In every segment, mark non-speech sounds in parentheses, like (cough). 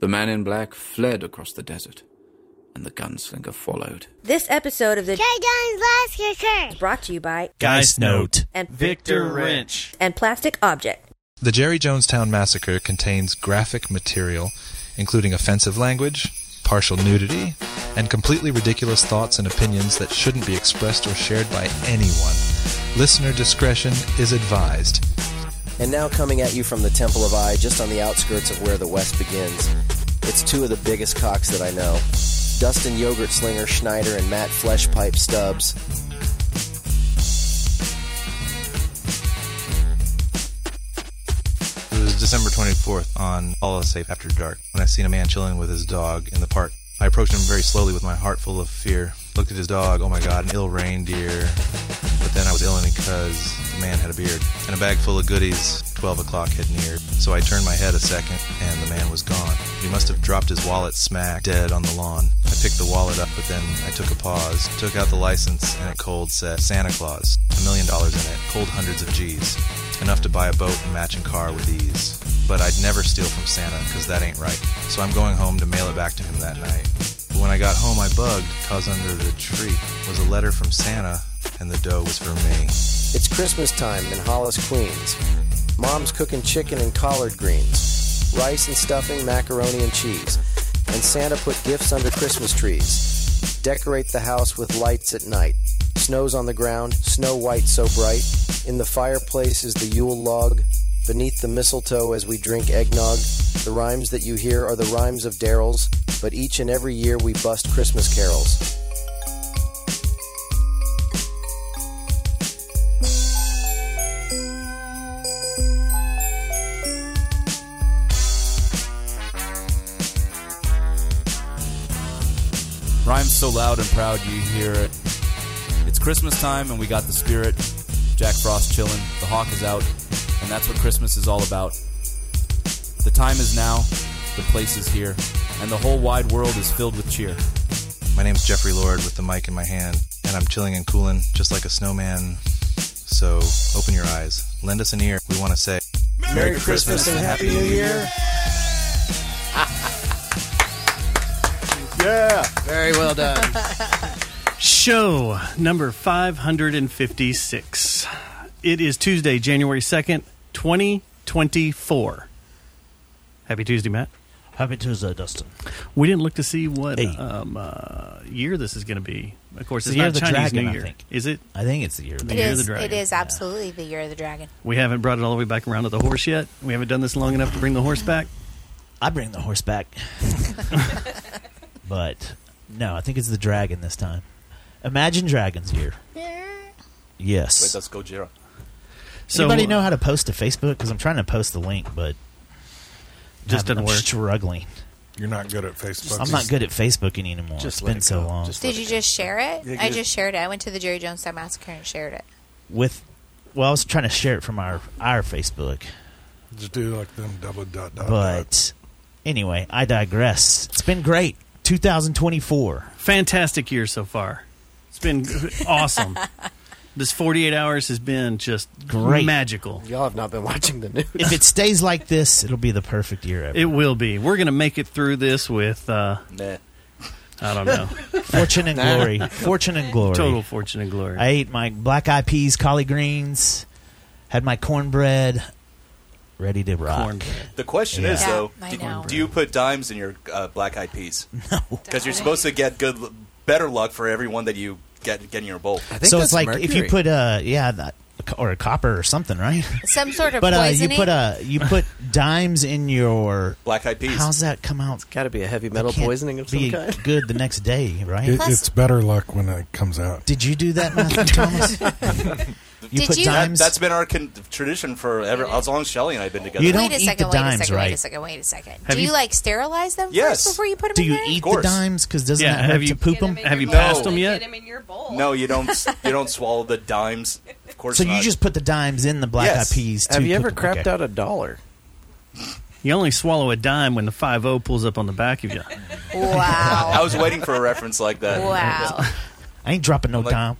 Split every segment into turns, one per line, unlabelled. The man in black fled across the desert, and the gunslinger followed.
This episode of the
Jay Jones Last Kicker.
is brought to you by
Geist Note.
and
Victor Wrench.
and Plastic Object.
The Jerry Jonestown Massacre contains graphic material, including offensive language, partial nudity, and completely ridiculous thoughts and opinions that shouldn't be expressed or shared by anyone. Listener discretion is advised.
And now coming at you from the Temple of I, just on the outskirts of where the West begins, it's two of the biggest cocks that I know. Dustin Yogurt Slinger Schneider and Matt Fleshpipe Stubbs.
It was December 24th on All Is Safe After Dark when I seen a man chilling with his dog in the park. I approached him very slowly with my heart full of fear. Looked at his dog, oh my god, an ill reindeer. But then I was ill because the man had a beard and a bag full of goodies. 12 o'clock had neared, so I turned my head a second and the man was gone. He must have dropped his wallet smack dead on the lawn. I picked the wallet up, but then I took a pause, took out the license, and it cold said Santa Claus. A million dollars in it, cold hundreds of G's enough to buy a boat and matching car with ease. But I'd never steal from Santa because that ain't right. So I'm going home to mail it back to him that night. But when I got home, I bugged because under the tree was a letter from Santa and the dough was for me.
It's Christmas time in Hollis, Queens. Mom's cooking chicken and collard greens, rice and stuffing, macaroni and cheese. And Santa put gifts under Christmas trees. Decorate the house with lights at night. Snow's on the ground, snow white so bright. In the fireplace is the Yule log. Beneath the mistletoe as we drink eggnog. The rhymes that you hear are the rhymes of Daryl's, but each and every year we bust Christmas carols.
Rhymes so loud and proud you hear it. It's Christmas time and we got the spirit. Jack Frost chillin', the hawk is out, and that's what Christmas is all about. The time is now, the place is here, and the whole wide world is filled with cheer.
My name's Jeffrey Lord with the mic in my hand, and I'm chilling and cooling just like a snowman. So open your eyes, lend us an ear. We want to say Merry, Christmas and Happy New Year.
Very well done.
Show number 556. It is Tuesday, January 2nd, 2024. Happy Tuesday, Matt.
Happy Tuesday, Dustin.
We didn't look to see what
Hey.
um, uh, year this is going to be. Of course,
The
it's
year
not
of the
Chinese
dragon,
New
I
Year.
think.
Is it?
I think it's the year. Of the
It
It Year
dragon.
of the
is,
Dragon.
it is absolutely the year of the dragon.
We haven't brought it all the way back around to the horse yet. We haven't done this long enough to bring the horse back.
I bring the horse back. but no, I think it's the dragon this time. Imagine Dragons year. Yes. uh,
Wait, that's Gojira.
So,
Anybody know how to post to Facebook? Because I'm trying to post the link, but
Just
I'm,
doesn't
I'm
work.
struggling.
You're not good at Facebook.
I'm not good at Facebook anymore.
just
it's
let
been
it
so
go.
long.
Just-
Did you just share
Yeah,
it? I
good.
just shared it. I went to the Jerry Jones Massacre and shared it.
With well, I was trying to share it from our our Facebook,
Just do like them double dot dot. dot.
but anyway, I digress. It's been great. 2024.
fantastic year so far. It's been (laughs) awesome. This 48 hours has been just
Great.
magical.
Y'all have not been watching the news.
If it stays like this, it'll be the perfect year ever.
It will be. We're going to make it through this with, uh,
Nah.
I don't know,
Fortune and
(laughs)
glory. Fortune and glory.
total fortune and glory.
I ate my black eyed peas, collard greens, had my cornbread, ready to rock.
Cornbread.
The question
Yeah.
is, though,
Yeah, I
do,
know.
do you put dimes in your uh, black
(laughs)
eyed peas? No. Because you're supposed to get good, l- better luck for everyone that you get, get in your bowl.
I think
So it's
that's
like if you
mercury.
put uh yeah that, or a copper or something,
(laughs)
right?
Some sort of
But uh, you
poisoning.
put uh you put dimes in your
Black eyed peas.
how's that come out?
Got to be a heavy metal
Can't
poisoning of some
be
kind.
Good the next day, right?
It, it's better luck when it comes out.
Did you do
(laughs)
that, Matthew Thomas? you
Did
put
you-
dimes.
That's been our con- tradition for ever, as long as Shelly and I have been together.
You
wait
don't
a
eat
second,
the
wait
dimes,
a second, wait
right?
a second, wait a second.
Have
do you,
you-
like sterilize them
Yes.
first before you put them
do
in
you
there?
eat the
course.
dimes? Because doesn't
Yeah,
that hurt
have
to
you-
poop them?
Have you
bowl.
passed them yet?
No, you don't. You don't swallow the dimes. Of course
So
not.
you
(laughs)
just put the dimes in the black
Yes.
eyed peas.
Have
to
you ever
cook them.
crapped
Okay.
out a dollar?
You only swallow a dime when the 5 pulls up on the back of you.
Wow.
I was waiting for a reference like that.
wow.
I ain't dropping no
Like-
dime.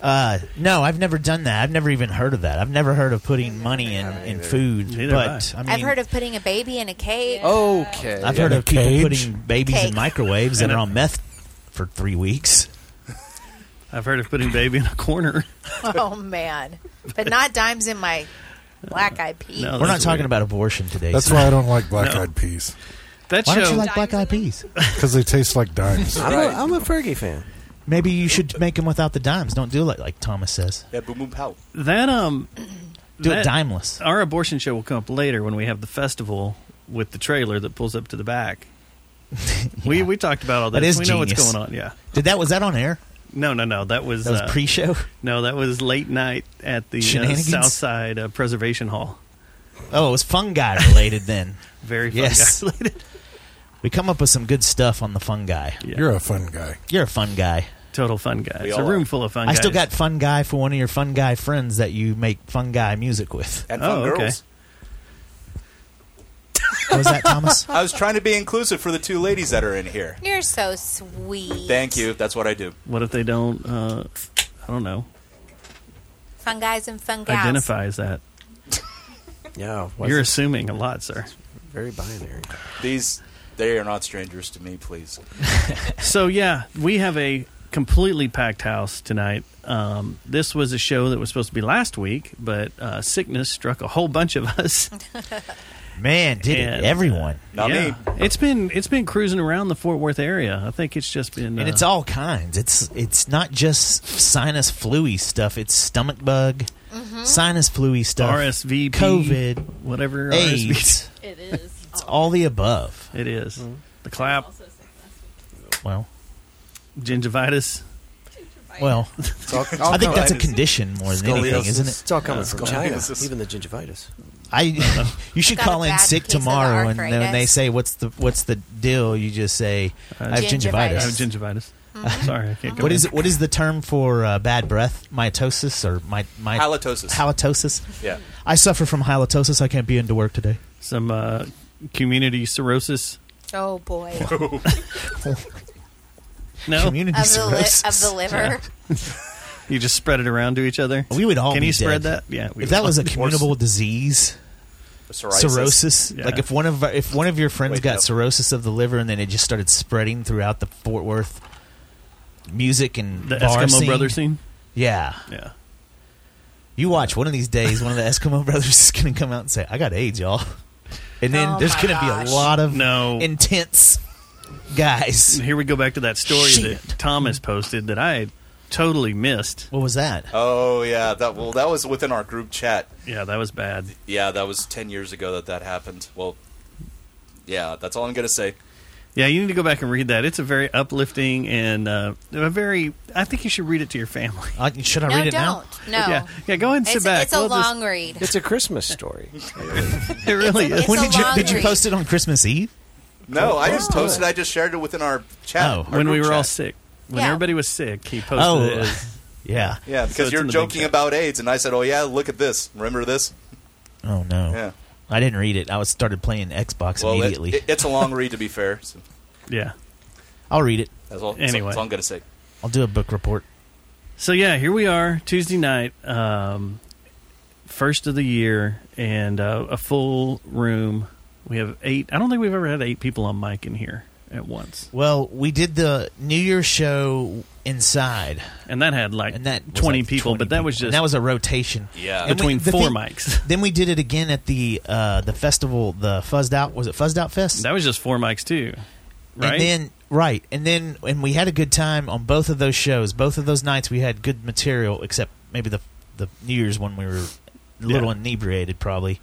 Uh, no, I've never done that. I've never even heard of that. I've never heard of putting money in, in food.
Neither
but
have
I. mean,
I've heard of putting a baby in a cave.
Okay.
I've heard of people
Cage?
putting babies in
Cake.
microwaves that are on meth for three weeks.
I've heard of putting baby in a corner.
(laughs) Oh man, but not dimes in my black eyed pea.
No,
We're not
that's
talking
weird.
about abortion today.
That's
so-
why I don't like black eyed peas
that
Why
show.
don't you like black eyed peas?
because they taste like
(laughs)
dimes.
I'm, a, I'm a Fergie fan.
Maybe you should make them without the dimes. Don't do it like Thomas says.
(laughs) Yeah, boom boom pow.
that um,
Do
that-
it dimeless.
Our abortion show will come up later when we have the festival with the trailer that pulls up to the back.
(laughs)
We
Yeah.
we talked about all this.
That is
we know
genius.
what's going on. Yeah.
Did that was that on air?
No, no, no. That was,
That was
uh,
pre-show.
no. That was late night at the uh,
Shenanigans?
Southside uh, Preservation Hall.
Oh, it was fungi related then.
(laughs) Very fun (laughs)
Yes.
guys.
We come up with some good stuff on the fungi.
Yeah.
You're a fun guy.
You're a fun guy.
Total fun guys.
We
A
all
room
are.
full of fun
I
guys.
still got fun guy for one of your fun guy friends that you make fun guy music with.
And fun
Oh, okay.
girls.
What was that Thomas?
(laughs) I was trying to be inclusive for the two ladies that are in here.
You're so sweet.
Thank you. That's what I do.
What if they don't? Uh, I don't know.
Fun guys and fun gals.
Identify as that.
Yeah,
You're assuming a lot, sir.
very binary.
These they are not strangers to me,
(laughs)
please.
So yeah, we have a completely packed house tonight. Um, this was a show that was supposed to be last week, but uh, sickness struck a whole bunch of us.
(laughs) Man, did
And, uh,
it everyone.
Not
yeah.
me.
It's been it's been cruising around the Fort Worth area. I think it's just been
And
uh,
it's all kinds. It's it's not just sinus fluey stuff. It's stomach bug,
Mm-hmm.
sinus fluey stuff,
RSVP,
COVID,
whatever RSVP. (laughs)
AIDS.
It is.
It's all the above.
It is.
Mm-hmm.
the clap,
Well,
gingivitis.
well,
It's all,
I think that's a condition more than anything, isn't it?
It's all coming from China,
scoliosis.
even the gingivitis.
(laughs)
I (laughs) you should
Got a
call in
bad
sick
case of the
tomorrow, and then when they
arthritis.
say what's the what's the deal, you just say I have
Gingivitis.
Uh,
Mm-hmm.
I have
gingivitis.
gingivitis. Sorry, I can't go.
What
in.
is what is the term for uh, bad breath? Mitosis or my my
Halitosis.
halitosis?
yeah.
I suffer from halitosis. I can't be into work today.
some uh, community cirrhosis?
Oh boy,
(laughs)
No,
Community
of the li-
cirrhosis.
of the liver.
(laughs) you just spread it around to each other.
We would all
Can
be
you spread
dead.
that? Yeah. we
if
would
that
all
was a
be-
communicable disease,
Psoriasis.
cirrhosis,
Yeah.
like if one of if one of your friends
Wake
got
up.
cirrhosis of the liver and then it just started spreading throughout the Fort Worth music and
the
bar
Eskimo brother scene.
yeah,
Yeah.
you watch one of these days, one of the Eskimo (laughs) brothers is going to come out and say, "I got AIDS, y'all," and then
Oh
there's
my
going to
gosh.
be a lot of
No.
intense guys.
Here we go back to that story
Shit.
that Thomas posted that I totally missed.
What was that?
Oh yeah, that well that was within our group chat.
Yeah, that was bad.
Yeah, that was 10 years ago that that happened. Well, yeah, that's all I'm going to say.
Yeah, you need to go back and read that. It's a very uplifting and uh, a very. I think you should read it to your family.
Uh, should I
no,
read it
don't. No.
now?
Yeah, yeah. Go ahead and sit
It's,
back.
it's a
We'll just-
long read.
It's a Christmas
(laughs)
story.
it really
it's a-
is.
it's
when
a
did you
long
did you
read.
post it on Christmas Eve?
Oh,
No, I just posted. I just shared it within our chat.
Oh,
our
when we
group
were all
chat.
sick. When
Yeah.
everybody was sick, he posted
Oh,
it.
(laughs)
As,
yeah.
Yeah,
So
because
it's
you're
in the big
joking
chat.
about AIDS, and I said, "Oh yeah, look at this. Remember this?
Oh no.
Yeah.
I didn't read it. I was started playing Xbox
Well, it-
immediately.
it- it's a long read, to be fair. So
yeah.
I'll read it.
that's all. Anyway,
Anyway.
that's all I'm going to say.
I'll do a book report.
So yeah, here we are Tuesday night, um, first of the year, and uh, a full room. We have eight. I don't think we've ever had eight people on mic in here at once,
Well, we did the New Year's show inside,
and that had like
and that was
twenty
like
people.
20
but that was
people.
just
And that was a rotation.
Yeah.
And
between
the
four
thing-
mics. (laughs)
Then we did it again at the uh, the festival, the Fuzzed Out. Was it Fuzzed Out Fest?
That was just four mics too, right?
And then right, and then and we had a good time on both of those shows. Both of those nights we had good material, except maybe the the New Year's one we were a little
Yeah.
inebriated probably.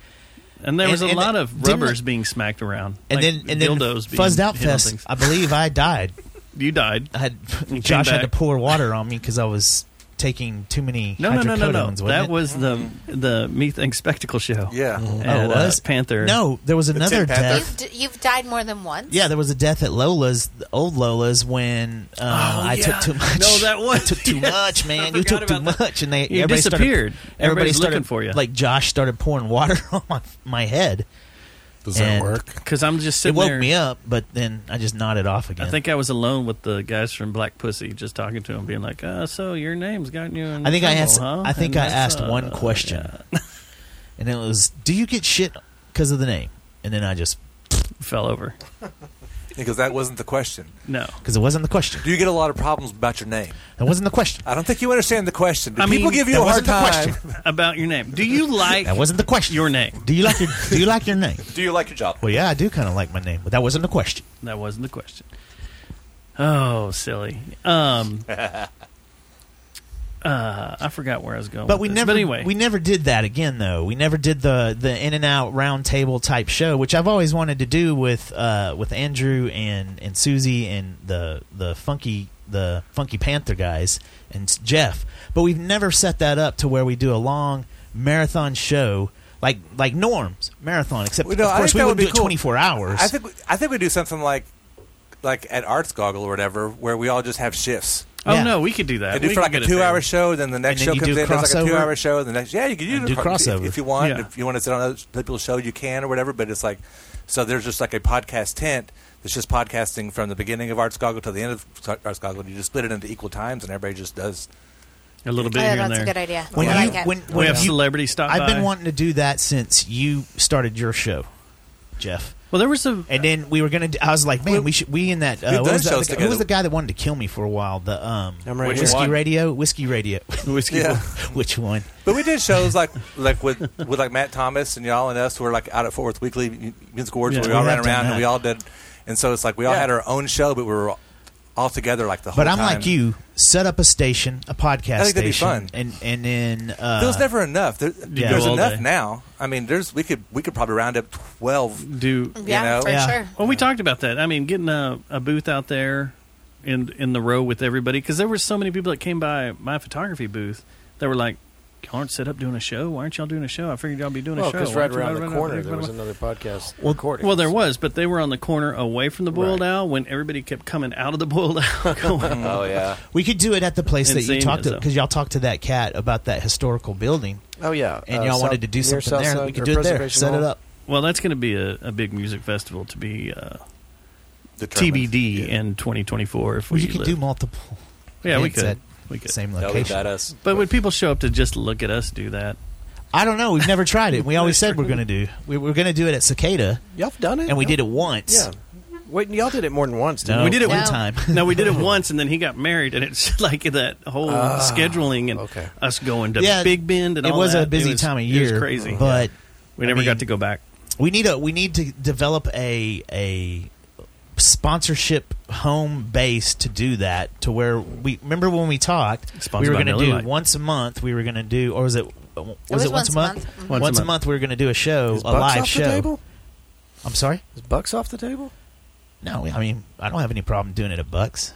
and there was
and-
a
and
lot
the-
of
didn't
rubbers
I-
being smacked around,
And
like
then and then
dildos being
Fuzzed Out
hit on
Fest.
things.
I believe I died.
You died.
I had
came
Josh had to
back.
pour water on me because I was taking too many
(laughs) No, no, no, no, no.
hydrocodones, wasn't
That
it?
was the the me thing spectacle show.
Mm-hmm. Yeah,
At,
Oh, it was?
uh, Panther.
no. There was another
Tin Panther?
death.
You've, d- you've died more than once.
Yeah, there was a death at Lola's, the old Lola's, when uh,
Oh,
I took too much.
No, that was-
I took too
yes,
much, man.
I
You took
forgot
too
about
much, and they
You
everybody
disappeared.
Started,
Everybody's
started
looking for you.
(laughs) Like Josh started pouring water on my, my head.
Does that
And
work?
Because I'm just
It
sitting
woke
there.
me up, but then I just nodded off again.
I think I was alone with the guys from Black Pussy, just talking to him, being like, uh, "So your name's gotten you." In
I think I
trouble,
asked.
huh?
I think
And
I
that's,
asked
uh,
one question, and it was, "Do you get shit because of the name?" And then I just
fell over
Because that wasn't the question.
No,
because it wasn't the question.
Do you get a lot of problems about your name?
That wasn't the question.
I don't think you understand the question. Do
I mean,
people give you
that
a
wasn't
hard time?
the question (laughs) about your name. Do you
(laughs)
like?
That wasn't the question.
Your name.
Do you like your Do you
(laughs)
like your name?
Do you like your job?
Well, yeah, I do kind of like my name, but that wasn't the question.
That wasn't the question. Oh, silly.
(laughs)
Um, uh, I forgot where I was going.
But we
with this.
never
But anyway,
we never did that again though. We never did the the in and out round table type show, which I've always wanted to do with uh with Andrew and and Susie and the the funky the funky panther guys and s- Jeff. But we've never set that up to where we do a long marathon show like like norms marathon except
Well, no,
of
I
course
think
we
that
wouldn't
would be
do it
cool.
24 hours.
I think we- I think we do something like like at Arts Goggle or whatever, where we all just have shifts.
Oh, Yeah. no, we could do that.
And do
We
for
could
like a
get it there.
two-hour show, then the next
And then
show
you
comes
do
in, does like a
crossover?
two-hour show, the next yeah, you can
And
do,
do
the part- if-
crossover.
if you want.
Yeah.
If you want to sit on other people's show, you can or whatever. But it's like so there's just like a podcast tent. that's just podcasting from the beginning of Arts Goggle to the end of Arts Goggle. and You just split it into equal times, and everybody just does
a little bit
Oh,
here
that's
and there.
a good idea.
when
I
you
like it.
when,
We
when
have
you-
celebrity stop
I've
by.
been wanting to do that since you started your show, Jeff.
Well, there was a,
and then we were gonna. Do, I was like, man, we should. We in that.
We've
Uh, what
done
was that other
shows
guy- who
together.
was the guy that wanted to kill me for a while? The um,
I'm right
whiskey
here.
radio, whiskey radio,
(laughs) whiskey.
Yeah.
Which one?
But we did shows like like with with like Matt Thomas and y'all and us. We're like out at Fort Worth Weekly mu- Music Awards
Yeah.
where we all
We
ran
have done
around and
that.
we all did. And so it's like we all
Yeah.
had our own show, but we were all together like the whole.
But I'm
time.
like you. Set up a station, a podcast
I think that'd be
station,
fun.
and and then uh,
There was never enough. There,
Yeah.
There's
Go all
enough
day.
now. I mean, there's we could we could probably round up twelve.
Do
yeah,
know?
for
Yeah.
sure.
Well, we talked about that. I mean, getting a, a booth out there in in the row with everybody because there were so many people that came by my photography booth that were like, "Y'all aren't set up doing a show. Why aren't y'all doing a show? I figured y'all be doing
Well,
a show."
because right
Why aren't you-
around
blah,
the
blah,
corner,
blah,
there
blah,
was
blah."
another podcast
Well-
recording.
Well, there was, but they were on the corner away from the boiled
Right.
owl when everybody kept coming out of the (laughs) boiled owl.
(laughs)
Going,
Oh yeah.
we could do it at the place that you
Insane,
talked to
so.
because y'all talked to that cat about that historical building,
Oh yeah,
and
uh,
y'all
South-
wanted to do
near
something there.
Southside
we
or
could do it there.
Preservation
Set it
Hall.
up.
well, that's going to be a, a big music festival to be uh,
Determined.
TBD in 2024. If
Well,
we
you could
live.
do multiple.
yeah, we
events
could,
at
we could.
Same
That would be
location.
badass.
But would people show up to just look at us do that?
I don't know. We've never tried it.
(laughs)
We always said we're going to do. We were going to do it at Cicada,
Y'all have done it,
and we
Y'all-
did it once.
Yeah, wait, y'all did it more than once. Didn't
No,
you?
We did it
one
once.
time.
oh, no, we
(laughs)
did it once, and then he got married, and it's (laughs) like that whole
Ah,
scheduling and
okay.
us going to
Yeah,
Big Bend. And
it
all
was
that.
a busy
It was-
time of
it was
year.
crazy,
but
we never
I mean,
got to go back.
we need a we need to develop a a sponsorship home base to do that. To where we remember when we talked,
Sponsored
we were
by
gonna
Miller
do
Lite.
once a month. We were going to do, or was it? Was it,
was
once a month?
Once a
a
month.
month, we were going to do a show,
Is
a
Bucks
live
off
show.
the table?
I'm sorry.
Is Bucks off the table?
No, I mean I don't have any problem doing it at Bucks,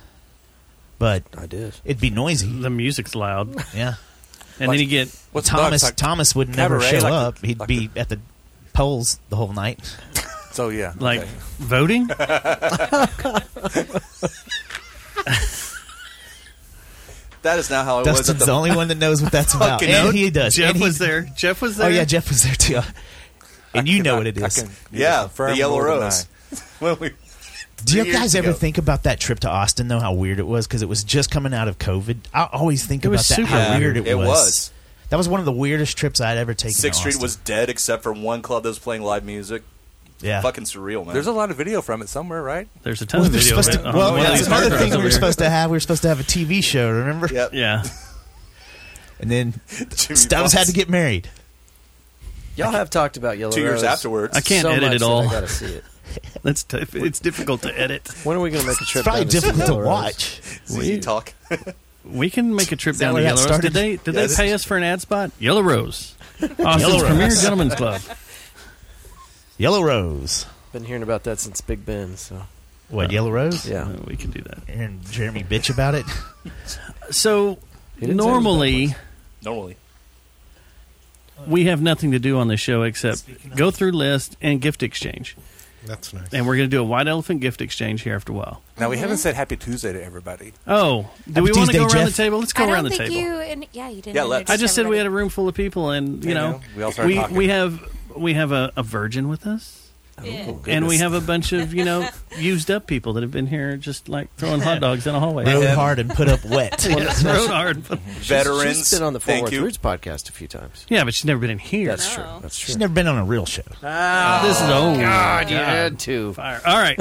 but
I did.
it'd be noisy.
The music's loud,
Yeah.
and then you get
What's
Thomas
Bucks, like-
Thomas would never
Cabaret,
show
like the-
up. He'd
like
be at the polls the whole night.
(laughs) So yeah,
like
okay. (laughs)
(laughs)
voting.
That is now how I was at
Dustin's
the.
the only one that knows what that's about,
Fucking oath.
and he does.
Jeff
and he-
was there. Jeff was there.
Oh yeah, Jeff was there
(laughs)
too. And you know what it
I
is.
can-
yeah,
confirm
the Yellow
more than
Rose.
I.
When we-
Do you
years
guys ever
ago.
think about that trip to Austin though? How weird it was because it was just coming out of COVID. I always think
It
about
was
that.
super
How weird
weird.
it,
It
was.
was.
That was one of the weirdest trips I'd ever taken. to
Sixth Street
Austin.
was dead except for one club that was playing live music.
yeah.
Fucking surreal, man.
There's a lot of video from it somewhere, right?
There's a ton
Well,
of
they're
video. Of
supposed
it.
to,
on
well
one of
that's
these
another
servers
thing we
over
were
here.
supposed to have. We were supposed to have a TV show. Remember?
Yep.
Yeah,
And then
(laughs) Jimmy
Stubbs had
Fox.
to get married.
Y'all have talked about Yellow
two years
Rose
afterwards.
I can't
so
edit
much
it all.
that I gotta see
(laughs)
it.
(laughs) That's t- it's difficult to edit.
When are we gonna make a trip?
It's probably
down see
difficult to
Yellow Rose?
watch.
ZZ Talk.
We can make a trip
that
down to
where that
Yellow Rose.
started?
Did they did
Yeah,
they
this
pay
is-
us for an ad spot? Yellow Rose, Austin's premier gentlemen's club.
Yellow Rose.
Been hearing about that since Big Ben. So
What Yellow Rose?
yeah,
Uh, we can do that.
And Jeremy bitch about
(laughs)
it. (laughs)
So
He didn't say it was
normally
Normally.
we have nothing to do on this show except go through list and gift exchange,
That's nice.
and we're going to do a white elephant gift exchange here after a while.
Now we haven't
Mm-hmm.
said Happy Tuesday to everybody.
Oh, do
Happy
we want
Tuesday,
to go around
Jeff.
the table? Let's
I
go
don't
around the
think
table.
you. And, yeah, you didn't.
Yeah, let's.
I just said we had
everybody.
a room full of people, and you
I
know,
know. We all started
we
talking.
we have we have a, a virgin with us. Oh, and we have a bunch of you know (laughs) used up people that have been here just like throwing hot dogs in a hallway.
Rode hard and put up
(laughs)
wet.
Yeah, rode hard. And put,
(laughs) She's, she's been on the Four Roots podcast a few times.
Yeah, but she's never been in here.
That's true. That's true.
She's never been on a real show.
Oh, this is old.
Ah,
God, you had to.
Fire. All
(laughs)
right.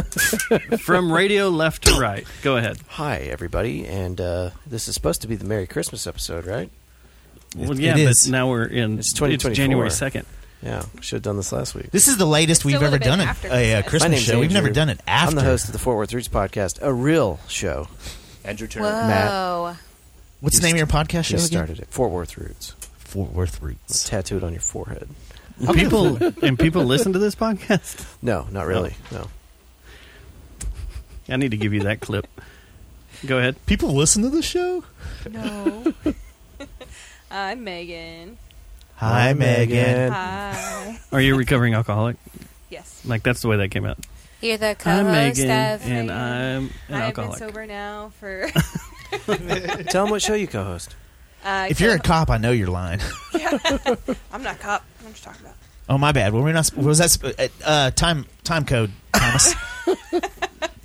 From radio left to right. Go ahead.
Hi, everybody, and uh, this is supposed to be the Merry Christmas episode, right?
Well, yeah, but now we're in
It's 2024.
January 2nd.
Yeah, should have done this last week.
This is the latest we've ever done it, a, uh,
My
Christmas
name's
show. We've
Andrew.
never done it after.
I'm the host of the Fort Worth Roots podcast, a real show.
Andrew Turner.
Whoa.
What's the
You
name of your
st-
podcast show
You
again?
started it. Fort Worth Roots.
Fort Worth Roots.
Tattoo it on your forehead.
(laughs)
People and people listen to this podcast.
No, not really. No.
I need to give you that clip. Go ahead.
People listen to the show?
No. (laughs) I'm Megan.
Hi, Megan.
Hi.
Are you a recovering alcoholic?
Yes.
Like that's the way that came out.
You're the
I'm
co-host
Megan,
of.
and I'm an
I've been
alcoholic.
sober now for. (laughs)
(laughs) Tell them what show you co-host.
Uh,
If you're
(laughs)
a
co-
cop, I know you're lying. (laughs)
I'm not a cop. I'm just talking about.
Oh, my bad. Were we not? sp- Was that sp- uh, uh, time time code,
(laughs)
Thomas?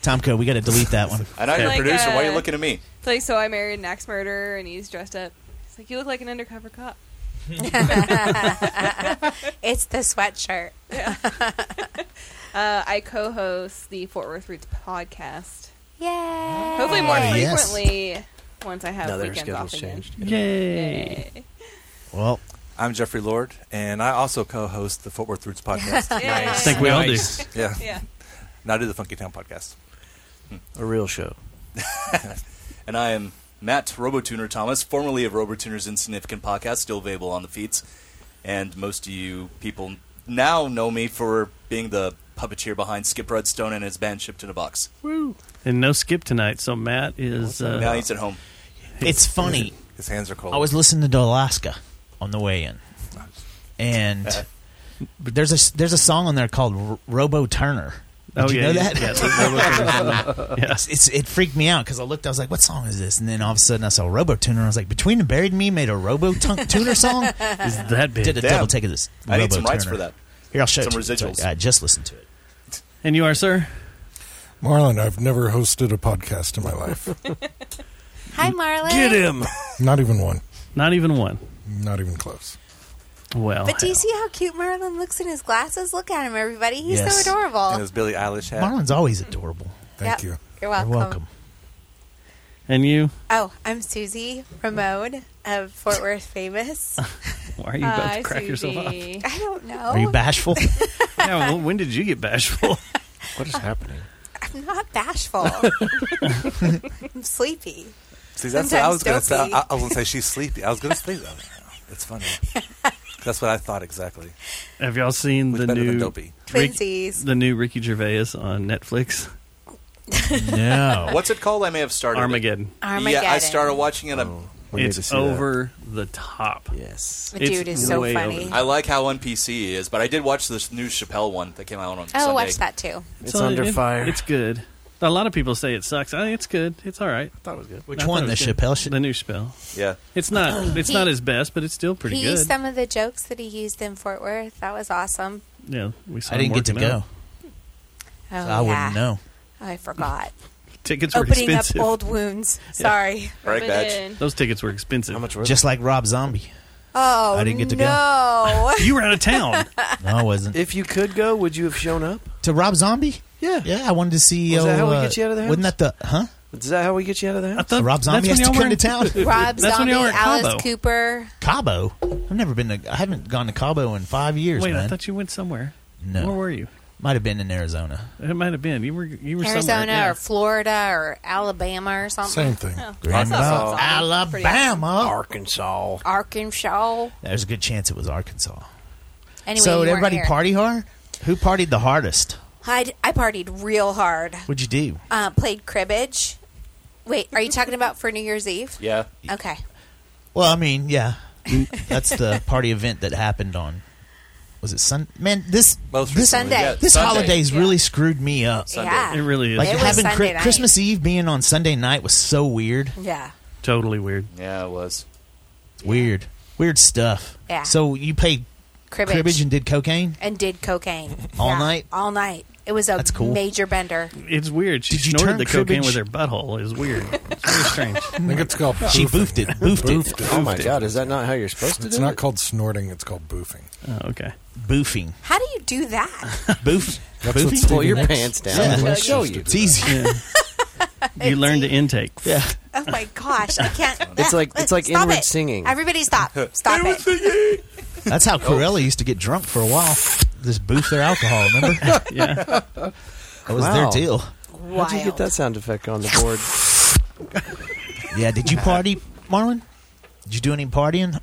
time code. We got to delete that one.
I know you're
Like,
a producer. Why are
uh,
you looking at me?
It's like so I married an axe murderer, and he's dressed up. It's like you look like an undercover (laughs) cop.
it's the sweatshirt.
Yeah. (laughs) uh, I co-host the Fort Worth Roots podcast.
Yay!
Hopefully more
Yes.
frequently once I have
Now that our
weekends off
schedule's
again.
changed.
Yay.
Well,
I'm Jeffrey Lord, and I also co-host the Fort Worth
(laughs)
Roots podcast.
Yay. Nice.
I think we all do.
Yeah.
Yeah. Hmm.
And I do the Funky Town podcast.
A real show.
And I am Matt Robotuner Thomas, formerly of Robotuner's Insignificant Podcast, still available on the feeds. And most of you people now know me for being the puppeteer behind Skip Redstone and his band Shipped in a Box.
And no skip tonight. So Matt is uh,
now he's at home.
it's funny.
His hands are cold.
I was listening to Alaska on the way in, and there's a s- there's a song on there called R- Robo Turner. Did
Oh,
you know
yeah, yeah,
that?
yeah, the Robo
(laughs)
Turner's on there. Yeah.
It's- it's- it freaked me out because I looked. I was like, "What song is this?" And then all of a sudden, I saw Robo Tuner. and I was like, "Between the Buried and Me made a Robo Tun-
(laughs)
Tuner song."
is that big.
Did a
Damn.
double take of this.
I need some
Robo
rights
Turner.
for that.
Here, I'll show
Some
it to you.
residuals.
Sorry, I just listened to it.
And you are, sir?
Marlon, I've never hosted a podcast in my
(laughs)
life.
Hi, Marlon.
him.
Not even one.
Not even one.
Not even close.
Well, (laughs)
But do you see how cute Marlon looks in his glasses? Look at him, everybody. He's
Yes.
so
and
adorable.
his Billie Eilish hat.
Marlon's always adorable.
Thank
Yep.
you.
You're
You're
welcome.
welcome.
and you?
Oh, I'm Susie Ramone of Fort Worth Famous.
(laughs) Why are you about
Hi,
to crack yourself up?
Susie.
I don't know.
Are
(laughs)
you bashful?
(laughs) Yeah, well, when did you get
(laughs)
bashful?
What is happening?
I'm not (laughs) bashful. I'm sleepy.
See, that's what I was going
Sometimes
to say.
dopey.
I, I was going to say she's sleepy. I was going to say that.
(laughs)
It's funny. That's what I
(laughs)
thought exactly.
Have y'all seen
Which
the
better
new
than dopey?
Rick-
Twinsies.
the new Ricky Gervais on Netflix?
no.
(laughs)
What's it called? I may have started. it.
Oh. Armageddon.
Armageddon.
Yeah, I started watching it. I'm,
Oh, We need to
it's
see
over the top.
that. Yes.
The
It's
dude is so
way
funny.
over
I like how NPC he is, but I did watch this new Chappelle one that came out on Sunday.
Oh, watch that too.
It's
So
under
it-
fire.
It's good. A lot of people say it sucks. I, it's good. It's all right.
I thought it was good.
Which
I thought
one?
it
The
was good.
Chappelle? Sh-
The new spell.
Yeah.
(clears throat)
It's not. It's
He-
not his best, but it's still pretty
he
good.
used some of the jokes that he used in Fort Worth. That was awesome.
yeah, we saw.
I didn't
him
get to
working
go.
out.
Oh,
I wouldn't know.
I forgot.
Tickets were
Opening
expensive.
up old wounds. Sorry.
All right,
But
Badge.
then-
Those tickets were expensive.
How much was
Just like Rob Zombie.
Oh,
I didn't get to go.
(laughs)
no.
(laughs) You were out of town.
No, I wasn't.
it? (laughs) If you could go, would you have shown up?
to Rob Zombie?
Yeah.
Yeah, I wanted to see.
Was that
oh,
how we
uh,
get you out of the
Wasn't that the huh?
Is that how we get you out of there?
I thought
Rob Zombie
that's
has
when
to
y'all
come
were in- (laughs)
to (laughs) town.
Rob
That's when
Zombie,
y'all were in
Alice
Cabo.
Cooper.
Cabo. I've never been to. I haven't gone to Cabo in five years,
Wait,
man.
I thought you went somewhere.
No.
Where were you?
Might have been in Arizona.
It might have been. You were. You were somewhere.
Arizona
yeah.
or Florida or Alabama or something.
Same thing.
Oh, that's
Grand Mount,
awesome. Pretty awesome.
Alabama.
Arkansas.
Arkansas.
There's a good chance it was Arkansas.
Anyway,
so
you weren't
did everybody
here.
party hard? Who partied the hardest?
I, I partied real hard.
What'd you do?
Uh, played cribbage. Wait, are you talking about for New Year's Eve?
Yeah.
Okay.
Well, I mean,
(laughs)
yeah, that's the party event that happened on. Was it Sun? Man, this
Most
this
recently,
Sunday.
Yeah,
this
Sunday.
holiday's
Yeah.
really screwed me up.
Sunday.
Yeah.
It really is
Like
It was
having
Sunday
Chri-
night.
Christmas Eve being on Sunday night was so weird.
Yeah.
totally weird.
Yeah, it was.
It's weird, weird stuff.
Yeah.
So you played
cribbage,
cribbage and did cocaine.
and did cocaine
All
Yeah,
night?
All night. It was a
That's cool.
major bender.
It's weird. She
Did you turn
snorted the cocaine
cribbage-
with her butthole. It was weird. It's
(laughs)
very strange. I
think it's called
She
boofing.
boofed it. Boofed it.
Boofed it.
Oh my god, is that not how you're supposed to
It's
do
not
it?
called snorting. It's called boofing.
Oh, okay.
Boofing.
How do you do that?
(laughs)
Boof.
That's what
boofing?
Stephen
Pull your
X-
pants down.
Yeah.
We'll
Yeah.
show you.
It's easy.
(laughs)
You learn to intake.
Yeah.
Oh my gosh, I can't.
It's like- it's like
Stop
inward
it.
singing.
Everybody, stop! Stop it!
That's how Corella used to get drunk for a while. Just boof their alcohol. Remember? that
(laughs) Yeah.
was
Wow.
their deal.
How'd you get
Wild.
that sound effect on the board?
(laughs) Yeah. Did you party, Marlon? Did you do any partying?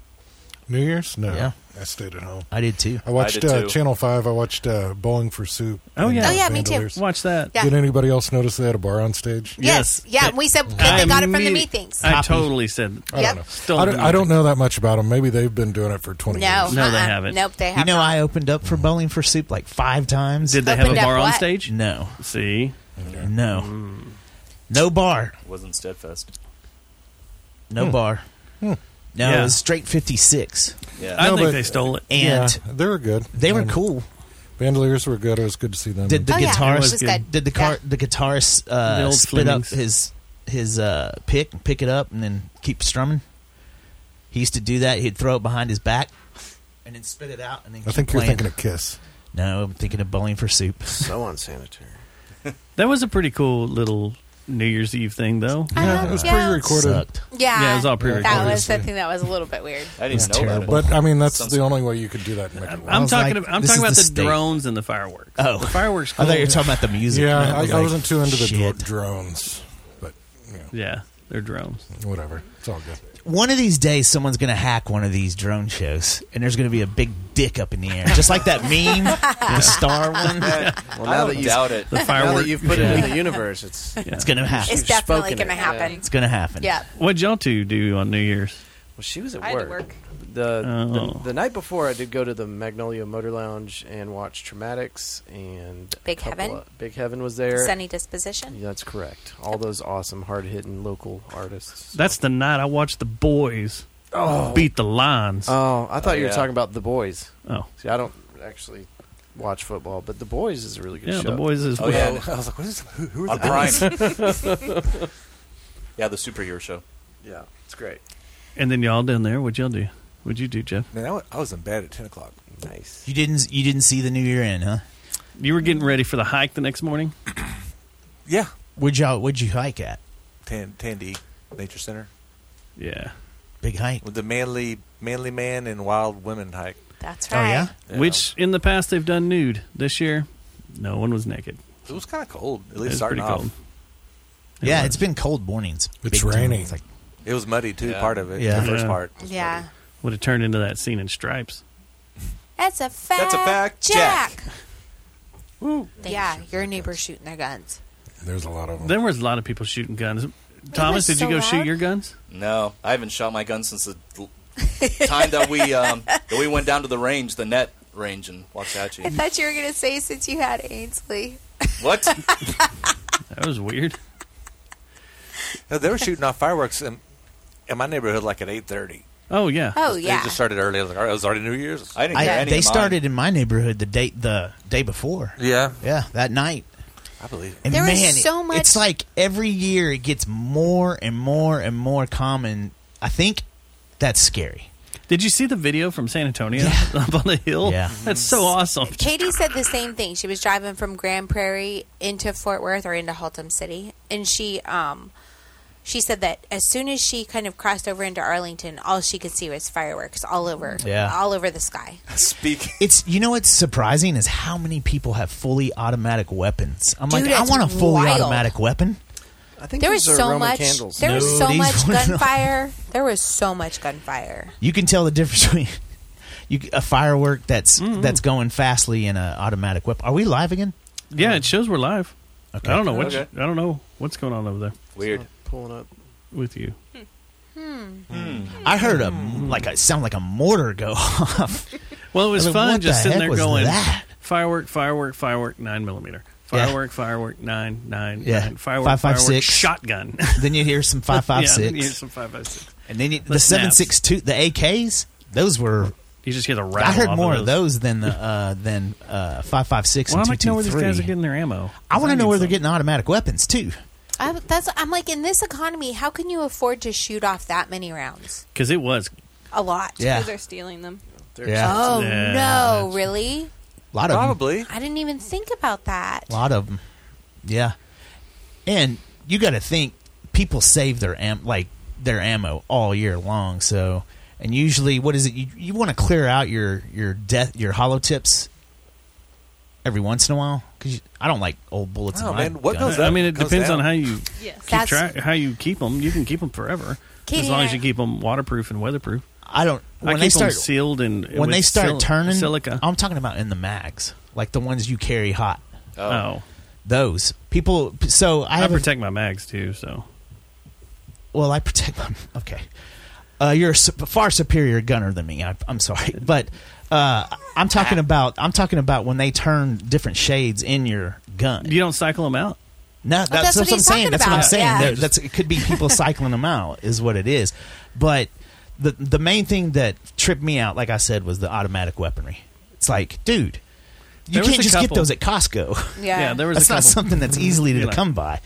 New Year's? No.
Yeah.
I stayed at home.
I did too.
I watched
did
uh,
too.
Channel 5. I watched uh, Bowling for Soup.
Oh,
and,
yeah.
uh,
Oh,
yeah, me too.
Vandaliers.
Watch that.
Yeah.
Did anybody else notice they had a bar on stage?
Yes.
Yes.
Yeah. and we said that they got it from the meetings.
I
Copy.
totally said.
I
Yep.
don't know.
Still
I, don't,
haven't
I don't know that much about them. Maybe they've been doing it for 20
No.
years.
No, they
uh-uh.
haven't.
Nope, they
You
haven't.
know, I opened up for Bowling for Soup like five times.
Did they have a
Opened up
bar on
what?
stage?
No.
See, Mm.
No. No bar.
Wasn't steadfast.
No
Hmm.
bar. No,
Yeah.
it was straight 56.
Yeah.
I
No,
think
but-
they stole it.
And
Yeah, they were good.
they were
And
cool.
Vandaliers were good. It was good to see them.
Did the
Oh, yeah.
It
guitarist
was
good.
did the car the guitarist uh,
The old
spit
Flemings.
up his his uh, pick and pick it up and then keep strumming? He used to do that. He'd throw it behind his back and then spit it out and then
I
keep
think you're
playing.
thinking of Kiss.
No, I'm thinking of Bowling for Soup.
(laughs) So unsanitary.
(laughs) That was a pretty cool little New Year's Eve thing, though.
Yeah, it was
yeah.
pre-recorded.
Sucked.
yeah.
Yeah, it was all
that
pre-recorded.
was the thing that was a little bit weird.
I
It's
didn't know about it.
terrible.
But I mean, that's
Sounds-
the only way you could do that. And make it
I'm
work.
was
talking.
like,
about, I'm
this is
talking about
the
the,
state.
drones and the fireworks.
Oh.
the fireworks.
I thought you were
cool.
talking about the music.
yeah,
man.
I,
was
I
like,
wasn't too into the
shit.
dr- drones, but you know,
Yeah, they're drones.
whatever. It's all good.
One of these days, someone's going to hack one of these drone shows, and there's going to be a big dick up in the air, just like that meme, the star
(laughs)
one.
(laughs)
Well, now
I don't
that you
doubt it.
(laughs)
The
now
fireworks.
that you've put it
(laughs)
into the universe, it's
It's going to happen.
It's
You've
definitely
spoken
going to
it.
happen.
It's going to happen.
Yeah.
What'd y'all two do on New Year's?
Well, she was at
I had to
work.
work.
The,
Oh.
the the night before, I did go to the Magnolia Motor Lounge and watch Traumatics and a
Big
couple
Heaven?
of- Big Heaven was there.
Sunny disposition.
Yeah, that's correct. All those awesome, hard hitting local artists.
That's the night I watched the boys
oh,
beat the Lions.
oh, I thought
Oh,
you were
yeah.
talking about the boys.
oh,
See, I don't actually watch football, but the boys is a really good
yeah,
show.
the boys is.
Oh, yeah.
I was like, what is, who, who are
On
the boys?
Prime.
(laughs)
(laughs)
yeah, the superhero show.
Yeah, it's great.
And then y'all down there. What'd y'all do? What'd you do, Jeff?
Man, I wa- I was in bed at 10 o'clock.
Nice.
You didn't. You didn't see the New Year in, huh?
You were getting ready for the hike the next morning.
Yeah.
Would y'all? Would you hike at?
Tan, Tandy Nature Center
Yeah.
Big hike.
with the manly manly man and wild women hike.
That's
Oh,
right.
yeah?
Which in the past they've done nude. This year, no one was naked.
It was kind of cold. At
It
least
was
starting
pretty
off,
cold.
yeah,
was.
it's been cold mornings.
It's
Big time.
raining.
It's like,
it was muddy too.
Yeah.
Part of it,
Yeah.
the first
Yeah.
part.
Yeah.
would have turned into that scene in Stripes.
That's a fact.
That's a fact, Jack.
Yeah, your neighbor's shooting their guns.
There's a lot of them.
There was a lot of people shooting guns.
was
Thomas, did
so
you go shoot
loud.
your guns?
No, I haven't shot my gun since the l- time that we um, that we went down to the range, the net range in
I
Waxahachie.
thought you were going to say since you had Ainsley.
what?
That was weird.
No, Uh, they were shooting off fireworks in, in my neighborhood like at eight thirty.
Oh yeah.
Oh,
They
yeah.
just started early. I was like, all right, it was already New Year's.
I didn't
I,
hear any.
they
of mine.
started in my neighborhood the day the day before.
yeah,
Yeah, that night.
I believe. it.
And
There
man,
is so
it-
much-
It's like every year it gets more and more and more common. I think that's scary.
Did you see the video from San Antonio (laughs) up on the hill?
Yeah.
That's so awesome.
Katie said the same thing. She was driving from Grand Prairie into Fort Worth or into Haltom City, and she um she said that as soon as she kind of crossed over into Arlington, all she could see was fireworks all over,
Yeah.
all over the sky.
Speak.
It's you know what's surprising is how many people have fully automatic weapons. I'm
Dude,
like, I
it's
want a fully
wild.
automatic weapon.
I think
There was
these are
so
Roman
much.
candles.
There
No,
was so
these
much
were not.
gunfire. There was so much gunfire.
You can tell the difference (laughs) between you, a firework that's
Mm-hmm.
that's going fastly and an automatic weapon. Are we live again?
Yeah, it shows we're live.
Okay.
I don't know what
Okay.
you- I don't know what's going on over there
Weird.
Pulling up.
with you. Hmm.
I heard a like a sound like a mortar go (laughs) off.
Well, it was
I mean,
fun
what
just
the heck
sitting there
was
going
that?
firework, firework, firework, nine millimeter.
Yeah.
Firework, firework, nine, nine,
Yeah.
nine. Firework,
Five, five,
firework,
six.
shotgun.
(laughs) then you hear some five five
(laughs) yeah,
six,
here's some five, five, six.
and then you, the
The
seven
snaps.
six two, the AKs. Those were
You just get a rattle.
I heard
off
more of
those.
those than the uh, than uh, five five six
Well, I'd
and
like
two two
to know where these guys are
three.
getting their ammo.
I want to know where they're getting automatic weapons too.
I, that's I'm like in this economy, how can you afford to shoot off that many rounds?
Because it was
A lot.
Yeah.
Because they're stealing them.
Yeah.
Oh
Yeah.
no, really?
Uh, A lot of 'em.
I didn't even think about that.
A lot of them. Yeah. And you got to think people save their am like their ammo all year long. So, and usually, what is it? You, you want to clear out your your death your hollow tips every once in a while because I don't like old bullets.
Oh,
in my
man, what
gun.
goes I up mean, it goes depends down. on how you-
Yes.
keep track, how you keep them. You can keep them forever
Katie
as long
and
as
I-
you keep them waterproof and weatherproof.
I don't.
I
When
keep
they start
'em sealed and
when they
with
start
sil-
turning
silica.
I'm talking about in the mags, like the ones you carry hot.
Oh. Oh.
those people. So I
I,
have a-
protect my mags too. So
well, I protect them. Okay, uh, you're a sup- far superior gunner than me. I, I'm sorry, but uh, I'm talking
Ah.
about I'm talking about when they turn different shades in your gun. You
don't cycle them out.
No, that's,
Oh, that's what
what, I'm
he's
saying.
talking
That's what I'm
about.
saying.
Yeah.
There- That's it. Could be
(laughs)
people cycling them out is what it is. But the the main thing that tripped me out, like I said, was the automatic weaponry. It's like, dude, you
There was
can't
a
just
couple-
get those at Costco.
Yeah. Yeah, there was a
that's not
couple.
something that's easily
(laughs) You're
to
like-
come by.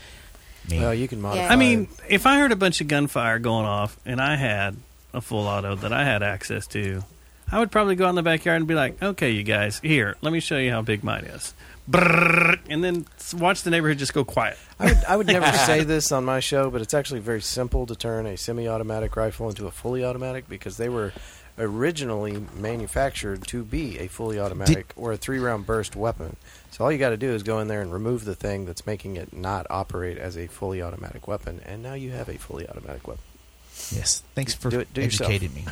Well,
you can modify.
I mean, if I heard a bunch of gunfire going off and I had a full auto that I had access to, I would probably go out in the backyard and be like, "Okay, you guys, here, let me show you how big mine is," Brrrr, and then s- watch the neighborhood just go quiet.
I would, I would never
(laughs)
say
(laughs)
this on my show, but it's actually very simple to turn a semi-automatic rifle into a fully automatic because they were originally manufactured to be a fully automatic or a three-round burst weapon. So all you got to do is go in there and remove the thing that's making it not operate as a fully automatic weapon, and now you have a fully automatic
(laughs)
weapon.
Yes, thanks for
Do it- do yourself.
educating me.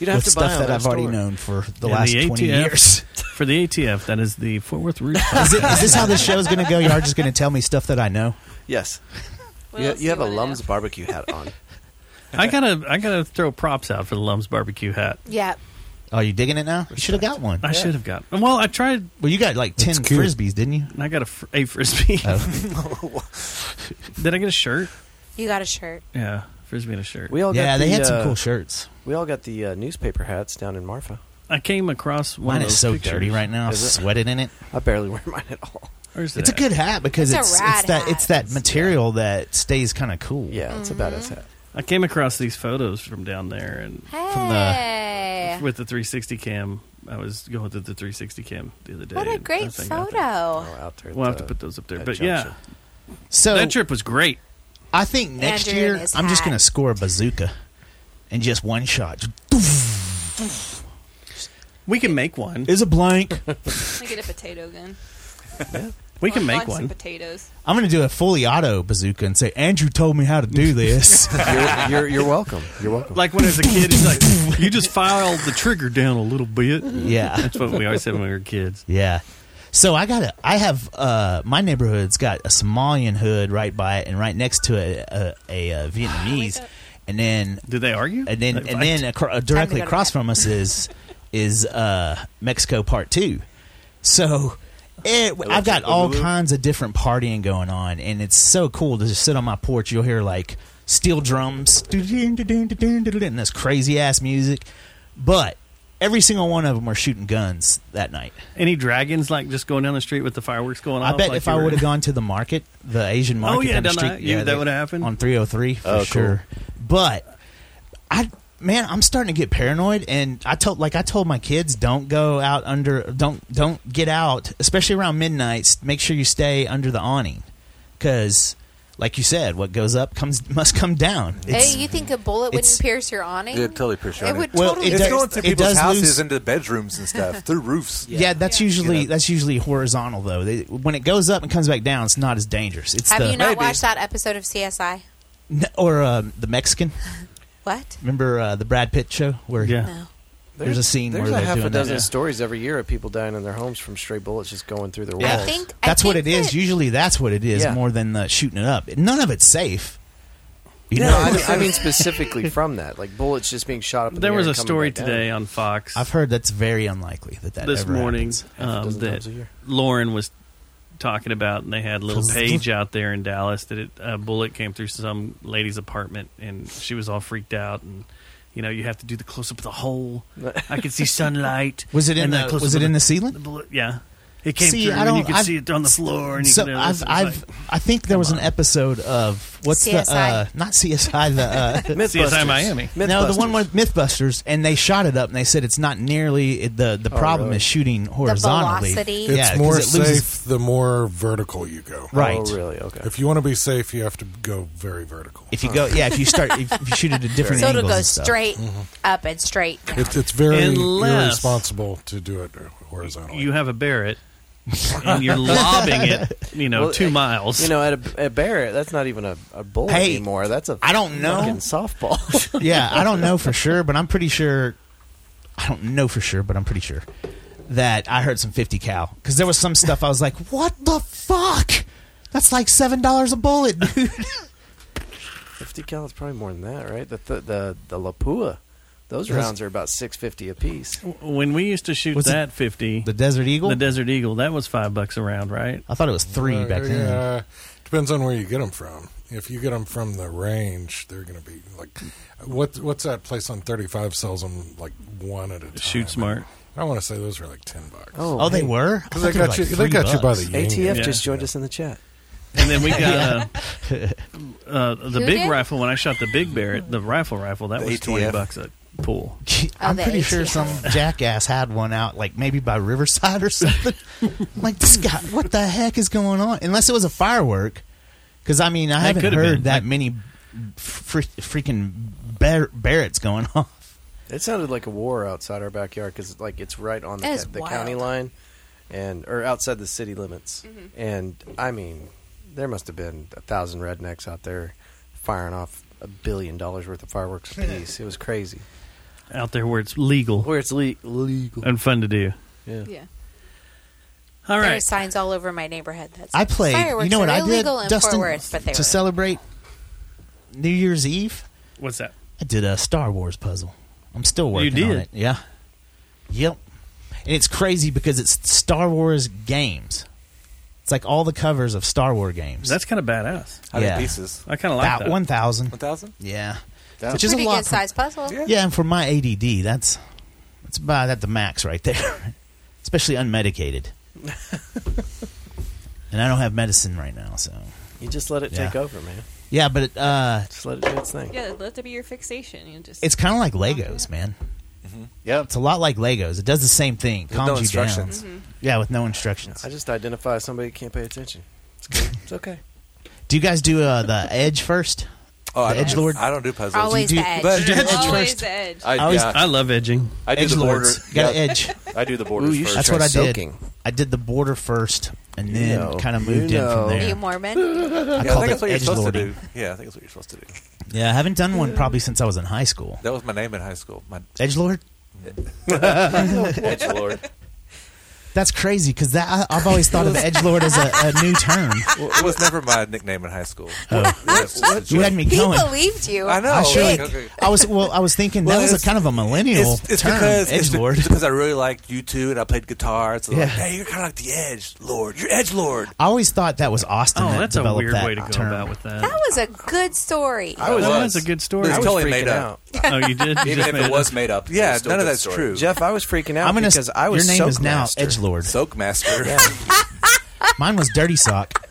You don't have
With
to buy
stuff
them at
that I've
a
already
store.
known for the
And
last twenty
ATF
years.
(laughs) for the ATF, that is the Fort Worth Root.
(laughs) is, it, is this how this show's going to go? You are just going to tell me stuff that I know. (laughs)
Yes. you, you have a Lum's barbecue hat on.
I gotta, I gotta throw props out for the Lum's barbecue hat.
Yeah.
Oh, you digging it now? You should have got one.
I should have got. Well, I tried.
Well, you got like ten
cute.
frisbees, didn't you? Oh.
I got a, fr- a frisbee. (laughs) Did I get a shirt?
You got a shirt.
Yeah, frisbee and a
(laughs)
shirt.
We all got the, uh,
shirts.
We all got the uh, newspaper hats down in Marfa.
I came across one.
Mine
of
is
those
so
pictures.
dirty right now.
Is it?
Sweated in it.
I barely wear mine at all.
Where's
It's a good hat because
It's a
it's it's,
rad
that it's that material that stays kind of cool.
Yeah, it's a badass hat.
I came across these photos from down there and
From the
Hey.
with the 360 cam. I was going through the 360 cam the other day.
What a
and
great
that thing got
photo.
there.
out there at
We'll have
the-
to put those up there.
at
But
Junction.
yeah,
so
that trip was great.
I think next
Andrew
year
and his
I'm just
hat.
going to score a bazooka and just one shot. Just
We can make one.
Is a
(laughs)
blank.
I get a potato gun.
We
Or
can make
lots of
one.
Potatoes.
I'm going to do a fully auto bazooka and say Andrew told me how to do this.
(laughs) You're,
(laughs)
you're, you're welcome. You're welcome.
Like when I was a kid, he's like, "You just filed the trigger down a little bit."
Yeah.
that's what we always said when we were kids.
Yeah. So I got a, I have, uh, my neighborhood's got a Somalian hood right by it, and right next to it, a, a,
(gasps)
a, Vietnamese, and then
do they argue?
And then,
They
and
fight?
then acro- uh,
Time to go
directly
to
across from us
(laughs)
is is uh, Mexico Part Two. So it, I've got all
Boogaloo.
kinds of different partying going on, and it's so cool to just sit on my porch. You'll hear like steel drums and this crazy ass music, but every single one of them were shooting guns that night.
Any dragons like just going down the street with the fireworks going off?
I bet
like
if
you
I
were-
would have gone to the market, the Asian market,
(laughs) Oh, yeah,
down the
done
street,
that. You- that
they-
would've happened?
on 303 for
Oh, cool.
sure. But I, man, I'm starting to get paranoid, and I told, like, I told my kids, don't go out under, don't, don't get out, especially around midnight. s- Make sure you stay under the awning, because, like you said, what goes up comes (laughs) must come down. It's-
hey, you think a bullet wouldn't
it's-
pierce your awning?
totally appreciate
It would
Well,
totally.
it
it's
does-
going through
it
people's
does
houses
lose-
into bedrooms and stuff
(laughs)
through roofs.
yeah. that's usually that's usually horizontal though. They, when it goes up and comes back down, it's not as dangerous. It's
have
the
you not watched that episode of CSI?
or uh, the Mexican.
What?
Remember uh, the Brad Pitt show where
yeah.
there's, a scene
there's
where
a
they're
half
doing
a dozen
that.
stories every year of people dying in their homes from stray bullets just going through their walls.
Yeah. that's what it is. Usually, that's what it is
Yeah.
more than the shooting it up. None of it's safe. You
no,
know,
I mean, I mean specifically from that, like bullets just being shot up. In
There
the
was
air
a
coming
story
back down.
today on Fox.
I've heard that's very unlikely that that
this
ever
morning
happens.
um, that Lauren was talking about, and they had little
Cause-
Paige out there in Dallas that it, a bullet came through some lady's apartment, and she was all freaked out, and You know, you have to do the close up of the hole. I could see sunlight.
Was it in
and
the-
then close
was it
up of
in the ceiling?
bl- yeah, it came
See,
through,
I
and you
don't-
could
I've-
see it on the floor. And you
so
could,
I've, I've, I think there was an episode of what's the
CSI.
uh, not CSI the uh,
Mythbusters. CSI Miami.
No, the
Mythbusters.
one with MythBusters, and they shot it up, and they said it's not nearly the the
Oh,
problem
really?
is shooting horizontally.
It's
Yeah, 'cause
more
it loses-
safe the more vertical you go.
Right. Oh, really? Okay.
If you want to be safe, you have to go very vertical.
If you go- yeah, if you start- if you shoot
(laughs)
at a different
so it'll go
stuff.
straight
Mm-hmm.
Mhm.
up and straight down.
It's, it's very
Unless-
irresponsible to do it horizontally.
you have a Barrett, and
(laughs)
(laughs)
you're lobbing it. You know,
Well,
two
eh,
miles.
You know, at a, at Barrett, that's not even a, a bullet
Hey,
anymore. That's a
I don't know.
(laughs)
fucking
(laughs)
softball.
yeah, I don't know for sure, but I'm pretty sure. I don't know for sure, but I'm pretty sure that I heard some 50 cal because there was some stuff I was like, "What the fuck? That's like seven dollars a bullet, (laughs) dude."
Fifty cal is probably more than that, right? The the the, the Lapua, those
Yes.
rounds are about six fifty a piece.
When we used to shoot
Was it
that fifty, the
Desert Eagle,
the Desert Eagle, that was five bucks a round, right?
I thought it was three
Uh, yeah, depends on where you get them from. If you get them from the range, they're going to be like, what? What's that place on thirty five sells them like one at a time?
Shoot smart.
I want to say those were like ten bucks.
Oh, Oh, they hey. were? I
'Cause
thought
they
they were
got you.
like
They
three
got you by the
bucks.
union.
ATF just joined us in the chat.
And
(laughs)
then we got
Yeah.
(laughs)
uh, uh, the
Who
big
did?
rifle. When I shot the big Barrett, the rifle rifle, that
The
was twenty
ATF.
bucks a
(laughs)
pull.
I'm
the
pretty sure
ATF.
some jackass had one out, like maybe by Riverside or (laughs) something. I'm like this guy, what the heck is going on? Unless it was a firework, because I mean, I
That
haven't
could've
heard
been.
that many fr- freaking bar- Barretts going (laughs) off.
It sounded like a war outside our backyard because like it's right on the,
That is
ca- the
wild. Mm-hmm.
county line, and or outside the city limits. And I mean, there must have been a thousand rednecks out there firing off a billion dollars worth of
(laughs)
fireworks apiece. it was crazy.
out there where it's legal,
where it's le- legal
and fun to do.
Yeah.
Yeah.
All
there
right.
are signs all over my neighborhood. That's
I played.
Fireworks
you know what
are
I did,
illegal in
Dustin,
Fort Worth, but they
to
were.
celebrate New Year's Eve.
What's that?
I did a Star Wars puzzle. I'm still
You
working on
did?
it. Yeah. Yep. And it's crazy because it's Star Wars games. It's like all the covers of Star Wars games.
That's kind of badass.
How many Yeah. pieces?
I kind of like
About
that.
1,000.
1,000?
Yeah.
That's
Which is a
pretty
lot.
good size puzzle.
Yeah. and for my ADD, that's that's about at the max right there. (laughs) Especially
(laughs)
unmedicated. and I don't have medicine right now, so
You just let it
Yeah.
take over, man.
Yeah, but it, uh,
Just let it do its thing.
Yeah, let that be your fixation. You just
it's kind of like Legos, man. Yeah, it's a lot like Legos. It does the same thing.
Mm-hmm. With
calms
no
you
instructions.
Mm-hmm.
down.
Mhm.
Yeah, with no instructions.
I just identify somebody who can't pay attention. It's, good. it's okay.
Do you guys do uh, the Edge first?
Oh, I
the
don't-
Edge Lord.
I don't do puzzles.
Always
you
the Edge.
But you do Edge
Always
first.
the Edge.
I always-
I love edging.
I do
edge
the border.
lords. Got to
yeah.
edge.
(laughs) I do the border
you
first.
That's
try
what I did.
soaking.
I did the border first, and then
know.
kind of
You
moved in
know.
from
Are you
there.
Mormon?
Yeah, I
called
think
it
that's what you're
edge
supposed
lording.
to do. Yeah, I think that's what you're supposed to do.
Yeah, I haven't done one probably since I was in high school.
That was my name in high school. My
Edge Lord.
edge lord.
That's crazy because that I, I've always thought of Edge Lord as a, a new
(laughs)
term.
Well, it was never my nickname in high school.
(laughs) Oh.
That was a
You
joke.
had me
He
going.
believed you.
I know.
I, surely-
Like, Oh, okay.
I was well. I was thinking
Well,
that was
it's-
a kind of a millennial
It's, it's
term.
because it's,
edge lord.
it's because I really liked you two and I played guitar. So
Yeah.
like, hey, you're kind of like the edge lord. You're edge lord.
I always thought that was Austin.
Oh,
that
that's a
developed
weird
that
way to go
term.
about with that.
That was a good story.
I was-
that was a good story.
It's totally made up.
Oh, you did. You
(laughs) Even
just
if
made
it
up?
was made up, yeah, none of that's true.
Jeff, I was freaking out
I'm gonna s-
because I was
your name is now
Edge
Lord.
Soak master. (laughs)
Mine was Dirty Sock.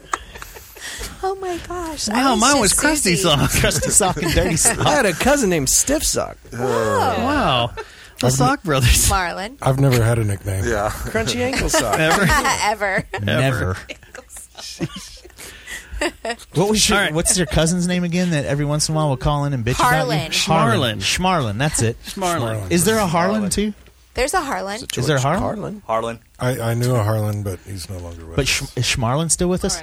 Oh my gosh! I
Wow, mine was
just
(laughs)
crusty
Susie.
sock. (laughs) Crusty
sock and
(laughs)
dirty sock.
(laughs) I had a cousin named Stiff Sock.
Wow. The Sock Brothers.
Marlon.
I've never had a nickname.
Yeah.
Crunchy
(laughs)
ankle sock.
Ever.
(laughs) Ever.
Never. What was your What's your cousin's name again? That every once in a while will call in and bitch about you.
Harlan.
Schmarlin. Schmarlin. That's it.
(laughs) Schmarlin.
Is there a Harlan too?
(laughs) There's a Harlan.
Is there a Harlan?
Harlan.
I, I knew a Harlan, but he's no longer with
But
us.
Sch- is Schmarlin still with us?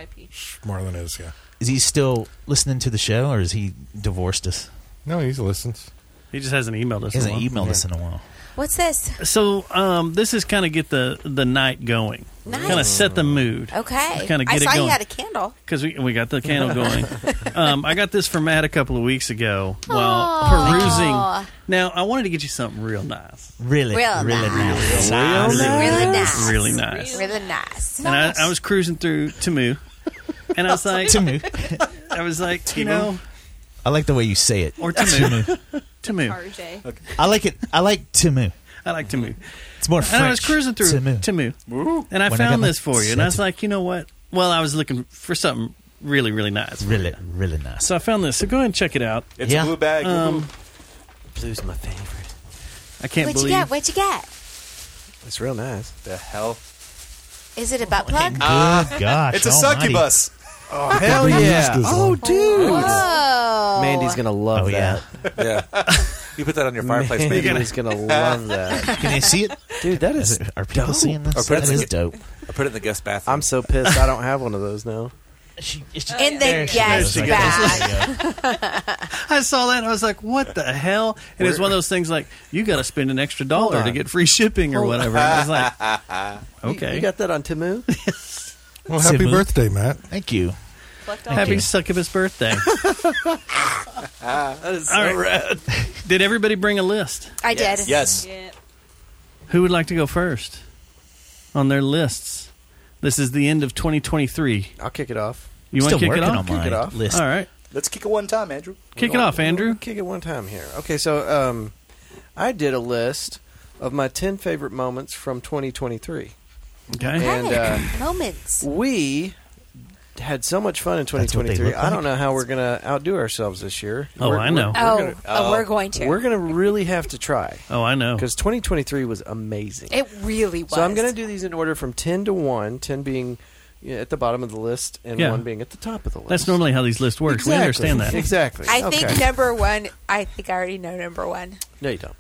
Marlin is, yeah.
Is he still listening to the show, or is he divorced us?
No, he listens.
He just hasn't emailed us.
He hasn't
in a while.
emailed us in a while.
What's this?
So um, this is kind of get the the night going.
Nice.
Kind of set the mood.
Okay.
Kind of
I
get
saw
it
you
going.
had a candle.
because we, we got the
(laughs)
candle going. um, I got this from Matt a couple of weeks ago while
Aw.
perusing. Now I wanted to get you something real nice,
really,
Real
really nice. Nice.
Really nice.
really nice.
Really nice.
And I, I was cruising through Tamu,
(laughs)
and I was like,
Tamu.
I was like, you know,
I like the way you say it.
or Tamu, Tamu. Tamu.
Tarjay. Okay.
I like it. I like Tamu.
I like Tamu.
It's more
and
French.
I was cruising through
Tamu.
Tamu, and I
When I got
found
my
this for you, and I was
set-
like, you know what? Well, I was looking for something really, really nice.
Really, really nice.
So I found this. So go ahead and check it out. Um,
It's a Yeah. blue bag.
Blue's my favorite.
I can't
what
believe.
you got? What you got?
It's real nice.
The hell?
Is it a butt plug?
Ah,
gosh,
(laughs) It's a
almighty.
succubus.
Oh, hell yeah. Oh, dude.
Whoa.
Mandy's going to love
Oh,
that.
yeah. You put that on
(laughs)
your fireplace,
Mandy's
baby.
going to love that.
Can you see it?
Dude, that is.
Are people
dope.
seeing this?
Or put it in
That
the-
is dope.
I put it in the guest bathroom.
I'm so pissed I don't have one of those now.
In the
There she
guest
goes.
bag.
(laughs) I saw that and I was like, "What the hell?" And it's
Where-
one of those things like you got to spend an extra dollar
on.
to get free shipping or
Hold-
whatever. And I was like,
You-
"Okay,
You, got that on Timu?
Well, happy
Simu.
birthday, Matt.
Thank you.
happy succubus birthday."
(laughs) that is
All right. (laughs) Did everybody bring a list?
I did.
Yes.
Who would like to go first on their lists? This is the end of 2023.
I'll kick it off.
You want
Still
to kick it
working
off?
on Kick it mine. off. List.
All right.
Let's kick it one time, Andrew.
Kick
We're
it
going-
off, Andrew.
we'll Kick it one time here. Okay, so um, I did a list of my 10 favorite moments from 2023.
Okay.
And uh,
Moments.
we had so much fun in
That's what they
2023.
look
I don't know how we're going to outdo ourselves this year.
Oh,
We're-
I
we're-
know.
we're
Oh,
gonna- uh,
oh, we're going to.
We're going to really have to try
Oh, I know.
because 2023 was amazing.
it really was.
So I'm going to do these in order from 10 to 1, 10 being you know, at the bottom of the list and
Yeah.
1 being at the top of the list.
That's normally how these lists work. We
Exactly.
understand that.
(laughs) Exactly.
I think
Okay.
number one. I think I already know number one.
No, you don't.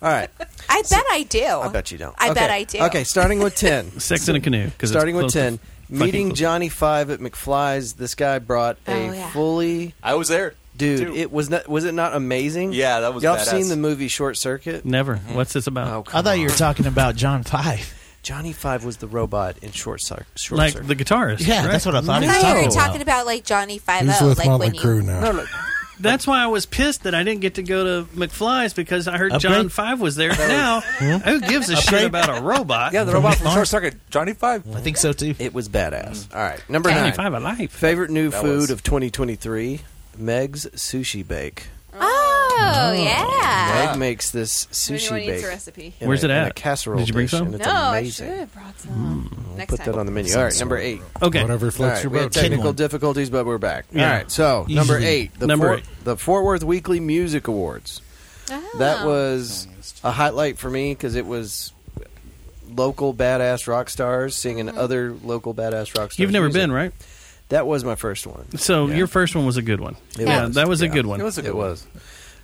All right.
(laughs) I bet I do.
I bet you don't.
Oh, I
Okay.
bet I do.
Okay, starting with
(laughs)
10.
Sex in a canoe. 'cause it's
starting with
close to
10.
fucking
Meeting
close.
Johnny Five at McFly's. This guy brought a
Oh, yeah.
fully.
I was there.
Dude,
too.
it was not. Was it not amazing?
Yeah, that was
Y'all
badass.
seen the movie Short Circuit?
Never. What's this about?
Oh, come
I thought you were
on.
talking about John Five.
Johnny Five was the robot in Short, Cir- Short
like
Circuit.
the guitarist.
Yeah,
right?
that's what I
I
thought he was
thought you
talking
were
about.
talking about like Johnny Five
He's
O,
with
like when
Motley Crew
you.
now.
no, no,
That's why I was pissed that I didn't get to go to McFly's because I heard
Upgrade?
John Five was there. now,
Hmm?
who gives a shit about a robot?
yeah, the robot from Short Circuit, Johnny Five.
I think so too.
it was badass. All right, number
Mm-hmm. Johnny
nine.
Five alive.
Favorite new
That
food
was-
of 2023: Meg's sushi bake.
Oh yeah.
Meg makes this
If
sushi
anyone needs
bake.
a recipe.
in
Where's
a-
it
in
at?
a casserole
Did you bring
dish,
some?
and it's
no,
amazing. Hmm.
I should have brought some. Next
Put
time.
that on the menu. All right, number eight.
Okay.
Whatever floats
All right,
your
we had
boat.
technical
Kid.
difficulties, but we're back.
Yeah.
All right, so number
Usually.
eight, the
Number
Fort,
eight.
the Fort Worth Weekly Music Awards.
Ah.
That was a highlight for me because it was local badass rock stars singing
Hmm.
other local badass rock stars.
You've never
music.
been, right?
That was my first one.
So your first one was a good one.
It
yeah,
was.
that was a
Yeah.
good one.
It was. it was.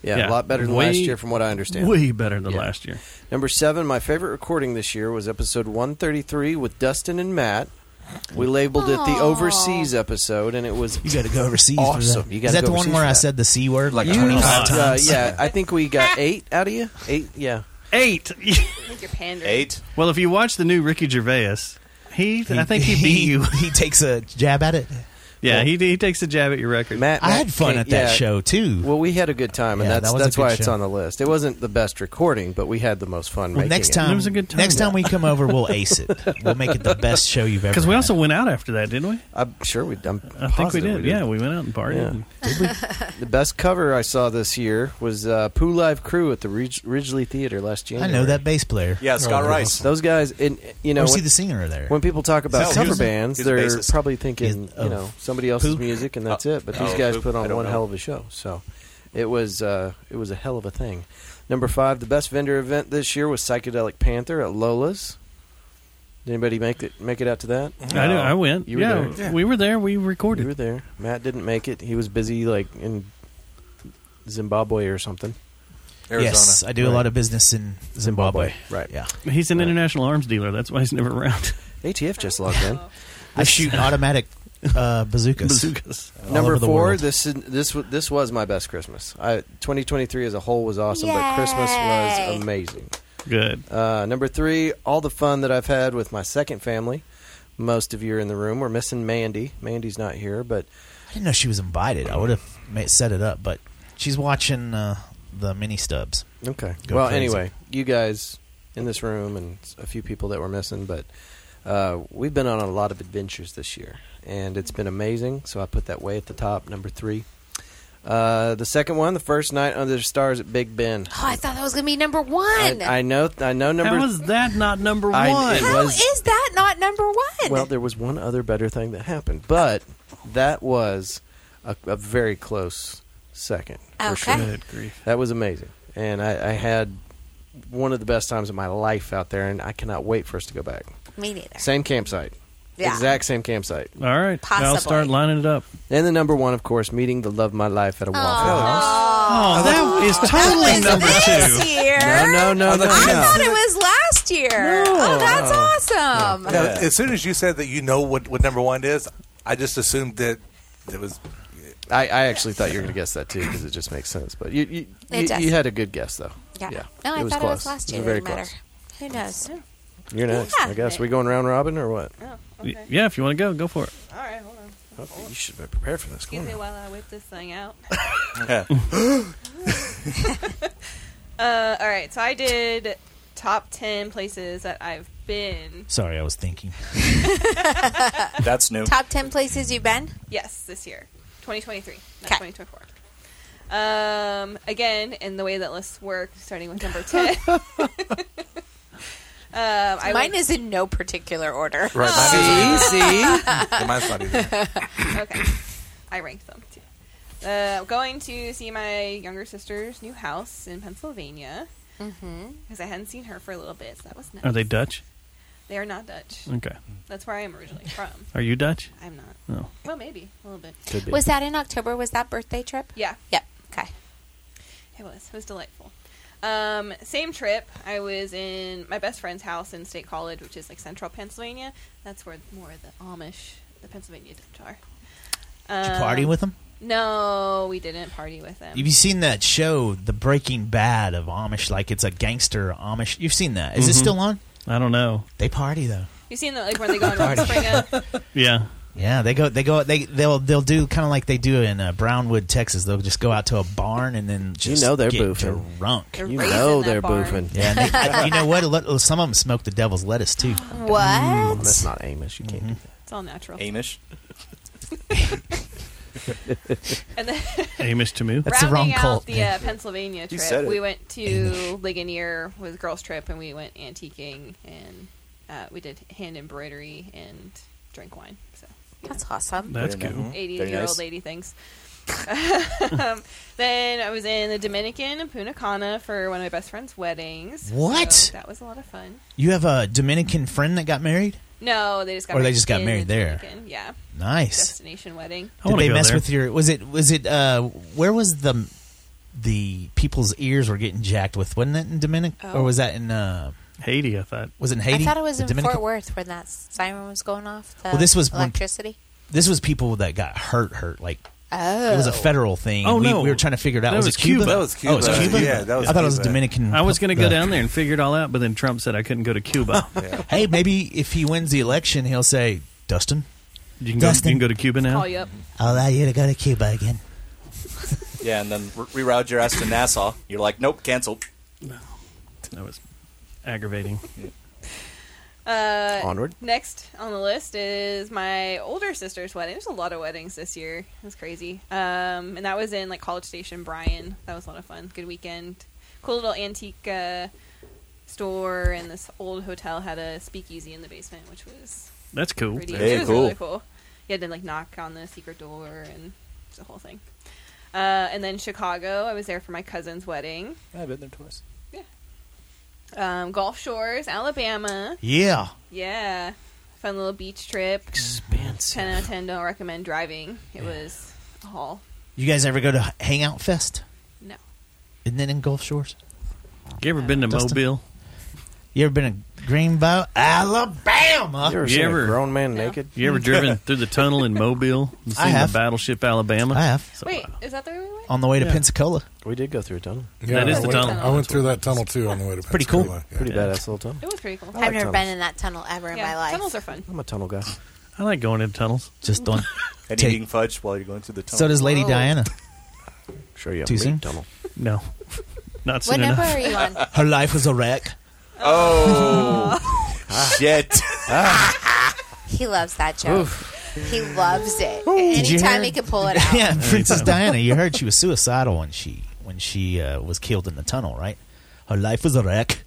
Yeah,
Yeah.
a lot better than
Way-
last year, from what I understand.
way better than
Yeah.
last year.
Number seven, my favorite recording this year was episode 133 with Dustin and Matt. We labeled it the
Aw.
overseas episode, and it was
You got to go overseas.
Awesome.
For that.
You
Is
gotta
that
go
the one
overseas
where
for
I
that.
said the c word like
You-
twenty five
uh,
times?
yeah, I think
(laughs)
we got eight out of you. Eight, yeah.
Eight.
I think you're pandering.
Eight.
well, if you watch the new Ricky Gervais, he, I think he beat you.
He takes a jab at it.
Yeah, he he takes a jab at your record.
Matt,
I
Matt
had fun
came-
at that
yeah.
show too.
Well, we had a good time, and
Yeah,
that's
that was a
that's
good
why it's
show.
on the list. It wasn't the best recording, but we had the most fun.
Well,
making
next
it.
time,
It was a good time.
next time we come over, we'll ace
(laughs)
it. We'll make it the best show you've
(laughs)
ever.
Because we
had.
also went out after that, didn't we?
I'm sure we. I'm
I think we
positive
did.
we
Yeah, we went out and partied.
Yeah.
and-
The best cover I saw this year was uh, Pooh Live Crew at the Ridg- Ridgely Theater last
I
January.
know that bass player.
Yeah, Scott
Oh,
Rice.
Those guys, and you know,
we see
when,
the singer there.
when people talk about
Is that
cover
Houston?
bands,
He's a
they're
bassist.
probably thinking,
He's-
you know, somebody else's
Pooh?
music, and that's it. But
oh,
these guys
Pooh?
put
I
on
don't
one
know.
hell of a show. So it was uh, it was a hell of a thing. Number five, the best vendor event this year was Psychedelic Panther at Lola's. Did anybody make it make it out to that?
I, do,
Oh.
I went.
You were
yeah,
there.
we were there. We
You
recorded.
were there. Matt didn't make it. He was busy like in Zimbabwe or something.
Arizona.
Yes, I do a
Right.
lot of business in Zimbabwe.
Right.
Yeah,
He's an
Right.
international arms dealer. That's why he's never
(laughs)
around.
ATF just logged in.
I shoot automatic uh, bazookas.
Bazookas.
all
Number
over the
four.
world.
This is, this wa- this was my best Christmas. I, 2023 as a whole was awesome, but Christmas
Yay.
was amazing.
Good.
Uh, number three, all the fun that I've had with my second family. Most of you are in the room. We're missing Mandy. Mandy's not here, but
I didn't know she was invited. I would have made, set it up, but she's watching uh, the mini stubs.
okay.
Go
well,
crazy.
anyway, you guys in this room and s- a few people that were missing, but uh, we've been on a lot of adventures this year, and it's been amazing. So I put that way at the top, number three. Uh, the second one, the first night under the stars at Big Bend.
Oh, I thought that was gonna be number one.
I, I know, I know. Number
How
is that not number
I, it
How
was-
is that not number one?
Well, there was one other better thing that happened, but that was a, a very close second. for
Okay.
sure.
Good grief.
That was amazing. And I, I had one of the best times of my life out there, and I cannot wait for us to go back.
Me neither.
Same campsite.
Yeah.
Exact same campsite.
All right. I'll start
Possibly.
lining it up.
And the number one, of course, meeting the love of my life at a Waffle
Oh, that is
(laughs)
totally number this year.
No, no, no, no.
I
no.
thought it was last year. Oh, that's awesome.
Now, as soon as you said that you know what, what number one is, I just assumed that it was.
I, I actually thought you were going to guess that too because it just makes sense. But you, you,
It
you-
does.
you had a good guess though.
Yeah.
yeah.
No, I
it was
thought
close.
it was last year.
It was very
Didn't matter.
close.
Who knows?
You're next.
Yeah.
I guess we going round robin or what?
Yeah, if you want to go, go for it.
All right, hold on.
You should have been prepared for this.
Excuse me while I whip this thing
(laughs)
out. (laughs)
Yeah.
uh, all right, so I did top ten places that I've been.
Sorry, I was thinking.
(laughs) That's new.
Top ten places you've been?
Yes, this year, 2023, not 2024. Um, again, in the way that lists work, starting with
(laughs)
number ten. (laughs) um, I
Mine
went-
is in no particular order.
Right, mine is- See? See?
Yeah, mine's not either.
(laughs) okay. I ranked them too. Uh, going to see my younger sister's new house in Pennsylvania because
Mm-hmm.
I hadn't seen her for a little bit, so that was nice.
Are they Dutch?
They are not Dutch.
Okay.
That's where I am originally from.
Are you Dutch? Oh.
I'm not. (laughs)
No.
Well, maybe a little bit.
Could be.
Was that in October? Was that birthday trip?
Yeah.
Yep. Okay.
It was. It was delightful. Um, same trip. I was in my best friend's house in State College, which is like central Pennsylvania. That's where more of the Amish, the Pennsylvania Dutch are. Uh,
Did you party with 'em?
No, we didn't party with them.
Have you seen that show, The Breaking Bad of Amish? Like it's a gangster Amish. You've seen that? Is it
Mm-hmm.
Mhm.
still on?
I don't know.
They party though.
You've seen the like when they
(laughs)
go on uh,
Party.
Rock Spring up.
Yeah.
Yeah, they go. They go. They they'll they'll do kind of like they do in uh, Brownwood, Texas. They'll just go out to a barn and then just
know they're
get
boofing.
drunk.
They're You raising know that they're barn. boofing.
Yeah, and they- (laughs) I- you know what? A lot- Some of them smoke the devil's lettuce too.
What? Mm,
that's not Amish. You can't do
It's all natural.
Mm-hmm.
Amish.
And then
(laughs) Amish to move.
rounding out The uh, Pennsylvania
You said
trip.
it.
We went to
Amish.
Ligonier with girls trip, and we went antiquing, and uh, we did hand embroidery and drank wine. So you
That's awesome.
That's Very cool. nice. Very
Eighty-year-old
nice.
lady things. (laughs) um, then I was in the Dominican in Punta Cana for one of my best friend's weddings.
What?
So that was a lot of fun.
(laughs) You have a Dominican friend that got married.
No, they just got
Or they
married
just got
in
married
the
there.
Dominican, Yeah.
Nice.
destination wedding.
Did they mess with your? Was it? Was it? Uh, where was the the people's ears were getting jacked with? Wasn't that in Dominic
Oh.
or was that in uh,
Haiti? I thought
was it in Haiti.
I thought it was
The
in
Dominican-
Fort Worth when that siren was going off. The
Well, this was when-
electricity.
This was people that got hurt. Hurt like.
Oh.
It was a federal thing.
Oh,
and we,
no.
we were trying to figure it out.
That
was,
was
it Cuba?
Cuba. That was
Oh, it was
Cuba.
Cuba?
Yeah, that was
I thought it was
Cuba.
Dominican.
I was going to go
the-
down there and figure it all out, but then Trump said I couldn't go
(laughs)
to Cuba.
Hey, maybe if he wins the election, he'll say, "Dustin,
You can go- you can go to Cuba now? Call
you up.
I'll allow you to go to Cuba again."
Yeah, and then re- reroute your ass to Nassau. You're like, nope, canceled.
That was aggravating.
Uh,
Onward.
Next on the list is my older sister's wedding. There's a lot of weddings this year. It's crazy. Um, and that was in like College Station, Bryan. That was a lot of fun. Good weekend. Cool little antique uh, store, and this old hotel had a speakeasy in the basement, which was
That's cool.
Pretty.
Hey,
it was
cool.
really cool. You had to like knock on the secret door and it's the whole thing. Uh, and then Chicago. I was there for my cousin's wedding.
I've been there twice.
Um, Gulf Shores, Alabama.
Yeah.
Yeah. Fun little beach trip.
Expansive.
10 out of 10. Don't recommend driving. It was a haul.
You guys ever go to Hangout Fest?
No.
Isn't it in Gulf Shores?
You ever been to
Dustin?
Mobile?
You ever been to Greenbow, Alabama?
grown man naked?
You ever
(laughs)
driven through the tunnel in Mobile? And
I
seen
have.
The battleship Alabama.
I have.
Wait, is that the way we went?
on the way to
Yeah.
Pensacola?
We did go through a tunnel.
Yeah,
That is
I
the
went-
tunnel.
I went through that tunnel too on the way to
Pretty cool.
Pensacola.
Pretty badass little tunnel.
It was pretty cool.
I've never been in that tunnel ever in
Yeah,
my life.
Tunnels are fun.
I'm a tunnel guy.
I like going into tunnels.
Just
(laughs)
don't.
And
Take-
eating fudge while you're going through the tunnel.
So does Lady Diana.
Sure, you
Too soon?
tunnel.
No, not
What
soon
number
enough.
are you on?
Her life was a wreck. Ah,
Oh, shit.
He loves that joke.
Oof.
He loves it.
Did you
Anytime
hear-
he can pull
(laughs)
it out.
yeah, Princess Diana. You heard she was suicidal when she when she uh, was killed in the tunnel, right? Her life was a wreck.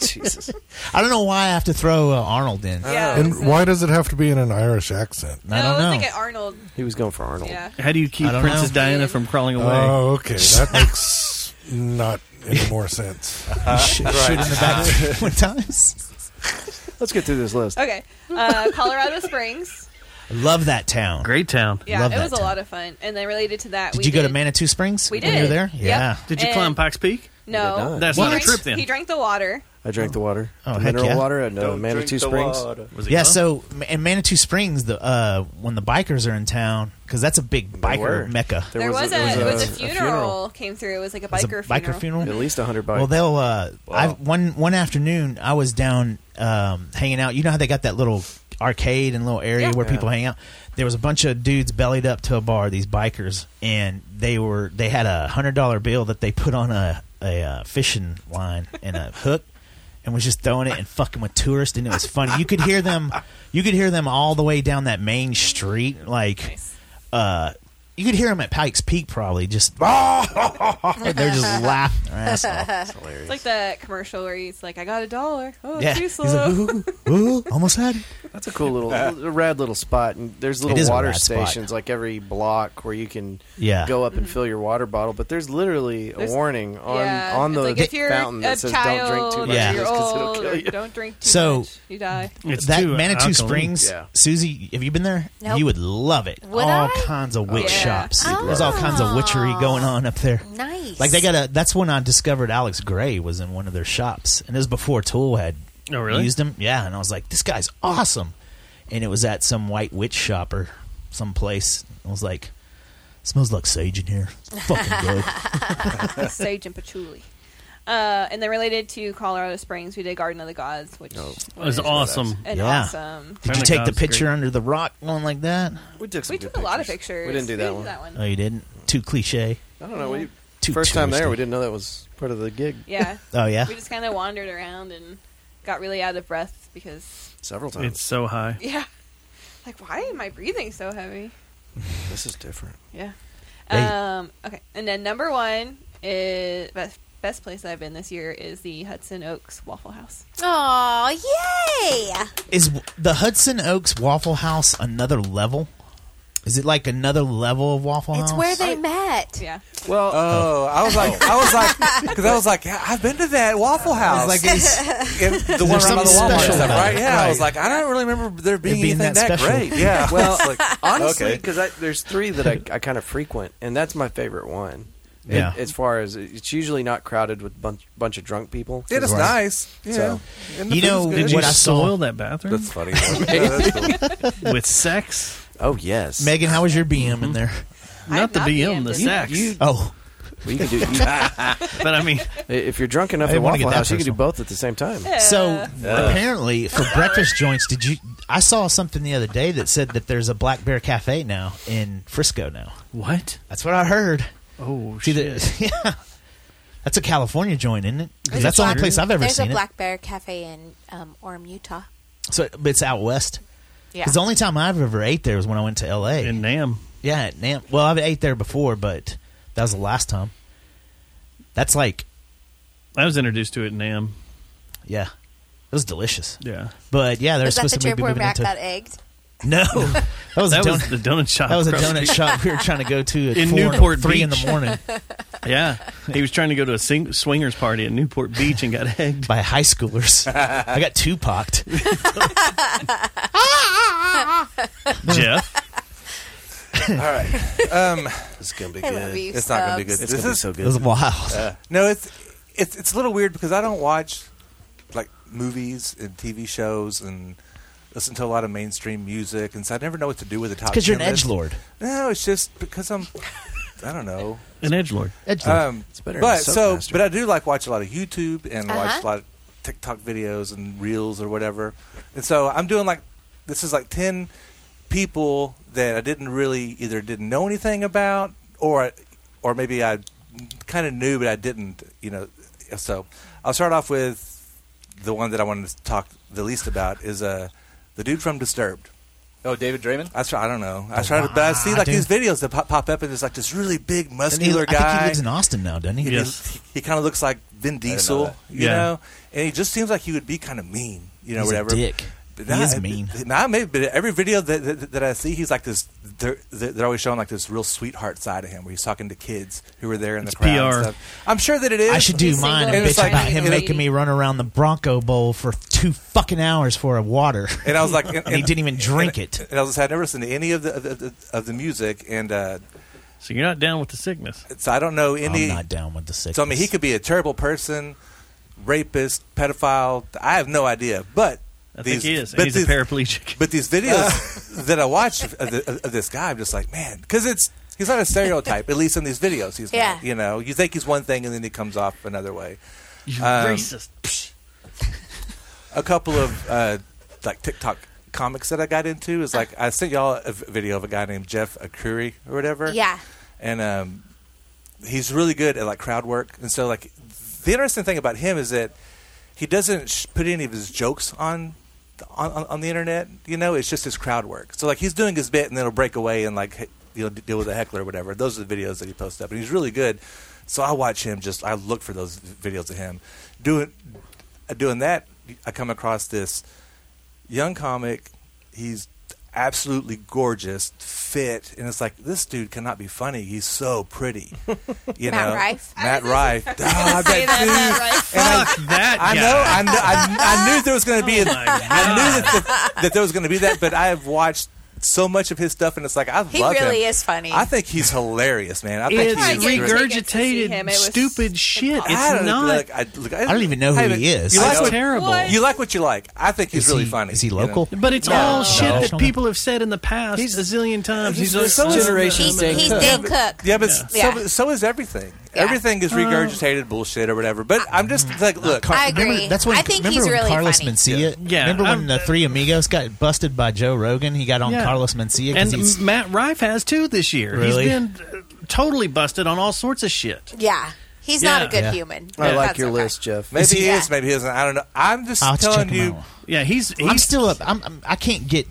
Jesus, I don't know why I have to throw uh, Arnold in.
Yeah,
and why does it have to be in an Irish accent?
I
I
don't
was
know.
thinking Arnold.
He was going for Arnold.
Yeah.
(laughs) How do you keep
I don't
Princess
know.
Diana from crawling away?
Oh, okay,
(laughs)
that makes not any more sense.
Sh- shoot in the
(laughs)
back three times. (laughs)
Let's get through this list.
Okay, (laughs) uh, Colorado Springs.
Love that town.
Great town.
Yeah, it was a lot of fun. And then related to that,
Did
we
you go
did-
to Manitou Springs?
We
When you were
did.
there?
Yep.
Yeah.
Did you
And-
climb Pikes Peak?
I did
No,
not.
That's
He
not a
drank-
trip then.
He drank the water.
I drank the water.
Oh,
The
heck
mineral
yeah.
water at uh,
Don't
Manitou
drink the
Springs.
water. yeah, so ma- in Manitou Springs, the uh, when the bikers are in town, because that's a big biker
were.
mecca.
There
There was, a, it was a funeral,
funeral.
came through. It was like a
It's a
biker
biker funeral.
At least 100 bikes.
Well, they'll. Uh, I one one afternoon, I was down um, hanging out. You know how they got that little arcade and little area where
Yeah.
people hang out. There was a bunch of dudes bellied up to a bar. These bikers, and they were they had a hundred dollar bill that they put on a a uh, fishing line and a hook. And was just throwing it and fucking with tourists, and it was funny. You could hear them, you could hear them all the way down that main street. Like, uh, you could hear them at Pikes Peak, probably just. they're just laughing
(laughs)
their ass off.
It's like the commercial where he's like, "I got a dollar. Oh, it's too
He's
slow."
like,
ooh, ooh, almost had it. Uh,
That's a
(laughs)
cool little, (laughs) a rad little spot, and there's
It is
little
a
water
rad spot.
stations like every block where you can
Yeah.
go up and fill your water bottle. But there's literally a
There's-
warning on
yeah,
on
it's
the
like if you're
fountain
a
that says
child,
"Don't drink too much
Yeah.
yeah.
you're
it'll
old,
kill
or
you." (laughs)
don't drink too
So-
much. You die.
that Manitou Springs,
Yeah.
Susie, have you been there?
Nope. Oh.
You would love it.
Would
all
I?
kinds
Oh,
of witch
yeah.
shops.
You'd
There's all
love it.
kinds of witchery going on up there.
Nice.
Like they got a. That's when I discovered Alex Gray was in one of their shops, and it was before Tool had
Oh, really?
used him. Yeah, and I was like, this guy's awesome. And it was at some white witch shop or some place. I was like, smells like sage in here.
(laughs)
Fucking good.
Sage and patchouli. Uh, and then related to Colorado Springs, we did Garden of the Gods, which
Oh.
It was awesome.
an
yeah.
awesome.
Did you take the picture under the rock, one like that?
We took some
We
good
took a lot of pictures.
pictures. We didn't do
We
that
did
one.
that one.
Oh, you didn't. Too cliche.
I don't know. We,
Too
first time there,
touristy.
we didn't know that was part of the gig.
Yeah.
(laughs) Oh, yeah?
We just kind of wandered around and got really out of breath because
Several times.
It's so high.
(laughs) yeah, like why am I breathing so heavy?
This is different.
Yeah.
Hey.
Um, okay, and then number one is best, best place I've been this year is the Hudson Oaks Waffle House.
Oh, yay!
Is the Hudson Oaks Waffle House another level? Is it like another level of Waffle House?
It's where they met.
Yeah.
Well,
oh, I was like, I was like, because I was like, yeah, I've been to that Waffle House,
like
(laughs) Yeah, the one
there's
right by the
something
Walmart,
special
is that
about
right?
it.
Yeah, I was
Right.
like, I don't really remember there being,
being
anything
that
that,
special. (laughs)
great. Yeah,
Well,
(laughs) It's like,
honestly,
okay.
because there's three that I, I kind of frequent, and that's my favorite one. It-
Yeah.
as far as it's usually not crowded with bunch bunch of drunk people.
it is
Right.
nice. Yeah,
So-
And the
You know,
food's
did
good.
Did you
What I saw-
soil that bathroom (laughs)
That's funny. (laughs) Yeah,
(laughs)
that's cool.
with sex?
Oh yes,
Megan, how was your BM in there?
Mm-hmm. Not the
not
BM, the
BM'd it.
sex.
You-
Oh,
Well, you can
(laughs)
do. You,
but I mean,
if you're drunk enough
I wanna
at Waffle
get that
House, you can
first
do
one.
both at the same time.
so
uh,
apparently for breakfast joints, did you? I saw something the other day that said that there's a Black Bear Cafe now in Frisco. Now
what?
that's what I heard.
Oh,
See,
shit.
there, (laughs) yeah, that's a California joint, isn't it? Because
Is
that's the
it
only
true?
place I've ever
There's a
seen
Black Bear Cafe in um, Orem, Utah.
it. So but it's out west.
Yeah.
Because the only time I've ever ate there was when I went to L.A.
In Nam.
Yeah, at Nam. Well, I've ate there before, but that was the last time. That's like,
I was introduced to it in Nam.
yeah, it was delicious.
Yeah.
But yeah, they're
Was that
supposed
the
to
trip
be
where
moving
Mac
into.
got egged?
(laughs) No, that was
That
a
was
donut.
the donut shop.
that was a
across the
donut
street.
shop we were trying to go to at
(laughs) In
four in-
Newport
three in
Beach.
the morning
Yeah. He was trying to go to a sing- swingers party at Newport Beach and got egged.
by high schoolers. I got two pocked.
(laughs) Jeff.
All
(laughs)
right. Um,
It's gonna be
I love you.
it's not going to be good.
Stubbs.
It's
this
gonna be
is
so
It was
good.
wild.
no. It's it's it's a little weird because I don't watch like movies and TV shows and listen to a lot of mainstream music, and so I never know what to do with the top.
Because you're an
10 list.
edge lord.
No, it's just because I'm. I don't know.
An edgelord.
Edge lord.
Um,
It's better
but
than Soap
so,
Master.
but I do like watch a lot of YouTube and watch
Uh-huh.
a lot of TikTok videos and reels or whatever. And so I'm doing like this is like ten people that I didn't really either didn't know anything about or I- or maybe I kind of knew but I didn't. You know, so I'll start off with the one that I wanted to talk the least about is uh the dude from Disturbed.
Oh, David Draymond.
That's right. I don't know. I tried, to, but I see like
dude.
these videos that pop, pop up, and there's like this really big
Doesn't he-
muscular
I
guy.
think he lives in Austin now, doesn't he?
And He, he kind of looks like Vin
know
Diesel,
that.
you
Yeah.
know, and he just seems like he would be kind of mean, you know,
He's a
whatever.
dick.
But
He is mean.
Nah, maybe, but every video that, that, that I see, he's like this. They're, they're always showing like this real sweetheart side of him, where he's talking to kids who were there in the crowd.
PR.
And stuff. I'm sure that it is.
I should do mine and
And
bitch
it's like-
about him
and it-
making me run around the Bronco Bowl for two fucking hours for a water.
and I was like,
(laughs) and, he didn't even drink
and-
it.
And I was I never listened to any of the of the, of the music, and uh,
so you're not down with the sickness.
So I don't know any.
I'm not down with the sickness.
So I mean, he could be a terrible person, rapist, pedophile. I have no idea, but.
I think he is, and he's a paraplegic.
But these
(laughs)
videos that I watch of, the, of this guy, I'm just like, man, because it's he's not a stereotype. at least in these videos, he's
Yeah.
not. You know, you think he's one thing, and then he comes off another way. Um,
You racist.
a couple of uh, like TikTok comics that I got into is like I sent y'all a v- video of a guy named Jeff Akuri or whatever.
Yeah.
and um, he's really good at like crowd work. And so like the interesting thing about him is that he doesn't sh- put any of his jokes on. On, on- on the internet, you know, it's just his crowd work. So like he's doing his bit, and then he'll break away and like he- you know d- deal with a heckler or whatever. Those are the videos that he posts up, and he's really good. So I watch him. Just I look for those videos of him doing doing that, I come across this young comic. He's absolutely gorgeous, fit, and it's like this dude cannot be funny. He's
(laughs)
so pretty, you
Matt
know.
Rife? (laughs)
Matt Rife. Oh, I
that,
bet
(laughs) Matt
dude-
Rife.
and I-
Fuck that
I know.
guy.
I, know I, I knew there was going to be.
Oh
a I knew that, the, that there was going to be that, but I have watched. So much of his stuff, and it's like I
He
love him.
really is funny.
I think he's hilarious, man. (laughs) I think
It's
he's great.
regurgitated
him, it was
stupid shit. It's
I don't-
not.
look, I, look, I
don't even know who
Hey, but
he is.
You
That's
like what,
terrible. What?
You like what you like. I think he's
Is
really
he-
funny.
is he
you
local?
know?
But it's
No.
all shit that
No.
people have said in the past a zillion times.
he's-
He's, like,
so is-
generation
he's- he's Dan
Cook.
Yeah, but
Yeah.
So, so is everything. Everything is
Uh,
regurgitated bullshit or whatever. But I'm just like, look,
I agree.
That's when,
I think
remember
he's
when
really
Carlos
funny.
Mencia.
Yeah,
remember when
I'm-
the Three Amigos got busted by Joe Rogan? He got on
Yeah.
Carlos Mencia
And
because he's
Matt Rife has too this year.
Really?
He's been uh, totally busted on all sorts of shit.
(laughs) Yeah. He's not a good human.
I like
That's
your
okay.
list, Jeff.
Maybe he
Yeah.
is. Maybe he isn't. I don't know. I'm just
I'll have to
telling
check him
you.
out.
Yeah, he's.
I'm still up. I'm, I'm. I can't get.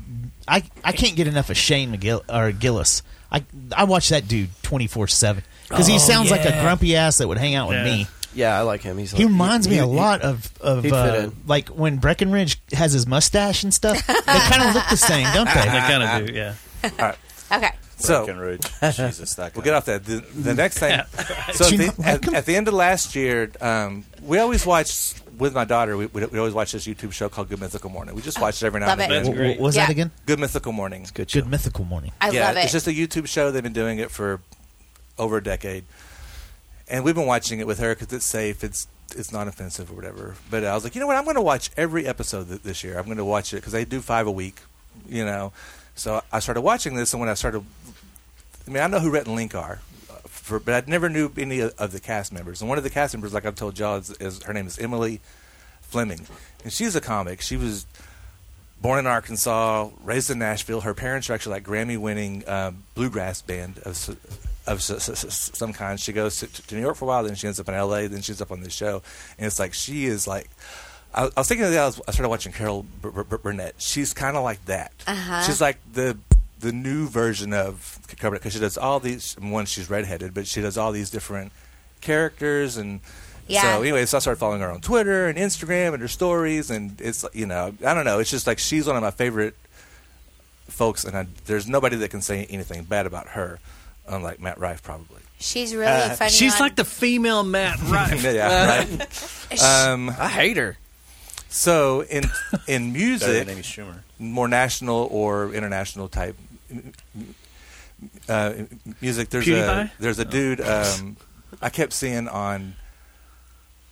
I I can't get enough of Shane McGill or Gillis. I I watch that dude twenty four seven because
Oh,
he sounds like a
yeah.
grumpy ass that would hang out
Yeah.
with me.
Yeah, I like him. He's
He reminds me
he-
a
he-
lot of of
he'd fit
uh,
in.
like when Breckenridge has his mustache and stuff. they kind of look the same, don't they?
They kind of do. Yeah.
All right.
(laughs) Okay.
So
Breckenridge. Jesus, that
We'll get off that. The, the next thing. (laughs)
Do
So at
you
the,
not like
at, at the end of last year, um, we always watch with my daughter. We, we, we always watch this YouTube show called Good Mythical Morning. We just watch it every now
Love
and
it.
then.
That's great.
What was that Yeah. again?
Good Mythical Morning.
Good, mythical morning.
I
yeah,
love it.
It's just a YouTube show. They've been doing it for over a decade, and we've been watching it with her because it's safe. It's it's not offensive or whatever. But I was like, you know what? I'm going to watch every episode th- this year. I'm going to watch it because they do five a week. You know, so I started watching this, and when I started, I mean, I know who Rhett and Link are. uh, For, but I never knew any of of the cast members, and one of the cast members, like I've told y'all, is, is her name is Emily Fleming, and she's a comic. She was born in Arkansas, raised in Nashville. Her parents are actually like Grammy-winning uh, bluegrass band of s- of s- s- s- some kind. She goes to, to New York for a while, then she ends up in L.A., then she ends up on this show, and it's like she is like. I, I was thinking of that. I, was, I started watching Carol Bur- Bur- Bur- Burnett. She's kind of like that.
Uh-huh.
She's like the the new version of Carol because she does all these. One, she's redheaded, but she does all these different characters and.
Yeah.
So anyway, so I started following her on Twitter and Instagram and her stories, and it's you know I don't know. It's just like she's one of my favorite folks, and I, there's nobody that can say anything bad about her, unlike Matt Rife probably.
She's really
Uh,
funny.
She's
on-
like the female
(laughs)
Matt Rife.
yeah,
(laughs)
right. Um,
I hate her.
So in in
Better
music,
than Amy Schumer.
more national or international type m- m- uh, m- music. There's
PewDiePie?
a there's a
Oh.
dude um, I kept seeing on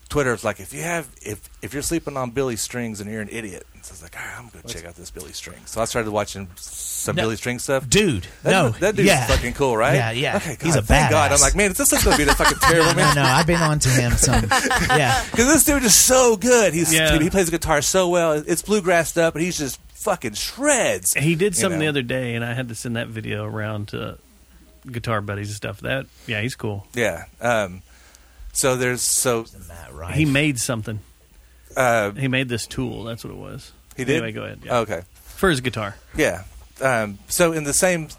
Twitter. It's like if you have if if you're sleeping on Billy Strings and you're an idiot. And so I was like, "Ah, I'm gonna check out this Billy String. So I started watching some
No.
Billy String stuff.
Dude,
that,
no,
that dude's
yeah.
fucking cool, right?
Yeah, yeah.
Okay, God,
He's a
thank God. I'm
badass.
like, man, this is gonna be the fucking
(laughs) no,
terrible man.
no, no. I've been on to him
(laughs)
some. Yeah,
Because this dude is so good. He's he plays the guitar so well. It's bluegrassed up, and he's just fucking shreds.
He did
you
something
know?
the other day, and I had to send that video around to guitar buddies and stuff. That yeah, he's cool.
Yeah. Um, so there's so
Matt
He made something.
Uh,
he made this tool. That's what it was.
He did?
Anyway, go ahead. yeah.
Okay.
For his guitar.
Yeah. um, so in the same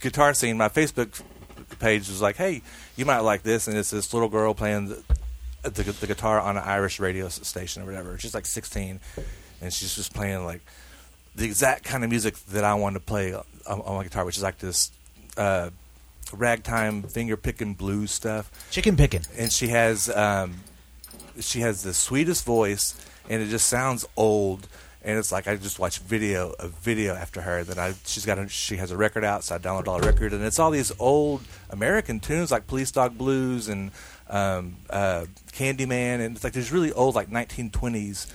guitar scene, my Facebook page was like, "Hey, you might like this," and it's this little girl playing the, the, the guitar on an Irish radio s- station or whatever. She's like 16, and she's just playing like the exact kind of music that I wanted to play on, on my guitar, which is like this uh, ragtime finger picking blues stuff.
Chicken picking.
And she has um, she has the sweetest voice, and it just sounds old. And it's like I just watch video of video after her. That I she's got a, she has a record out, so I downloaded all the record, and it's all these old American tunes like Police Dog Blues and um, uh, Candyman, and it's like there's really old like 1920s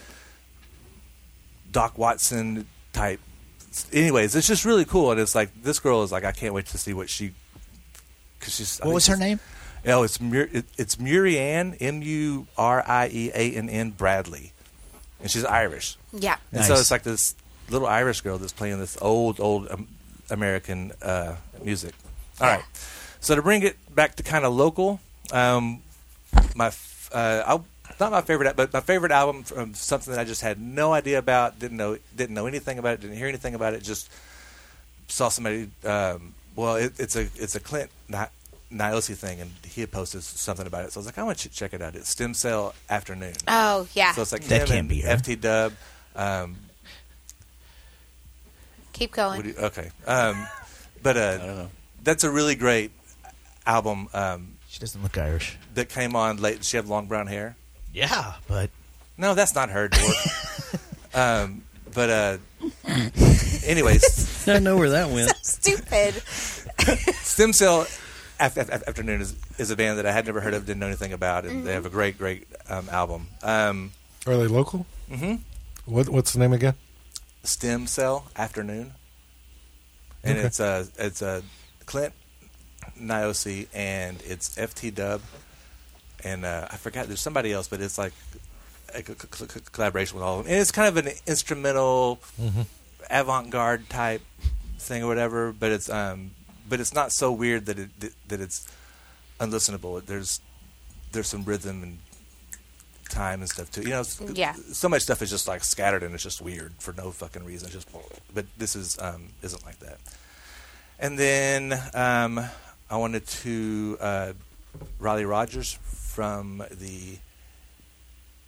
Doc Watson type. Anyways, it's just really cool, and it's like this girl is like, I can't wait to see what she. Cause she's,
What
I think
was her
she's-
name?
Oh, it's Mur- it, it's Murianne M U R I E A N N Bradley, and she's Irish.
Yeah.
and so
Nice.
it's like this little Irish girl that's playing this old old um, American uh, music. All right, so to bring it back to kind of local, um, my f- uh, I'll, not my favorite, al- but my favorite album from something that I just had no idea about, didn't know, didn't know anything about it, didn't hear anything about it, just saw somebody. Um, well, it, it's a it's a Clint Ni- Nielsi thing, and he had posted something about it. So I was like, I want you to check it out. It's Stem Cell Afternoon.
Oh, yeah.
So it's like
That
him
can't
and
be her.
FT Dub. Um,
Keep going.
what do you- okay, um, but uh, that's a really great album. Um,
she doesn't look Irish.
That came on late. She had long brown hair.
Yeah, but
No, that's not her door.
(laughs)
um, but uh,
(laughs)
anyways,
I know where that went.
Stupid.
(laughs) Stem Cell Af- Af- Af- Afternoon is, is a band that I had never heard of, didn't know anything about, and they have a great, great um, album. Um,
Are they local?
Mm-hmm.
Mhm.
What What's the name again?
Stem Cell Afternoon, and
Okay.
it's uh, it's uh, Clint Niosi and it's FT Dub, and uh, I forgot there's somebody else, but it's like a c- c- c- collaboration with all of them, and it's kind of an instrumental
Mhm.
avant-garde type thing or whatever, but it's um, but it's not so weird that it that it's unlistenable. There's there's some rhythm and time and stuff too. You know, it's-
Yeah.
So much stuff is just like scattered and it's just weird for no fucking reason. It's just, but this is um, isn't like that. And then um, I wanted to uh, Riley Rogers from the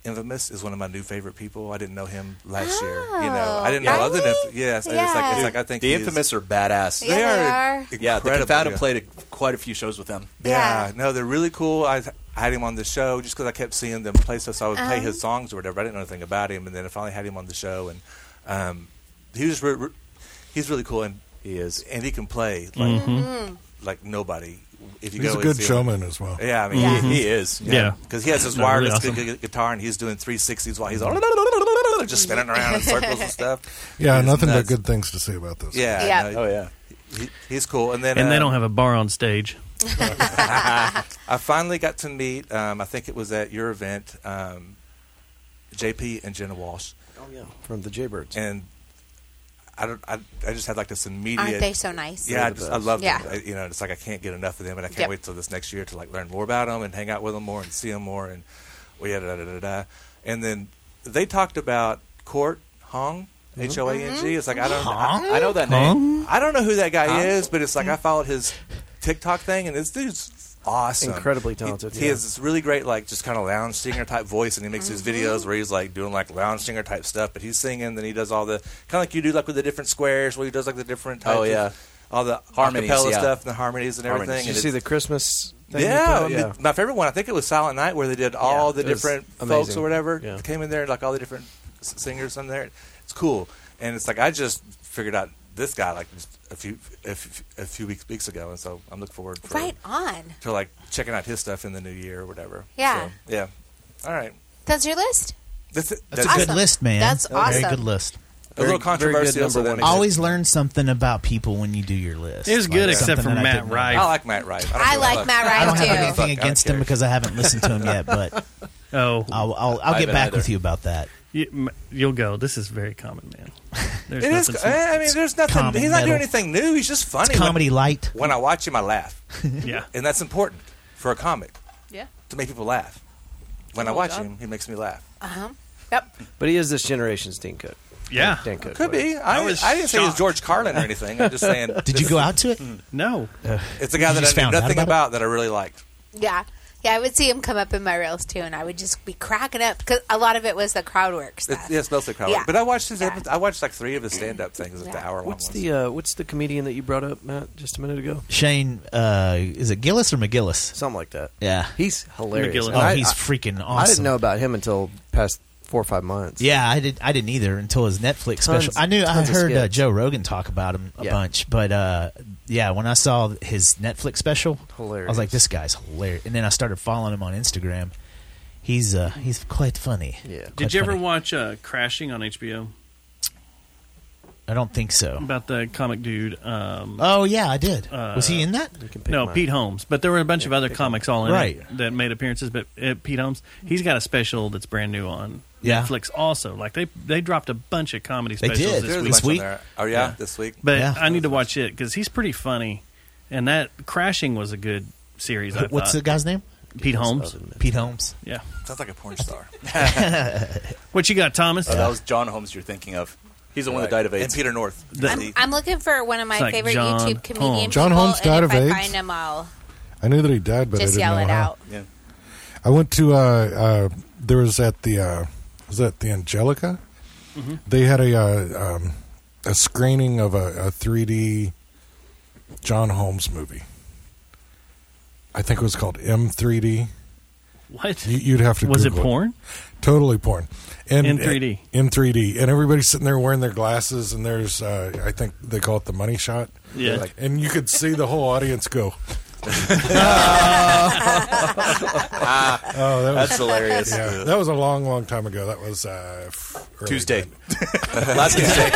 Infamous is one of my new favorite people. I didn't know him last year. You know, I didn't know other than yes. I just like, it's
Dude,
like I think
the
he's-
Infamous are badaddess.
They are
Yeah, the
incredible,
Confounded
yeah.
played a, quite a few shows with them.
Yeah. no, they're really cool. I I had him on the show just because I kept seeing them play stuff, so I would play
Um.
his songs or whatever. I didn't know anything about him, and then I finally had him on the show, and um, he was re- re- he's really cool, and
he is,
and he can play like
Mhm. Mhm.
like nobody. If you
He's
go
a
and
good
see him.
showman as well.
Yeah, I mean
Yeah.
He, he
Mhm.
is.
Yeah.
because he has his
No, really
wireless
awesome.
gu- gu- guitar, and he's doing three sixties while he's all just spinning around in circles and stuff.
Yeah,
He's
nothing
nuts.
but good things to say about this.
Yeah,
Yeah.
no,
Oh,
yeah.
he- he's cool, and then
And they
uh,
don't have a bar on stage.
I finally got to meet. Um, I think it was at your event, um, JP and Jenna Walsh. Oh yeah,
from the Jaybirds.
And I don't. I, I just had like this immediate.
Aren't they so nice?
Yeah, I,
They're the
just, I
best.
love
Yeah.
them. I- you know, it's like I can't get enough of them, and I can't
Yep.
wait till this next year to like learn more about them and hang out with them more and see them more and well, yeah, da, da, da, da, da. And then they talked about Court Hong. H O A N
Mm-hmm.
G. It's like I don't. I, I know that name. I don't know who that guy is, but it's like I followed his TikTok thing, and this dude's awesome,
Incredibly
He-
talented,
He,
yeah.
has this really great, like, just kind of lounge singer type voice, and he makes his videos where he's like doing like lounge singer type stuff, but he's singing. Then he does all the kind of like you do, like with the different squares, where he does like the different. Types
Oh, yeah.
of, all the
Harmonies,
acapella
yeah.
stuff and the harmonies and everything.
Harmonies. Did
and
you see
it's-
the Christmas
thing they
yeah,
put
I
out?
mean,
Yeah.
my favorite one. I think it was Silent Night where they did all
Yeah, it
the
was
different folks
amazing.
or whatever
Yeah.
came in there, like all the different s- singers in there. It's cool, and it's like I just figured out this guy like just a few a, f- a few weeks weeks ago, and so I'm looking forward for,
Right on.
to like checking out his stuff in the new year or whatever.
Yeah.
So, yeah. All right,
That's your list?
that's it.
that's, a
Awesome.
good list, man.
That's awesome.
Very good list.
A little controversial. so that makes it-
Always learn something about people when you do your list.
It was good except
something
for
that I
Matt
didn't know.
Rife.
Oh, I like Matt Rife.
I like Matt
I don't
Rife,
have
too.
anything against him because I haven't listened to him
(laughs)
yet, but
oh,
I'll I'll, I'll
I
get
haven't
back
either.
with you about that.
You, will go. This is very common,
(laughs)
man. There's
It is.
nothing
co- eh, I mean,
it's
there's nothing.
common
he's not doing
metal.
anything new. He's just funny.
comedy
when,
light.
When I watch him, I laugh.
(laughs)
yeah,
and that's important for a comic
Yeah.
to make people laugh. When I
Good
Oh,
watch
job.
him, he makes me laugh.
Uh huh.
But he is this generation's Dean Cook.
Yeah.
Dang good.
Could be. I, I, didn't say it was George Carlin or anything. I'm just saying.
Did you
this-
go out to it?
Mm.
(laughs)
No.
Uh,
It's a guy that I knew nothing about, that I really liked.
Yeah. Yeah, I would see him come up in my rails too, and I would just be cracking up because a lot of it was the crowd work
It,
stuff.
yeah, it's mostly crowd.
Yeah.
But I watched his. epi- I watched like three of his stand-up things. at The hour long.
What's the uh, What's the comedian that you brought up, Matt, just a minute ago?
Shane, uh, is it Gillis or McGillis? Something
like that.
Yeah,
he's hilarious.
Oh,
And I-
he's
I-
freaking awesome.
I didn't know about him until past four or five
(laughs)
months.
Yeah, I did. I didn't either until his Netflix
Tons-
special. I knew I
tons of
heard uh,
skits.
Joe Rogan talk about him a
Yeah.
bunch, but uh, yeah, when I saw his Netflix special, I was
Hilarious.
like, this guy's hilarious. And then I started following him on Instagram. He's uh, he's quite funny. Yeah.
Did you ever watch uh, Crashing on HBO?
I don't think so.
About the comic dude. Um, uh,
Oh yeah, I did. was he in that?
No, Pete Holmes. But there were a bunch of other comics all in
Right.
it that made appearances. But uh, Pete Holmes, he's got a special that's brand new on
Yeah.
Netflix. Also, like they they dropped a bunch of comedy
They
specials
did.
this
There's a
week.
bunch on This week? there.
Oh, yeah, this week.
But
Yeah.
I need to watch it because he's pretty funny. And that Crashing was a good series. I
What's
thought.
the guy's name?
Pete Holmes.
Pete
(laughs)
Holmes.
Yeah.
Sounds like a porn star.
(laughs) What you got, Thomas?
Oh, that was John Holmes you're thinking of. He's the one that died of AIDS.
And Peter North.
I'm, I'm looking for one of my
It's like
favorite
John
YouTube comedian
Holmes.
John
people,
Holmes
and
died
if
of
I
AIDS?
find them, I'll
I knew that he died, but
just
I didn't
yell
know
it
how.
out.
Yeah.
I went to uh, uh, there was at the uh, was that the Angelica?
Mm-hmm.
Mhm.
They had a uh, um, a screening of a, a 3D John Holmes movie. I think it was called M3D.
What
You, you'd have to
Was it
Google
porn?
Totally porn.
In 3D.
In 3D, and everybody's sitting there wearing their glasses, and there's uh, I think they call it the money shot.
Yeah.
Like- and you could see the whole audience
(laughs)
go. Oh, that was,
That's hilarious.
Yeah, that was a long, long time ago. That was uh, f- early
Tuesday.
Monday.
(laughs) Last Tuesday.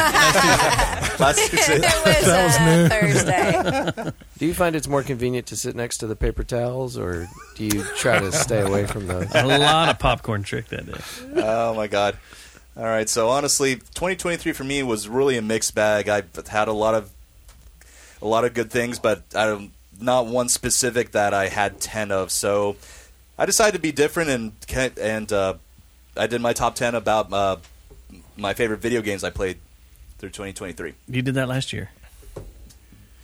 Last
(laughs)
Tuesday.
that was new.
do you find it's more convenient to sit next to the paper towels, or do you try to stay away from those?
(laughs) a lot of popcorn trick that day.
oh my god. All right, so honestly, 2023 for me was really a mixed bag. I had a lot of a lot of good things, but I don't, not one specific that I had 10 of. So I decided to be different and ca- and uh, I did my top 10 about uh, my favorite video games I played through 2023.
You did that last year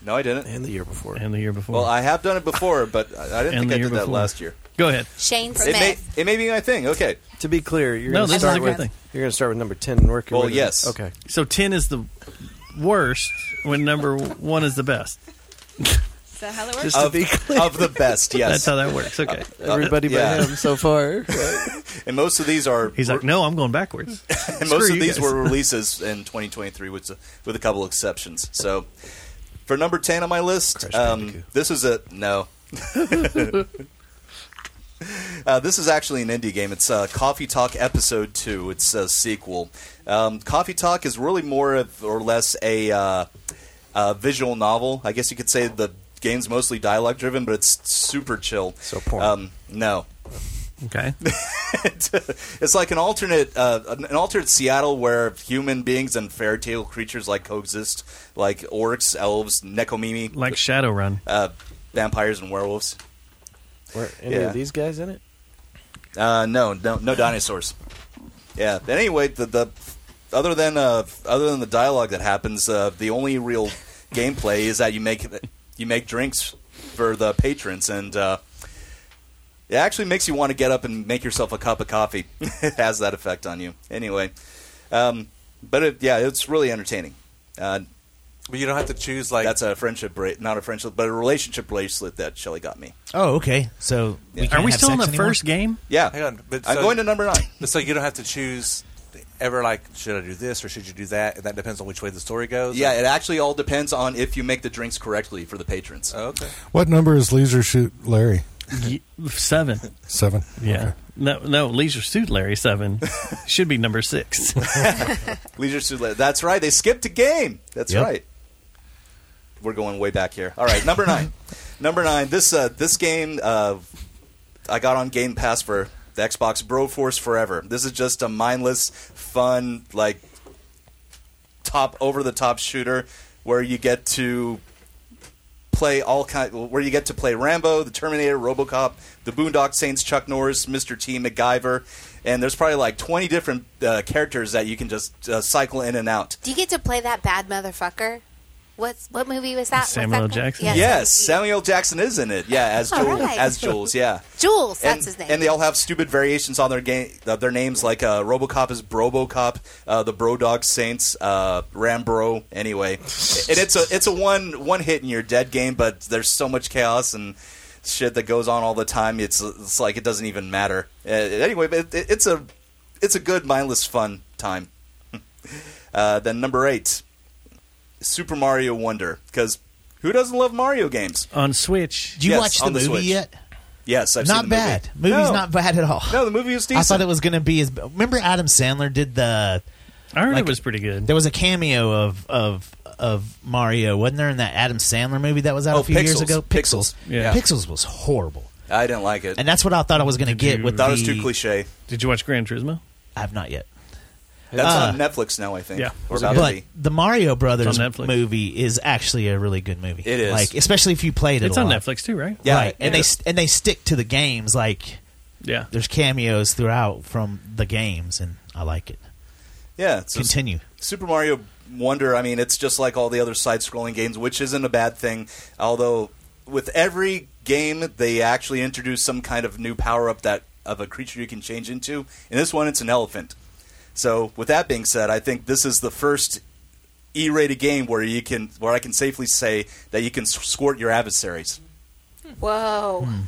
No, I didn't.
And the year before.
and the year before.
Well, I have done it before, but I I didn't
And
think
the
I
year
did that
before.
last year.
Go ahead.
Shane
It may,
Smith.
it may be my thing. Okay. (laughs)
To be clear, you're
No,
going
this
to
is a
start
good
with
thing.
you're going to start with number ten and work. your
Well,
way to-
yes.
Okay.
So ten is the worst when number one is the best.
Is that how it works?
Just to
Of-
be clear,
of the best, yes. Uh,
That's how that works. Okay.
Everybody but
yeah.
him so far.
And most of these are.
He's like, no, I'm going backwards.
(laughs) and most
Screw
of
you
these
guys.
were releases in 2023, with with a couple exceptions. So, for number ten on my list, um, this is a no. (laughs) Uh, this is actually an indie game. It's uh, Coffee Talk Episode Two. It's a sequel. Um, Coffee Talk is really more of, or less a uh, uh, visual novel. I guess you could say the game's mostly dialogue driven, but it's super chill. So porn. Um, no.
Okay.
(laughs) it's like an alternate uh, an an alternate Seattle where human beings and fairy tale creatures like coexist, like orcs, elves, nekomimi,
Like Shadowrun.
uh, vampires, and werewolves.
Were any
Yeah.
of these guys in it?
Uh, no, no, no dinosaurs. Yeah. But anyway, the, the other than uh, other than the dialogue that happens, uh, the only real gameplay is that you make you make drinks for the patrons, and uh, it actually makes you want to get up and make yourself a cup of coffee. (laughs) it has that effect on you. Anyway, um, but it, yeah, it's really entertaining. Uh,
but you don't have to choose like
that's a friendship bracelet, not a friendship, but a relationship bracelet that Shelly got me.
Oh, okay. So we
Yeah.
can't
Are we
have
still in
sex
the
anymore?
first game? Yeah.
Hang on. But
I'm going to number nine.
But so you don't have to choose ever like should I do this or should you do that? And that depends on which way the story goes.
Yeah, it actually all depends on if you make the drinks correctly for the patrons.
Oh, Okay.
What number is Leisure Shoot Larry?
Ye- Seven.
Seven.
Yeah. No, no, Leisure Suit Larry seven should be number six. (laughs)
Leisure Suit Larry. That's right. They skipped a game. That's
Yep.
right. We're going way back here. All right, number nine. number nine. This uh, this game uh, I got on Game Pass for the Xbox Bro Force Forever. This is just a mindless, fun, like top over the top shooter where you get to play all kind, where you get to play Rambo, the Terminator, RoboCop, the Boondock Saints, Chuck Norris, Mr. T, MacGyver, and there's probably like 20 different uh, characters that you can just uh, cycle in and out.
Do you get to play that bad motherfucker? What's what movie was that? What's
Samuel
that
L.
called?
Yes,
Yes.
Samuel Jackson is in it. Yeah, as
All
Jules,
right.
as Jules, yeah.
Jules,
and,
that's his name.
And they all have stupid variations on their game, uh, their names. Like uh, RoboCop is BroboCop, uh, the Bro Dog Saints, uh, Rambro. Anyway, and it's a it's a one one hit and you're dead game. But there's so much chaos and shit that goes on all the time. It's it's like it doesn't even matter. Uh, anyway, but it, it's a it's a good mindless fun time. (laughs) uh, then number eight, Super Mario Wonder, because who doesn't love Mario games?
on Switch.
Did you watch the, movie yet?
Yes, I've
not
seen the movie.
bad. Movie's
No.
not bad at all.
No, the movie was
I
decent.
thought it was going to be as. Remember Adam Sandler did the.
I heard it was pretty good.
There was a cameo of of of Mario, wasn't there, in that Adam Sandler movie that was out
Oh,
a few years
Pixels.
ago?
Pixels. Yeah.
Pixels was horrible,
I didn't like it.
and that's what I thought I was going to get with.
That
the,
was too cliche.
Did you watch Gran Turismo?
I've not yet.
That's
Uh,
on Netflix now, I think.
Yeah.
Or about to
but
be.
the Mario Brothers
It's on Netflix.
movie is actually a really good movie.
It is.
like especially if you played it.
It's
a
on
lot.
Netflix too, right?
Yeah,
Yeah.
right. And
Yeah.
they st- and they stick to the games. Like,
yeah,
there's cameos throughout from the games, and I like it.
Yeah. it's just-
Continue.
Super Mario Wonder, I mean, it's just like all the other side scrolling games, which isn't a bad thing. Although, with every game, they actually introduce some kind of new power up that of a creature you can change into. In this one, it's an elephant. So, with that being said, I think this is the first E-rated game where you can, where I can safely say that you can s- squirt your adversaries.
Whoa.
Hmm.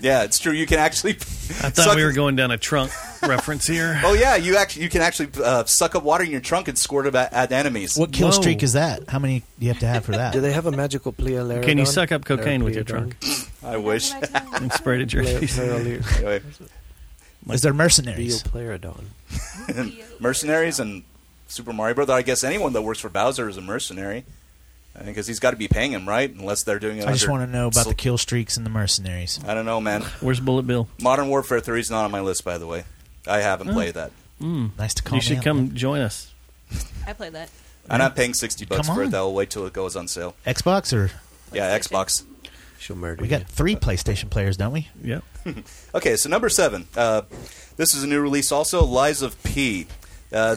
Yeah, it's true. You can actually (laughs)
I thought we were going down a trunk reference here.
Oh yeah, you actually you can actually uh, suck up water in your trunk and squirt it at, at enemies.
What kill streak is that? How many do you have to have for that?
(laughs) Do they have a magical pleolaridon?
Can you suck up cocaine with your trunk?
I wish.
(laughs) And sprayed at your
Pleo-
face.
pleolaridon.
Anyway,
Is there mercenaries?
Pleolaridon.
mercenaries and Super Mario Brother. I guess anyone that works for Bowser is a mercenary, because he's got to be paying him, right? Unless they're doing. it
I just
under-
want to know about
so-
the kill streaks and the mercenaries.
I don't know,
(laughs)
man.
Where's Bullet Bill?
Modern Warfare Three is not on my list, by the way. I haven't
Oh.
played that.
Mm.
Nice to
You
call me
should
out.
come join us.
I played that.
I'm not paying sixty bucks
Come
for it.
on.
Though, I'll wait till it goes on sale.
Xbox or
Yeah, Xbox.
She'll murder.
we got three PlayStation players, don't we?
Yep.
okay, so number seven. Uh, this is a new release also, Lies of P. Uh,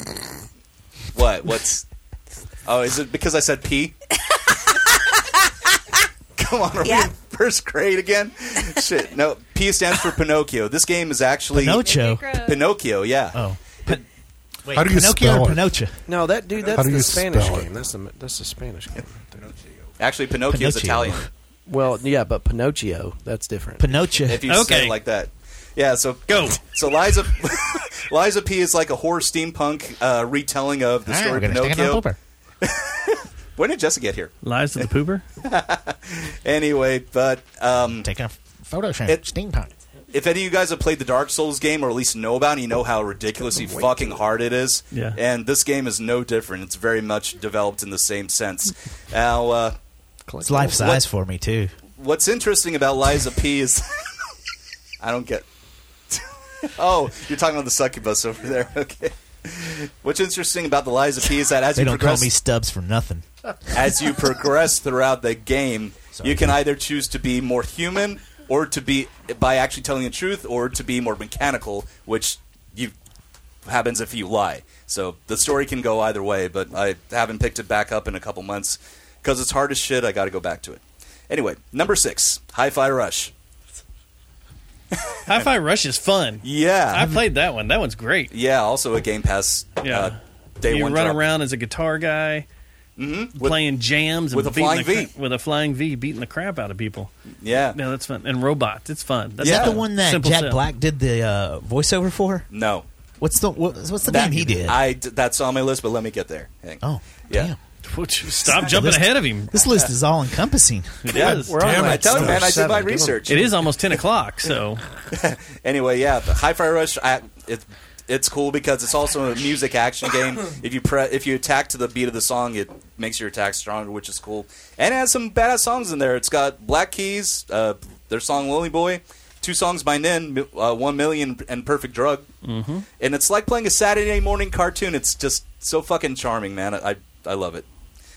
what? What's. Oh, is it because I said P? (laughs) Come on, are we in first grade again? Shit, no. P stands for Pinocchio. This game is actually.
Pinocchio?
Pinocchio, yeah.
Oh. Wait,
How do you
Pinocchio
spell
or
it?
Pinocha?
No, that dude.
How
That's
do
the
you
Spanish
spell it?
game. That's the that's the Spanish game.
Actually, Pinocchio's
Pinocchio.
Italian.
(laughs)
Well, yeah, but Pinocchio. That's different.
Pinocchio.
If you say it like that. Yeah, so go. (laughs) So Liza Liza P is like a horror steampunk uh, retelling of the
All right,
story
we're gonna stick it on
Pinocchio.
Pooper.
(laughs) when did Jessica get here?
Lies to the pooper.
Anyway, but um,
taking a photo shot.
It-
Steampunk.
if any of you guys have played the Dark Souls game or at least know about it, you know how ridiculously fucking hard it is.
Yeah.
And this game is no different. It's very much developed in the same sense. Now, uh,
It's life size for me too.
what's interesting about Liza P is (laughs) I don't get. (laughs) oh, you're talking about the succubus over there. (laughs) Okay. What's interesting about the Liza P is that as
They
you
don't
progress,
call me Stubbs for nothing.
as you progress throughout the game, you can either choose to be more human or to be by actually telling the truth or to be more mechanical, which you happens if you lie. So the story can go either way, but I haven't picked it back up in a couple months because it's hard as shit. I got to go back to it. Anyway, number six, Hi-Fi Rush.
Hi-Fi Rush is fun.
Yeah,
I played that one. That one's great.
Yeah, also a Game Pass.
Yeah.
uh, day
you
one
run
drop.
around as a guitar guy, playing jams and
Mm-hmm. with a
beating
flying
the
V.
cra- with a flying V, beating the crap out of people.
Yeah,
no, that's fun. And robots, it's fun. That's
Is that
fun.
the one that
Simple
Jack
Sim.
Black did the uh, voiceover for?
No.
What's the what, what's the
That-
game he did?
I d- that's on my list, but let me get there. Hang on.
Oh,
yeah.
Stop jumping ahead of him.
This list is all encompassing.
It
Yeah,
is.
we're on Damn like it, seven, man, I did seven. my Give 'em- research.
It is almost ten o'clock, so
anyway, yeah, the Hi-Fi Rush. I, it, it's cool because it's also a music action game. If you pre- if you attack to the beat of the song, it makes your attack stronger, which is cool. And it has some badass songs in there. It's got Black Keys, uh, their song "Lonely Boy," two songs by Nin, uh, "One Million and "Perfect Drug,"
(laughs)
Mhm.
and it's like playing a Saturday morning cartoon. It's just so fucking charming, man. I I, I love it.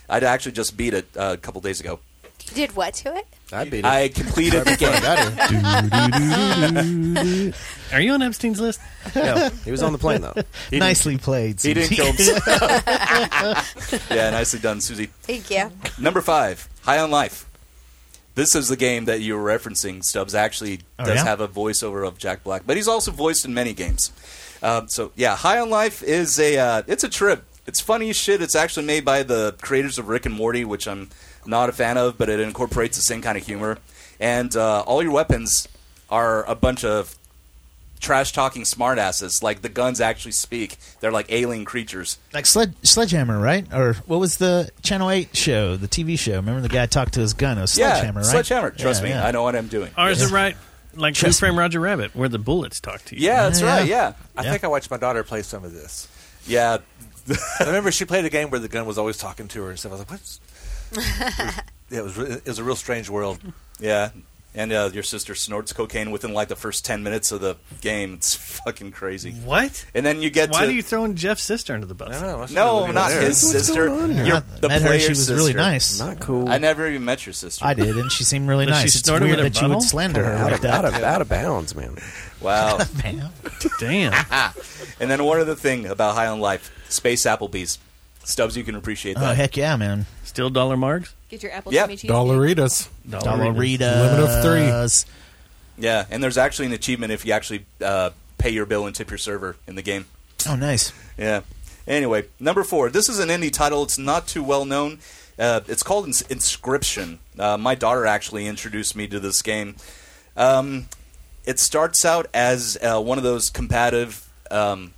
I actually just beat it uh, a couple days ago.
Did what to
(laughs)
it?
I beat it.
I completed the game. (laughs)
Are you on Epstein's list?
No, he was on the
(laughs)
plane, though.
He
Nicely played.
He didn't
Susie.
kill himself. (laughs) yeah, nicely done, Susie.
Thank you.
Number five, High on Life. This is the game that you were referencing. Stubbs actually
Oh,
does
yeah?
have a voiceover of Jack Black, but he's also voiced in many games. Um, so yeah, High on Life is a uh, it's a trip. It's funny as shit. It's actually made by the creators of Rick and Morty, which I'm not a fan of, but it incorporates the same kind of humor. And uh, all your weapons are a bunch of trash talking smartasses. Like the guns actually speak. They're like alien creatures.
Like Sled- Sledgehammer, right? Or what was the Channel 8 show, the TV show? Remember the guy talked to his gun? It was Sledgehammer,
yeah,
right?
Sledgehammer. Trust
Yeah,
me,
yeah.
I know what I'm doing.
Or is it right? Like Who
Trust
Framed Roger Rabbit, where the bullets talk to you.
Yeah, that's right. Yeah.
I think I watched my daughter play some of this.
Yeah.
I remember she played a game where the gun was always talking to her and stuff. I was like,
(laughs)
what's. Yeah, it was, re- it was a real strange world.
Yeah, and uh, your sister snorts cocaine within like the first ten minutes of the game. It's fucking crazy.
What?
And then you get
Why
to
are you throwing Jeff's sister under the bus?
(laughs) no, not his sister. Your, the
Met her. She
player's
was
sister.
really nice. Not
cool.
I never even met your sister.
I (laughs) did, and she seemed really
Does she
nice. It's
snort it
weird
with her
that you would
butthole?
slander her
Out
like
of-
that.
out of- out
Out of bounds, man.
(laughs) Wow.
Damn.
(laughs) and then one other thing about High on Life, Space Applebee's. Stubbs, you can appreciate
Oh,
that.
heck yeah, man.
Still dollar marks?
Get your apple
Yeah.
jimmy cheese.
Dollaritas.
Dollaritas.
Limit of
three.
Yeah, and there's actually an achievement if you actually uh, pay your bill and tip your server in the game.
Oh, nice.
Yeah. Anyway, number four. This is an indie title. It's not too well known. Uh, it's called Ins- Inscription. Uh, my daughter actually introduced me to this game. Um, it starts out as uh, one of those combative, um,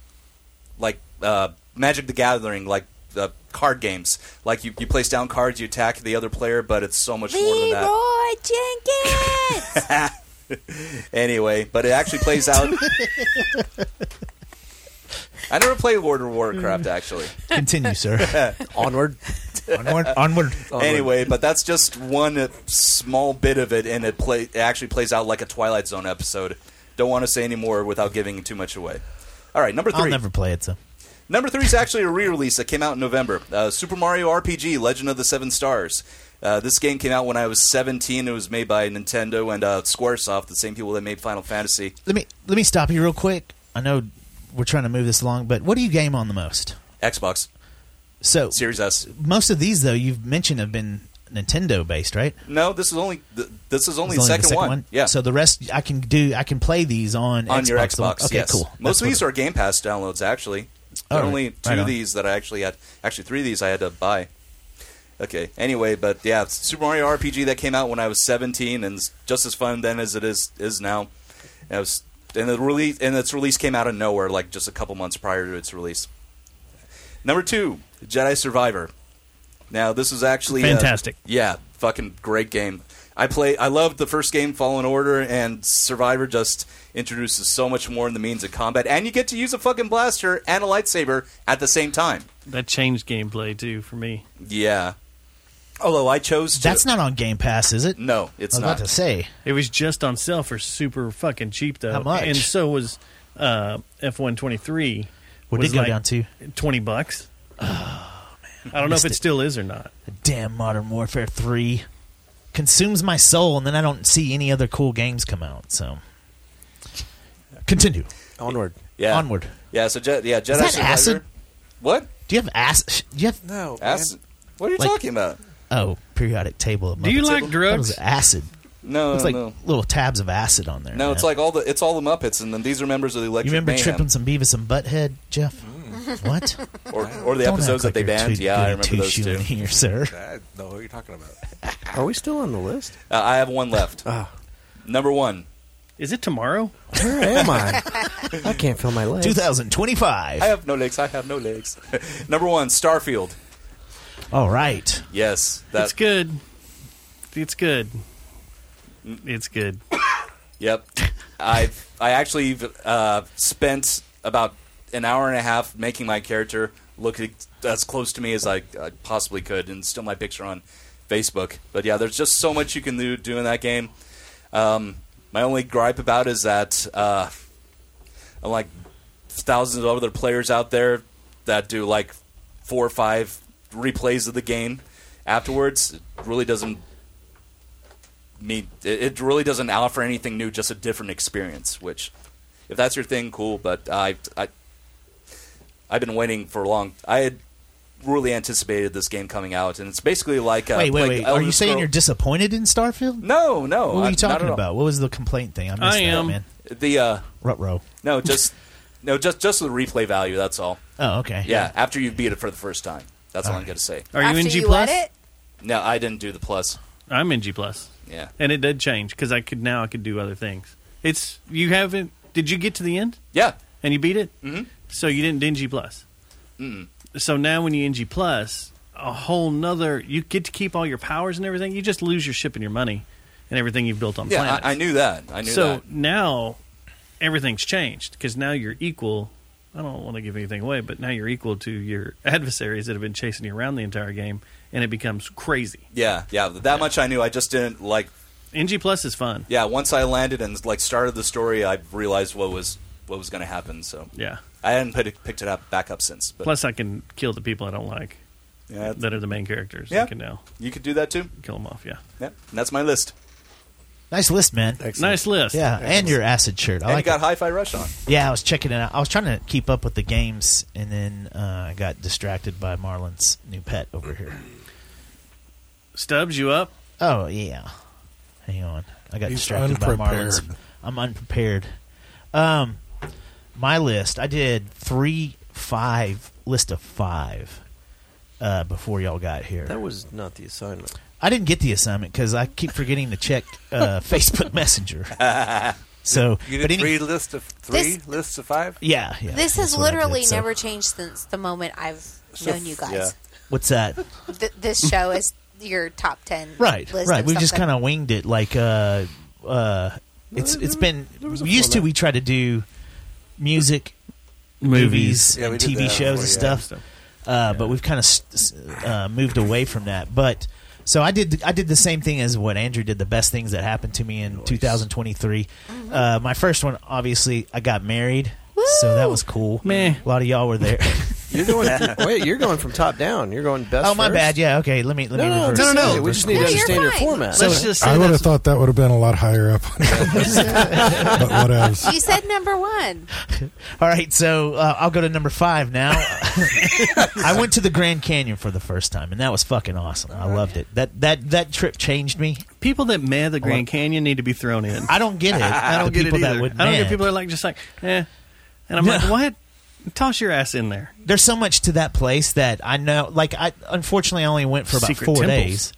like uh, Magic the Gathering, like uh, card games. Like you, you place down cards, you attack the other player, but it's so much more than that.
Leroy Jenkins.
(laughs) Anyway, but it actually plays out. I never played World of Warcraft actually.
Continue,
(laughs)
sir.
Onward.
Onward. Onward.
Anyway, but that's just one uh, small bit of it, and it play it actually plays out like a Twilight Zone episode. Don't want to say any more without giving too much away. All right, number 3
I'll never play it, so.
Number three is actually a re-release that came out in November. Uh, Super Mario RPG: Legend of the Seven Stars. Uh, this game came out when I was 17. It was made by Nintendo and uh, SquareSoft, the same people that made Final Fantasy.
Let me, let me stop you real quick. I know we're trying to move this along, but what do you game on the most?
Xbox
So
Series S.
most of these, though, you've mentioned have been Nintendo based, right?
No, this is only th- this is only
It's
the
only
second one.
Yeah. So the rest I can do. I can play these on
on
Xbox.
your Xbox.
Okay,
yes.
cool.
Most
That's
of these
what-
are Game Pass downloads. Actually, there
All
are
right.
only two
Right
of
on.
these that I actually had. Actually, three of these I had to buy. Okay. Anyway, but yeah, Super Mario RPG that came out when I was 17, and it's just as fun then as it is is now. And, it was, and the release and its release came out of nowhere, like just a couple months prior to its release. Number two, Jedi Survivor. Now this is actually uh,
Fantastic.
yeah, fucking great game. I play. I loved the first game, Fallen Order, and Survivor just introduces so much more in the means of combat, and you get to use a fucking blaster and a lightsaber at the same time.
That changed gameplay, too, for me.
Yeah. Although I chose to.
That's not on Game Pass, is it?
No, it's
I was
not.
About to say
It was just on sale for super fucking cheap though.
How much?
And so was uh, F one twenty three.
What did it go down to?
Twenty bucks. Oh man! I don't know if
Missed
it,
it.
still is or not.
damn Modern Warfare Three consumes my soul, and then I don't see any other cool games come out. So continue.
Onward.
Yeah.
Onward.
Yeah. So Je- yeah, Jedi
that
Survivor.
acid?
What?
Do you have ass? Do you have
no?
Acid? What are you
Like-
talking about?
Oh, periodic table. Of
Do you
Muppets.
like
That
drugs?
was acid.
No,
it's
no,
like
no.
little tabs of acid on there.
No, it's
man.
like all the it's all the Muppets, and then these are members of the Electric
you remember
Mayhem.
tripping some Beavis and Butthead, Jeff? What?
Or- or the
Don't
episodes
act
that
like
they
you're
banned.
Too,
Yeah, I
good
remember
to
those
shoot
too.
in here,
(laughs)
sir.
I know what you're talking about.
(laughs) Are we still on the list?
Uh, I have one left.
Ah.
Number one.
Is it tomorrow?
Where am I? I can't feel my legs.
2025.
(laughs) I have no legs. I have no legs. (laughs) Number one, Starfield.
All right.
Yes,
it's
that's
good. It's good.
Mm.
It's good.
yep. I I actually uh, spent about an hour and a half making my character look ex- as close to me as I, I possibly could, and still my picture on Facebook. But yeah, there's just so much you can do, do in that game. Um, my only gripe about is that uh, unlike thousands of other players out there that do like four or five replays of the game afterwards, it really doesn't need. It, it really doesn't offer anything new, just a different experience. Which, if that's your thing, cool. But I, I, I've been waiting for a long. I had really anticipated this game coming out, and it's basically like uh,
wait, wait,
like
wait. Are
Elder
you saying
Scroll-
you're disappointed in Starfield?
No, no.
What were
I-
you
not
talking
at all.
about? What was the complaint thing? I missed
I am.
that, man.
the uh,
Rutro.
no, just no, just just the replay value. That's all.
Oh, okay.
Yeah, after you beat it for the first time. That's all, I'm
Alright.
going to say.
Are you After in G you what plus?
No, I didn't do the plus.
I'm in G plus.
Yeah.
and it did change because I could now I could do other things. It's you haven't. Did you get to the end?
Yeah,
and you beat it. Mm-hmm. So you didn't NG plus.
Mm.
So now when you NG plus, a whole nother you get to keep all your powers and everything. You just lose your ship and your money and everything you've built on
Yeah, I-
planets.
I knew that. I knew
so
that.
now everything's changed because now you're equal. I don't want to give anything away, but now you're equal to your (laughs) adversaries that have been chasing you around the entire game, and it becomes crazy.
Yeah, yeah. That much I knew. I just didn't like.
NG plus is fun.
Yeah, once I landed and like started the story, I realized what was what was going to happen. So
Yeah.
I hadn't picked it, picked it up back up since. But
Plus, I can kill the people I don't like
Yeah.
that are the main characters. I
Yeah.
can now
you could do that too.
kill them off. Yeah,
yeah. And that's my list.
Nice list, man.
Nice list.
Yeah,
Excellent.
and your acid shirt. I
and
like
you
it.
got Hi-Fi Rush on.
Yeah, I was checking it out. I was trying to keep up with the games, and then uh, I got distracted by Marlin's new pet over here.
Stubbs, you up?
Oh yeah. Hang on. I got
He's
distracted by Marlin's.
unprepared.
I'm unprepared. Um, my list. I did three, five list of five uh, before y'all got here.
That was not the assignment.
I didn't get the assignment because I keep forgetting to check uh, (laughs) Facebook
(laughs)
Messenger. so,
you
but
did
any-
three lists of three
This-
lists of five.
Yeah, (laughs) yeah.
this
that's
has
what I did,
literally
so-
never changed since the moment I've
So-
known you guys.
What's that?
Th- this show is your top ten.
(laughs) Right,
list
right.
Of
We just
something. (laughs)
kind of winged it. Like, uh, uh, it's it's been we used to we try to do music, movies,
Movies. Yeah, we
and
did
TV
that
shows and
before, yeah.
stuff. Uh, But we've kind of st- uh, moved away from that. But so I did I did the same thing as what Andrew did. The best things that happened to me in 2023.
Mm-hmm.
Uh, my first one, obviously, I got married. So that was cool. Man, a lot of y'all were
(laughs)
there.
(laughs) You're going. wait, you're going from top down. You're going best.
oh my
first?
bad. Yeah. Okay. Let me let
No,
me
no,
reverse.
no, no, no.
reverse
We just need to
it.
understand your format.
So- Let's just say
I would have
that's-
thought that would have been a lot higher
(laughs)
up. (laughs) on your list. but whatevs.
You said number one.
All right, so uh, I'll go to number five
(laughs)
now. I went to the Grand Canyon for the first time, and that was fucking awesome. I loved it. That that that trip changed me.
People that mad the Grand Canyon need to be thrown in.
I don't
(laughs)
get it.
I
The
don't get it
people that
either.
would
I don't get
nag.
people that are like just like, eh. And I'm like, what? Toss your ass in there.
There's so much to that place that I know. Like I unfortunately I only went for about
Secret
four
temples.
days,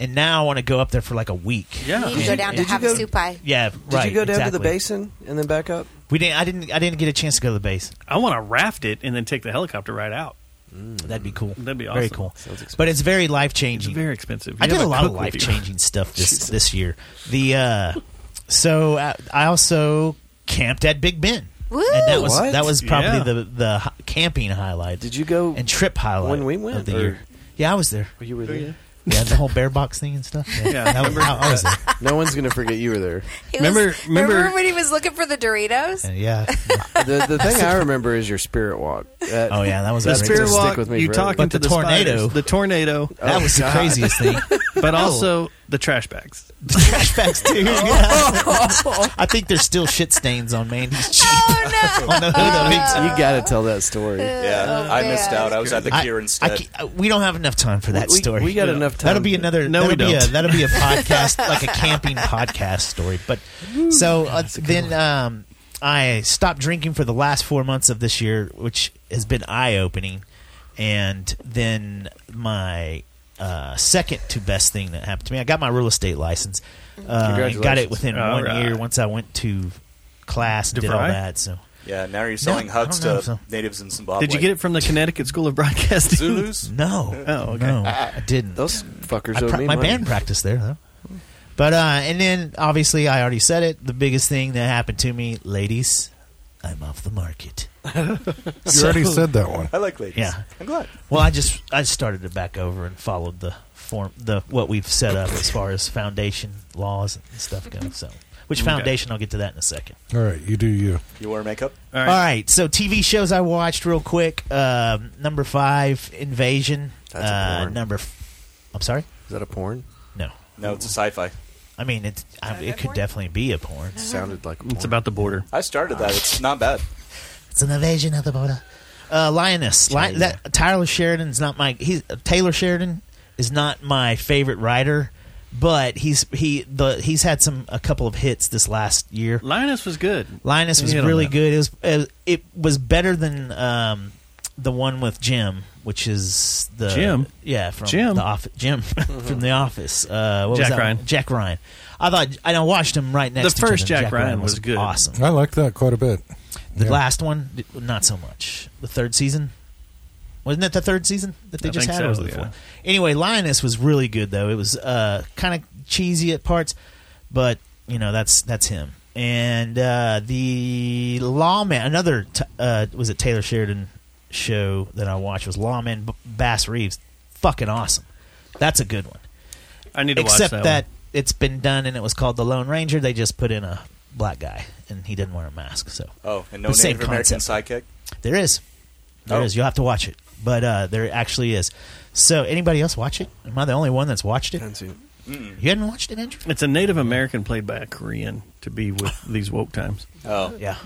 and now I want to go up there for like a week.
You need to go
And-
down to
and-
have a supai.
Yeah,
Did
right.
you go down to the
exactly.
basin and then back up?
We didn't. I didn't. I didn't get a chance to go to the base.
I want to raft it and then take the helicopter right out.
Mm, That'd be cool.
That'd be awesome.
Very cool. But it's very life changing.
very expensive.
I
You
did
have
a
a
lot of
cook with
life
you.
changing stuff this this year. The uh, so I, I also camped at Big Ben.
Woo!
And that was
What?
that was probably
Yeah.
the the hi- camping highlight. Did you go and trip highlight
when we went,
of the
or-
year? Yeah, I was there.
You were
Oh, yeah.
there.
Yeah, the whole bear box thing and stuff. Yeah, that was, I, I was there.
(laughs) no one's gonna forget you were there.
He was- remember when he was looking for the Doritos?
yeah.
(laughs) the the thing I remember is your spirit walk. That-
Oh, yeah, that was
the
that's
spirit
gonna stick
walk.
with me
You
forever.
talking to the, spiders,
(laughs)
the tornado.
That Oh, was the God. craziest thing.
(laughs) But
Oh.
also the trash bags.
(laughs)
trash bags too. (laughs) yeah.
Oh.
I think there's still shit stains on Mandy's cheek. (laughs) on the hood of it.
you got to tell that story.
Yeah, I missed out. I was at the
I-
Cure
I
instead.
ca- uh, we don't have enough time for that
We- we-
story.
we got We don't. enough time.
That'll be another.
No, we
that'll be a,
don't. (laughs)
that'll be a podcast, like a camping podcast story. But so uh, then um, I stopped drinking for the last four months of this year, which has been eye opening. And then my uh, second to best thing that happened to me, I got my real estate license. Uh, and got it
Congratulations.
within
All
one
right.
year once I went to class, did all
DeVry?
that. So
yeah, now you're
No,
selling
I
hugs
don't know,
to
so-
natives in Zimbabwe.
Did you get it from the Connecticut School of Broadcasting?
Zulus?
No.
Oh, okay.
No, I didn't.
Those fuckers
I
owe
pra-
me
my
money.
band practiced there though. But uh, and then obviously I already said it. The biggest thing that happened to me, ladies, I'm off the market. you
You already said that one. I like ladies.
Yeah,
I'm glad.
Well, I just I started it back over and followed the form the what we've set up as far as foundation laws and stuff go. So, which
Okay.
foundation? I'll get to that in a second.
All right, you do you.
You wear makeup?
All right. so TV shows I watched real quick. Um, number five, Invasion.
That's a
uh,
porn.
Number, f- I'm sorry.
Is that a porn?
No.
No, it's a sci-fi.
I mean, it's, I, it could definitely be a porn.
Sounded like
It's about the border.
I started that. It's not bad.
It's an invasion of the border. Uh, Lioness. Li- that Tyler Sheridan's not my. He's Taylor Sheridan is not my favorite writer, but he's he the he's had some a couple of hits this last year.
Lioness was good.
Linus
He
was
hit on
really
that.
good. It was uh, it was better than um, the one with Jim, which is the
Jim?
yeah from
Jim? Mm-hmm.
the office Jim (laughs) from the office. Uh, what was
Jack
that?
Ryan.
Jack Ryan. I thought and I watched him right next.
The
to each
first
other.
Jack Ryan was good.
Awesome.
I like that quite a bit.
The
Yeah.
last one, d- not so much. The third season, wasn't it the third season that they
I
just
think
had?
so,
or was it the
yeah.
fourth? Anyway, Lioness was really good though. It was uh, kind of cheesy at parts, but you know that's that's him. And uh, the lawman, another t- uh, was it Taylor Sheridan show that I watched was Lawman B- Bass Reeves, fucking awesome. That's a good one.
I need to watch
Except
that one.
it's been done and it was called The Lone Ranger. They just put in a black guy and he didn't wear a mask. So
Oh, and no
The same
Native American
concept.
sidekick.
there is. there
Oh.
is. You'll have to watch it. But uh, there actually is. So anybody else watch it? Am I the only one that's watched it?
Mm-mm.
You hadn't watched it, Andrew?
It's a Native American played by a Korean to be with (laughs) these woke times. Mm-hmm.
Oh
yeah.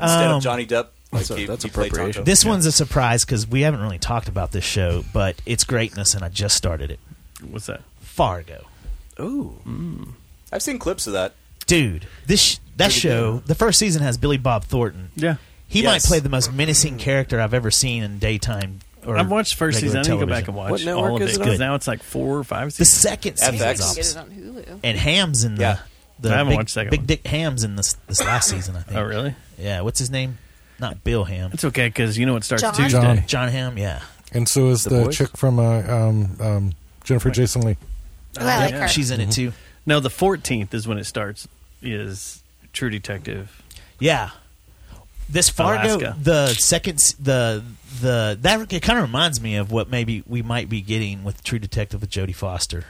Instead
Um,
of Johnny Depp, like
that's a-
he,
that's
he played Tonto.
This one's a surprise because we haven't really talked about this show, but it's greatness and I just started it.
What's that? Mm.
Fargo.
Ooh.
I've seen clips of that.
Dude, this sh- that
Pretty
show, the first season has Billy Bob Thornton.
Yeah.
He
Yes.
might play the most menacing character I've ever seen in daytime. Or
I've watched the first
regular
season. I need to go
television.
back and watch all of it because now it's like four or five
The
seasons.
second season,
FX.
and Hams in the.
Yeah.
the
I haven't
big,
watched the second
Big
one.
Dick Hams in this this last season. I think.
Oh, really?
Yeah. What's his name? Not Bill Ham.
It's okay because you know it starts
John.
Tuesday.
John.
John Ham. Yeah.
And so is
The
the,
Boys?
chick from uh, um, um, Jennifer Jason Lee.
Oh, I like
Yep,
her.
She's in it too.
No, the fourteenth is when it starts. Is True Detective?
Yeah. This Fargo,
Alaska.
the second, s- the the that it kind of reminds me of what maybe we might be getting with True Detective with Jodie Foster.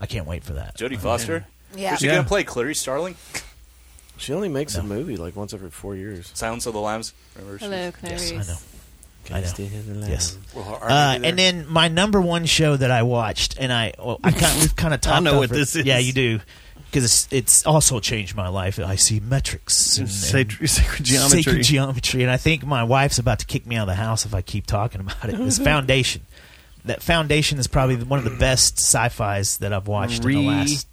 I can't wait for that.
Jodie Foster.
Yeah.
Is she
Yeah.
gonna play Clary Starling?
She only makes a movie like once every four years.
Silence of the Lambs. Remember she
Hello,
was-
Clarice.
I know. I know. Yes.
Well, are
Uh,
we there?
and then my number one show that I watched, and I, well, I kind we've kind of talked.
(laughs) I know
over
what this
it.
is.
Yeah, you do, because it's, it's also changed my life. I see metrics and, and
Sacred- sacred geometry.
sacred geometry, and I think my wife's about to kick me out of the house if I keep talking about it.
(laughs)
It's Foundation. That Foundation is probably one of the best sci-fiis that I've watched in the last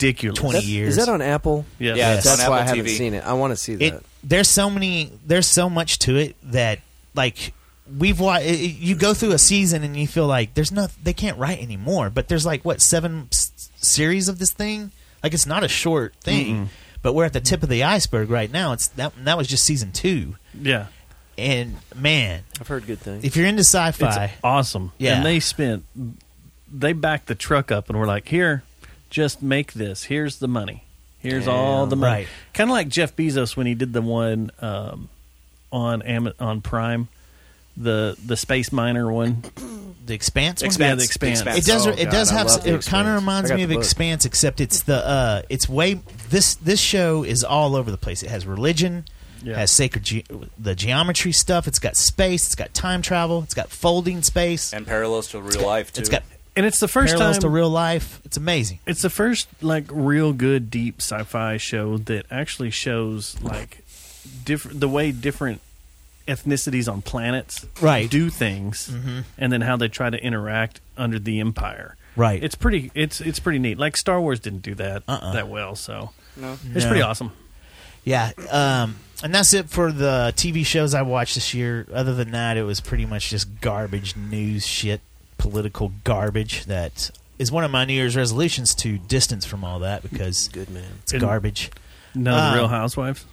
ridiculous
twenty years.
Is that on Apple?
Yes.
Yeah,
Yes.
that's
On
why I
Apple
haven't
TV.
seen it. I want to see that.
It, there's so many. There's so much to it that like we've watched. You go through a season and you feel like there's no. They can't write anymore. But there's like what seven s- series of this thing. Like it's not a short thing.
Mm-mm.
But we're at the tip of the iceberg right now. It's that that was just season two.
Yeah.
And man,
I've heard good things.
if you're into sci-fi,
It's awesome.
Yeah.
And they spent, they backed the truck up and were like, here, just make this. Here's the money. Here's all
Damn.
the money.
Right.
Kind of like Jeff Bezos when he did the one um, on Am- on Prime, the the space miner one.
the Expanse. one?
Yeah, the Expanse.
It does. it does have. s- It kind of
Oh, I
reminds
got
me
the
of
book.
Expanse, except it's the. Uh, it's way. This this show is all over the place. It has religion.
Yeah.
Has sacred ge- the geometry stuff. It's got space. It's got time travel. It's got folding space.
and parallels to real life too.
It's got
And it's the first
parallels
time.
to real life. It's amazing.
it's the first like real good deep sci-fi show that actually shows like different the way different ethnicities on planets
Right.
do things
Mhm.
and then how they try to interact under the empire
Right. Uh-uh.
it's pretty it's it's pretty neat like star wars didn't do that that well so
No.
it's
No.
pretty awesome
Yeah. Um, and that's it for the TV shows I watched this year. Other than that, it was pretty much just garbage news shit, political garbage that is one of my New Year's resolutions to distance from all that because
Good man.
it's
And-
garbage.
no
Um,
the real housewives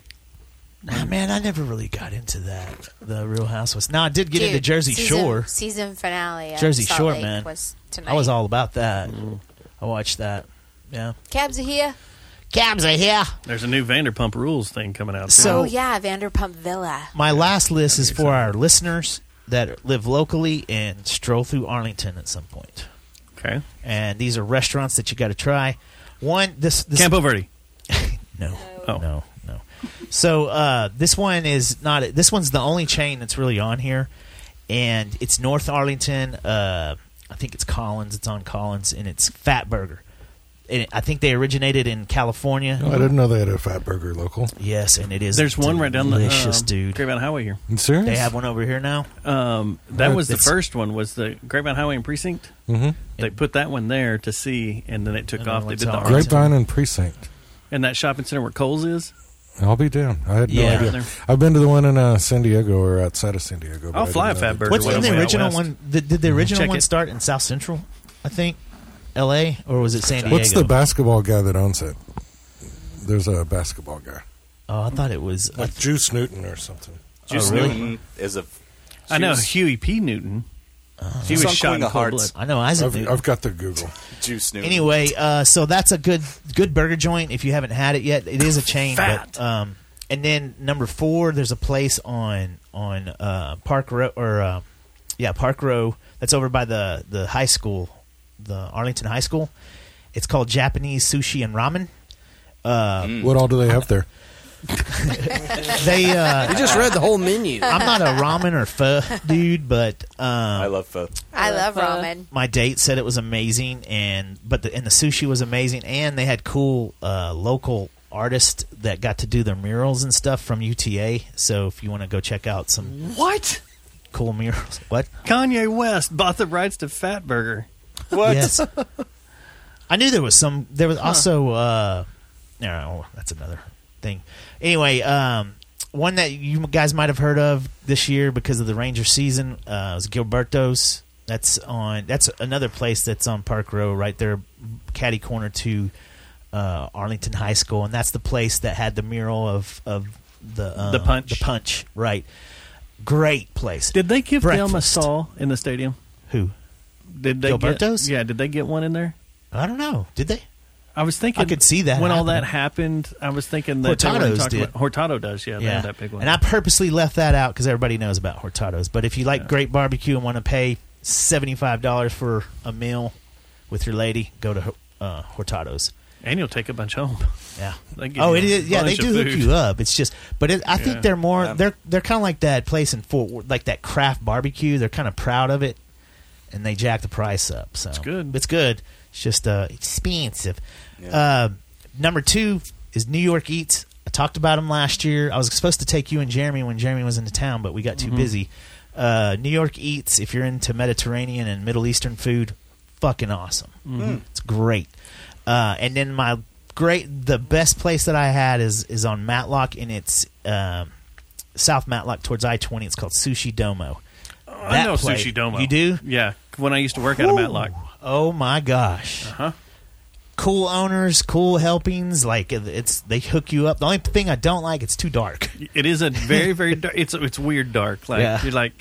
Nah, man, I never really got into that. The Real Housewives. Now I did get into
Dude,
Jersey
season-
Shore.
Season finale. of
Jersey
Salt
Shore,
Lake
man.
Was tonight.
I was all about that.
Mm.
I watched that. Yeah,
Cabs are here.
cabs are here.
there's a new vanderpump rules thing coming out
So-
oh yeah, Vanderpump Villa.
My last list is for our listeners that live locally and stroll through Arlington at some point.
okay
And these are restaurants that you got to try. One, this, this
campo verde
(laughs) No,
Oh.
no, no. So uh, this one is not. This one's the only chain that's really on here, and it's North Arlington. Uh, I think it's Collins. It's on Collins, and it's Fat Burger. and I think they originated in California.
I didn't know they had a fat burger local.
Yes, and it is.
There's one right down the
delicious,
um,
dude.
Great Mountain Highway here.
You serious?
They have one over here now.
Um, that
What?
was the
It's-
first one. Was the Great Mountain Highway and Precinct?
Mhm.
They put that one there to see, and then it took off. They did the
Grapevine and Precinct.
and that shopping center where Coles is.
I'll be down. I had no
Yeah.
idea. I've been to the one in uh, San Diego or outside of San Diego. but
I'll
I
fly
didn't
a
know
Fatburger
that.
What's in the original one? The, did the
Mhm.
original
Check
one
it.
start in South Central? I think, L.A. or was it San Diego?
What's the basketball guy that owns it? There's a basketball guy.
Oh, I thought it was Oh,
like Juice Newton or something.
Juice
really?
Newton is a.
I know
Juice-
Huey P. Newton. he
He's
was
on
shot
Queen
in
of
cold
Hearts.
Uh-huh.
blood.
I know Isaac
I've,
Newton.
I've got the Google.
Juice Newton.
Anyway, uh, so that's a good good burger joint. If you haven't had it yet, it is a chain. But, um, and then number four, there's a place on on uh, Park Row or uh, yeah Park Row that's over by the the high school, the Arlington High School. It's called Japanese Sushi and Ramen. Uh,
Mm. What all do they have there?
they uh,
(laughs) You just read the whole menu.
I'm not a ramen or pho dude, but um, I
love pho.
I love ramen.
my date said it was amazing and but the, and the sushi was amazing and they had cool uh, local artists that got to do their murals and stuff from UTA so if you want to go check out some
What?
cool murals what
Kanye West bought the rights to Fatburger.
Yes.
(laughs)
I knew there was some there was also uh no that's another thing anyway um one that you guys might have heard of this year because of the Ranger season uh, was Gilberto's. That's on. That's another place that's on Park Row, right there, catty corner to uh, Arlington High School, and that's the place that had the mural of of the uh,
The punch.
the punch, right? Great place.
Did they give Delma
Breakfast.
Saul in the stadium?
Who?
Did they
Gilberto's?
Get, yeah, did they get one in there?
I don't know. Did they?
I was thinking
I could see that
when all that
happening.
happened. I was thinking that they were
Hurtado's
talking
did.
about- Hurtado does, yeah, they had that big one.
And I purposely left that out because everybody knows about Hortados. But if you like great barbecue and want to pay $75 for a meal with your lady, go to uh, Hortados.
and you'll take a bunch home.
Yeah.
They give
Oh,
you
it
a
is. Yeah, they
bunch of
do hook
food.
you up. It's just, but it, I
Yeah.
think they're more.
Yeah.
They're they're kind of like that place in Fort Worth, like that craft barbecue. They're kind of proud of it, and they jack the price up. So it's
good.
It's good. It's just uh, expensive.
Yeah.
Uh, number two is New York Eats. I talked about them last year. I was supposed to take you and Jeremy when Jeremy was in the town, but we got too
Mhm.
busy. Uh, New York Eats. If you're into Mediterranean and Middle Eastern food, fucking awesome.
Mhm.
It's great. Uh, and then my great, the best place that I had is is on Matlock, and it's um, South Matlock towards I twenty. It's called Sushi Domo.
I
That
know
place-
Sushi Domo.
You do?
Yeah, when I used to work out of
Woo!
Matlock.
Oh my gosh!
Uh-huh.
Cool owners, cool helpings. Like it's they hook you up. The only thing I don't like, it's too dark.
It is a very, very dark. It's it's weird dark. Like
Yeah.
you're like,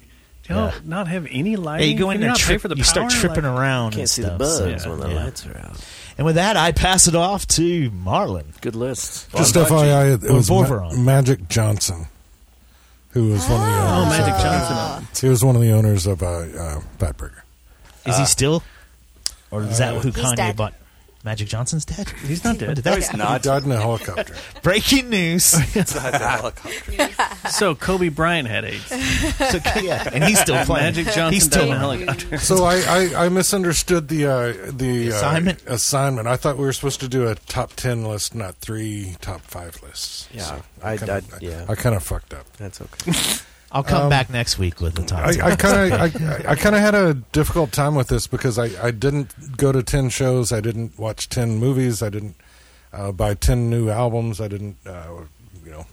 do y'all
Yeah.
not have any
Yeah,
lighting?
you go in
Can
there,
not pay
trip,
for the
you start
power?
tripping
Like-
around. and stuff, so- And with that, I pass it off to Marlon.
Good list.
Oh,
Just FYI, it, it
Or
was Ma-
Vorveron.
Magic Johnson, who was one of the
Oh,
owners.
Oh, Magic
of, uh,
Johnson.
He was one of the owners of uh, uh, Fatburger.
Is he still, or is that who
Uh, He's
Kanye
dead.
bought? Magic Johnson's dead.
He's not dead.
When did
No,
that
he's
happen?
He died in a helicopter.
(laughs) Breaking
(laughs)
news.
(laughs)
So Kobe Bryant had AIDS. so,
yeah, (laughs) and he's still playing.
Magic Johnson
He's still
died in a
playing.
helicopter.
so I, I, I misunderstood the uh, the,
assignment?
Uh, assignment. I thought we were supposed to do a top ten list, not three top five lists.
Yeah,
So
I,
kinda-
I- yeah.
I kind of fucked up.
That's okay.
(laughs) I'll come
Um,
back next week with the top.
I, I
ten.
kind of I, I kind of had a difficult time with this because I, I didn't go to ten shows, I didn't watch ten movies, I didn't uh, buy ten new albums, I didn't uh, you know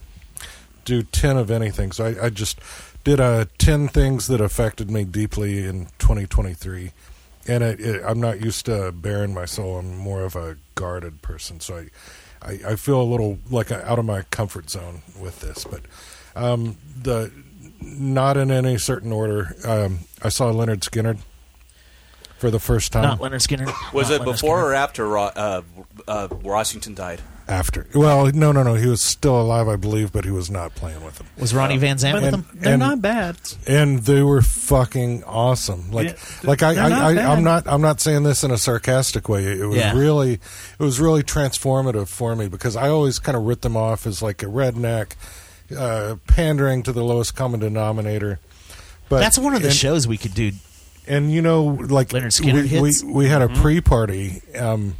do ten of anything. So I, I just did uh, ten things that affected me deeply in 2023, and it, it, I'm not used to bearing my soul. I'm more of a guarded person, so I I, I feel a little like I- out of my comfort zone with this, but. Um, the not in any certain order. Um, I saw Leonard Skinner for the first time.
Not Leonard
(laughs)
Skinner.
Was
Not
it
Leonard
before
Skinner.
or after Ro- uh, uh, Washington died?
after. Well, no, no, no. He was still alive, I believe, but he was not playing with him.
Was Ronnie Van Zant
But
with
And-
him?
They're
and-
not bad.
and they were fucking awesome. Like,
Yeah,
like I,
they're not
I,
bad.
I, I'm not, I'm not saying this in a sarcastic way. It was
Yeah.
really, it was really transformative for me because I always kind of writ them off as like a redneck, uh, pandering to the lowest common denominator. But
That's one of the
and-
shows we could do.
And you know, like
Leonard Skinner
we,
hits?
Mm-hmm.
we we had a
Mhm.
pre-party um,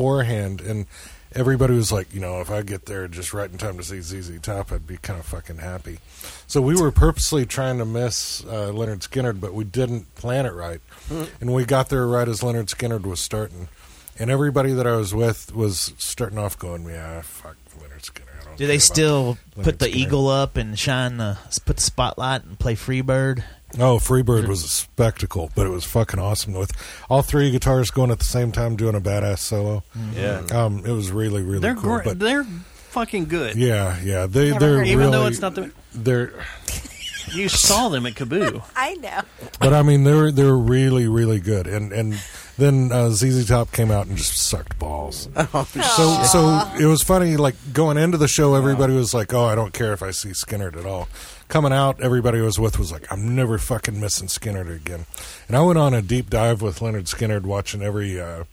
beforehand, and everybody was like, you know, if I get there just right in time to see ZZ Top, I'd be kind of fucking happy. So we were purposely trying to miss uh, Leonard Skinner, but we didn't plan it right,
Hmm.
Mhm.
and we got there right as Leonard Skinner was starting, and everybody that I was with was starting off going, yeah, fuck Leonard Skinner. I don't
Do
care
they
about
still
Leonard
put the
Skinner."
eagle up and shine the put the spotlight and play Freebird?
Oh, Freebird was a spectacle, but it was fucking awesome with all three guitars going at the same time doing a badass solo.
Yeah.
um, it was really really
they're
cool.
great.
But
they're fucking good.
yeah, yeah, they
Never
they're
heard of it. Even though
really-
it's not the-
they're
You saw them at Kaboo.
(laughs) I know.
but I mean they're they're really really good and and then uh, ZZ Top came out and just sucked balls. so so it was funny like going into the show everybody was like oh I don't care if I see Skinner at all. Coming out everybody I was with was like I'm never fucking missing Skinner again. And I went on a deep dive with Leonard Skinner watching every uh,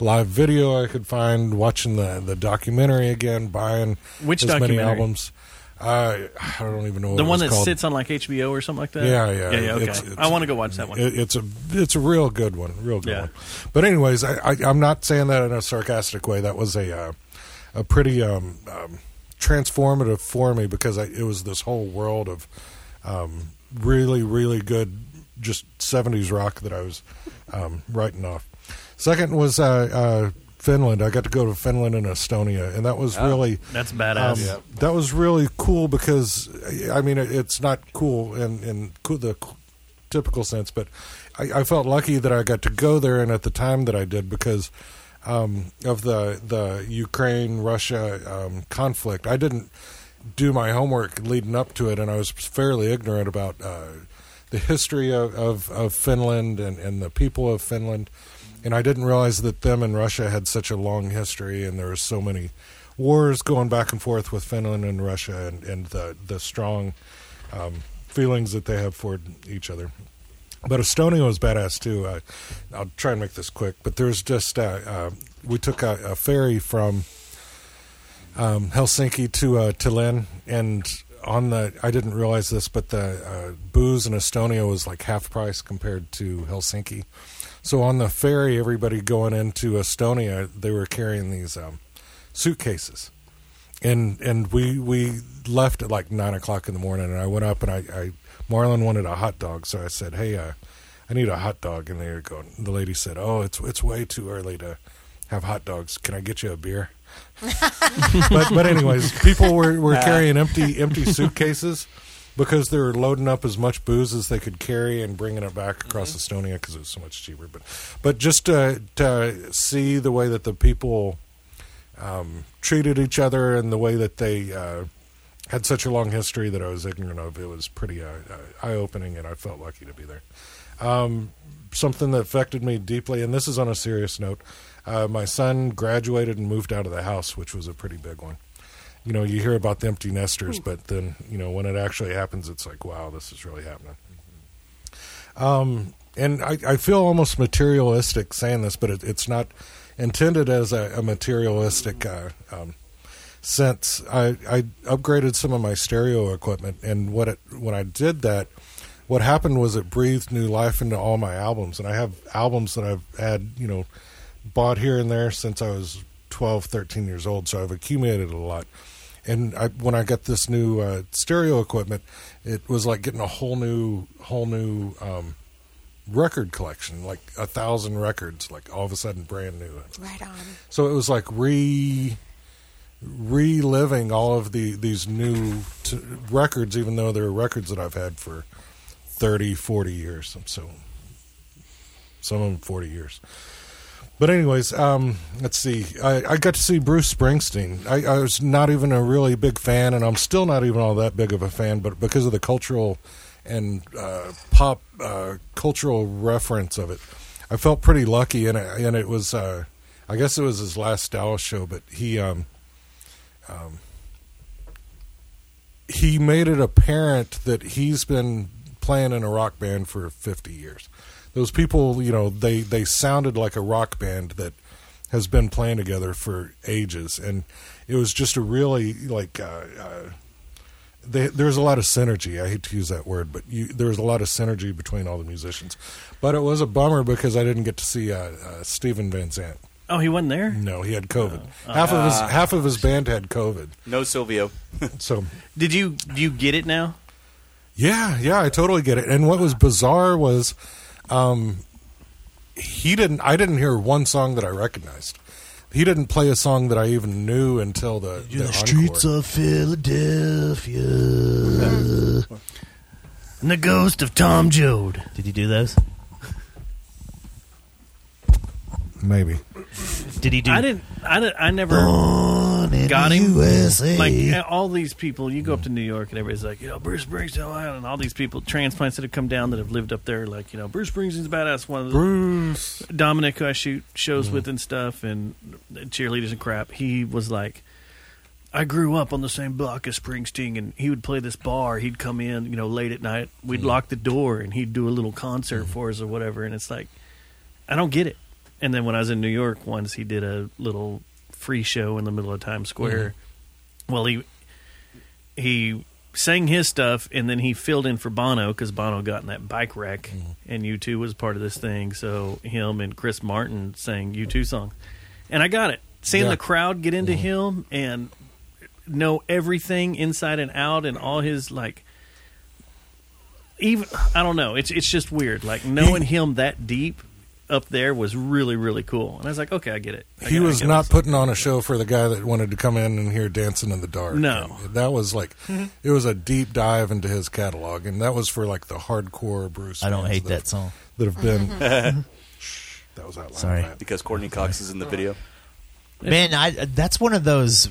live video I could find, watching the the documentary again, buying
Which
as
documentary?
many albums. Uh, I don't even know what
the
it
one
was
that
called.
sits on like HBO or something like that.
Yeah, yeah,
yeah. yeah okay,
it's- it's-
I want to go watch that one.
It, it's a it's a real good one, real good
Yeah.
one. But anyways, I, I I'm not saying that in a sarcastic way. That was a uh, a pretty um, um, transformative for me because I, it was this whole world of um, really really good just 70s rock that I was um, writing off. Second was uh, uh, Finland. I got to go to Finland and Estonia, and that was
Oh,
really um,
that's badass. Yeah.
That was really cool because I mean it- it's not cool in in co- the c- typical sense, but I, I felt lucky that I got to go there and at the time that I did because um, of the the Ukraine Russia um, conflict. I didn't do my homework leading up to it, and I was fairly ignorant about uh, the history of, of, of Finland and, and the people of Finland. And I didn't realize that them and Russia had such a long history, and there were so many wars going back and forth with Finland and Russia, and, and the the strong um, feelings that they have for each other. But Estonia was badass too. Uh, I'll try and make this quick, but there's just uh, uh, we took a, a ferry from um, Helsinki to uh, to Lynn, and on the I didn't realize this, but the uh, booze in Estonia was like half price compared to Helsinki. So on the ferry, everybody going into Estonia, they were carrying these um, suitcases, and and we we left at like nine o'clock in the morning, and I went up and I, I Marlon wanted a hot dog, so I said, hey. Uh, I need a hot dog, and they were going. The lady said, "Oh, it's it's way too early to have hot dogs. Can I get you a beer?" (laughs) but but anyways, people were, were
Ah.
carrying empty empty suitcases because they were loading up as much booze as they could carry and bringing it back across Estonia because it was so much cheaper. But but just to, to see the way that the people um, treated each other and the way that they uh, had such a long history that I was ignorant of, it was pretty uh, eye opening, and I felt lucky to be there. Um, something that affected me deeply, and this is on a serious note. Uh, my son graduated and moved out of the house, which was a pretty big one. You know, you hear about the empty nesters, but then you know when it actually happens, it's like, wow, this is really happening. Um, and I, I feel almost materialistic saying this, but it, it's not intended as a, a materialistic uh, um, sense. I, I upgraded some of my stereo equipment, and what it, when I did that, what happened was it breathed new life into all my albums, and I have albums that I've had, you know, bought here and there since I was 12, 13 years old, so I've accumulated a lot. And I, when I got this new uh, stereo equipment, it was like getting a whole new, whole new um, record collection, like a thousand records, like all of a sudden brand new.
Right on.
So it was like re reliving all of the these new t- records, even though they're records that I've had for 30, 40 years. So some of them 40 years. But anyways, um, let's see. I, I got to see Bruce Springsteen. I, I was not even a really big fan, and I'm still not even all that big of a fan. But because of the cultural and uh, pop uh, cultural reference of it, I felt pretty lucky. And it, and it was, uh, I guess it was his last Dallas show, but he um, um, he made it apparent that he's been playing in a rock band for 50 years. Those people, you know, they, they sounded like a rock band that has been playing together for ages. And it was just a really, like, uh, uh, they, there's a lot of synergy. I hate to use that word, but you, there was a lot of synergy between all the musicians. But it was a bummer because I didn't get to see uh, uh, Stephen Van Zandt.
Oh, he wasn't there.
No, he had COVID. half of his
Ah.
half of his band had COVID.
No Silvio.
So
Did you do you get it now?
Yeah, yeah, I totally get it. And what was bizarre was um he didn't I didn't hear one song that I recognized. He didn't play a song that I even knew until the, the, encore.
of Philadelphia.
And the ghost of Tom Joad.
Did you do those?
Maybe.
Did he do?
I didn't. I didn't,
(gasps)
I never got him.
USA.
Like uh, all these people, you go up to New York and everybody's like, you know, Bruce Springsteen, wow, and all these people, transplants that have come down that have lived up there, like you know, Bruce Springsteen's badass. One of the
Bruce
Dominic, who I shoot shows
Mhm.
with and stuff, and cheerleaders and crap. He was like. I grew up on the same block as Springsteen, and he would play this bar. He'd come in, you know, late at night. We'd lock the door, and he'd do a little concert for us or whatever. And it's like, I don't get it. And then when I was in New York once, he did a little free show in the middle of Times Square.
Mm-hmm.
Well, he he sang his stuff, and then he filled in for Bono because Bono got in that bike wreck,
Mm-hmm.
and U two was part of this thing. So him and Chris Martin sang U two songs, and I got it. Seeing
Yeah. Mm-hmm.
the crowd get into him and know everything inside and out, and all his like. Even I don't know. It's it's just weird. Like knowing him that deep up there was really really cool. And I was like, okay, I get it. I
he
get- I
was
get
not putting on a show for the guy that wanted to come in and hear dancing in the dark
No. Mm-hmm.
And that was like it was a deep dive into his catalog and that was for like the hardcore bruce
I don't
fans
hate that
have-
song.
that have
(laughs)
(laughs)
Mm-hmm.
(laughs) been that was out loud
Sorry.
Because Courtney Cox is in the
(laughs)
video.
Man, I, that's one of those.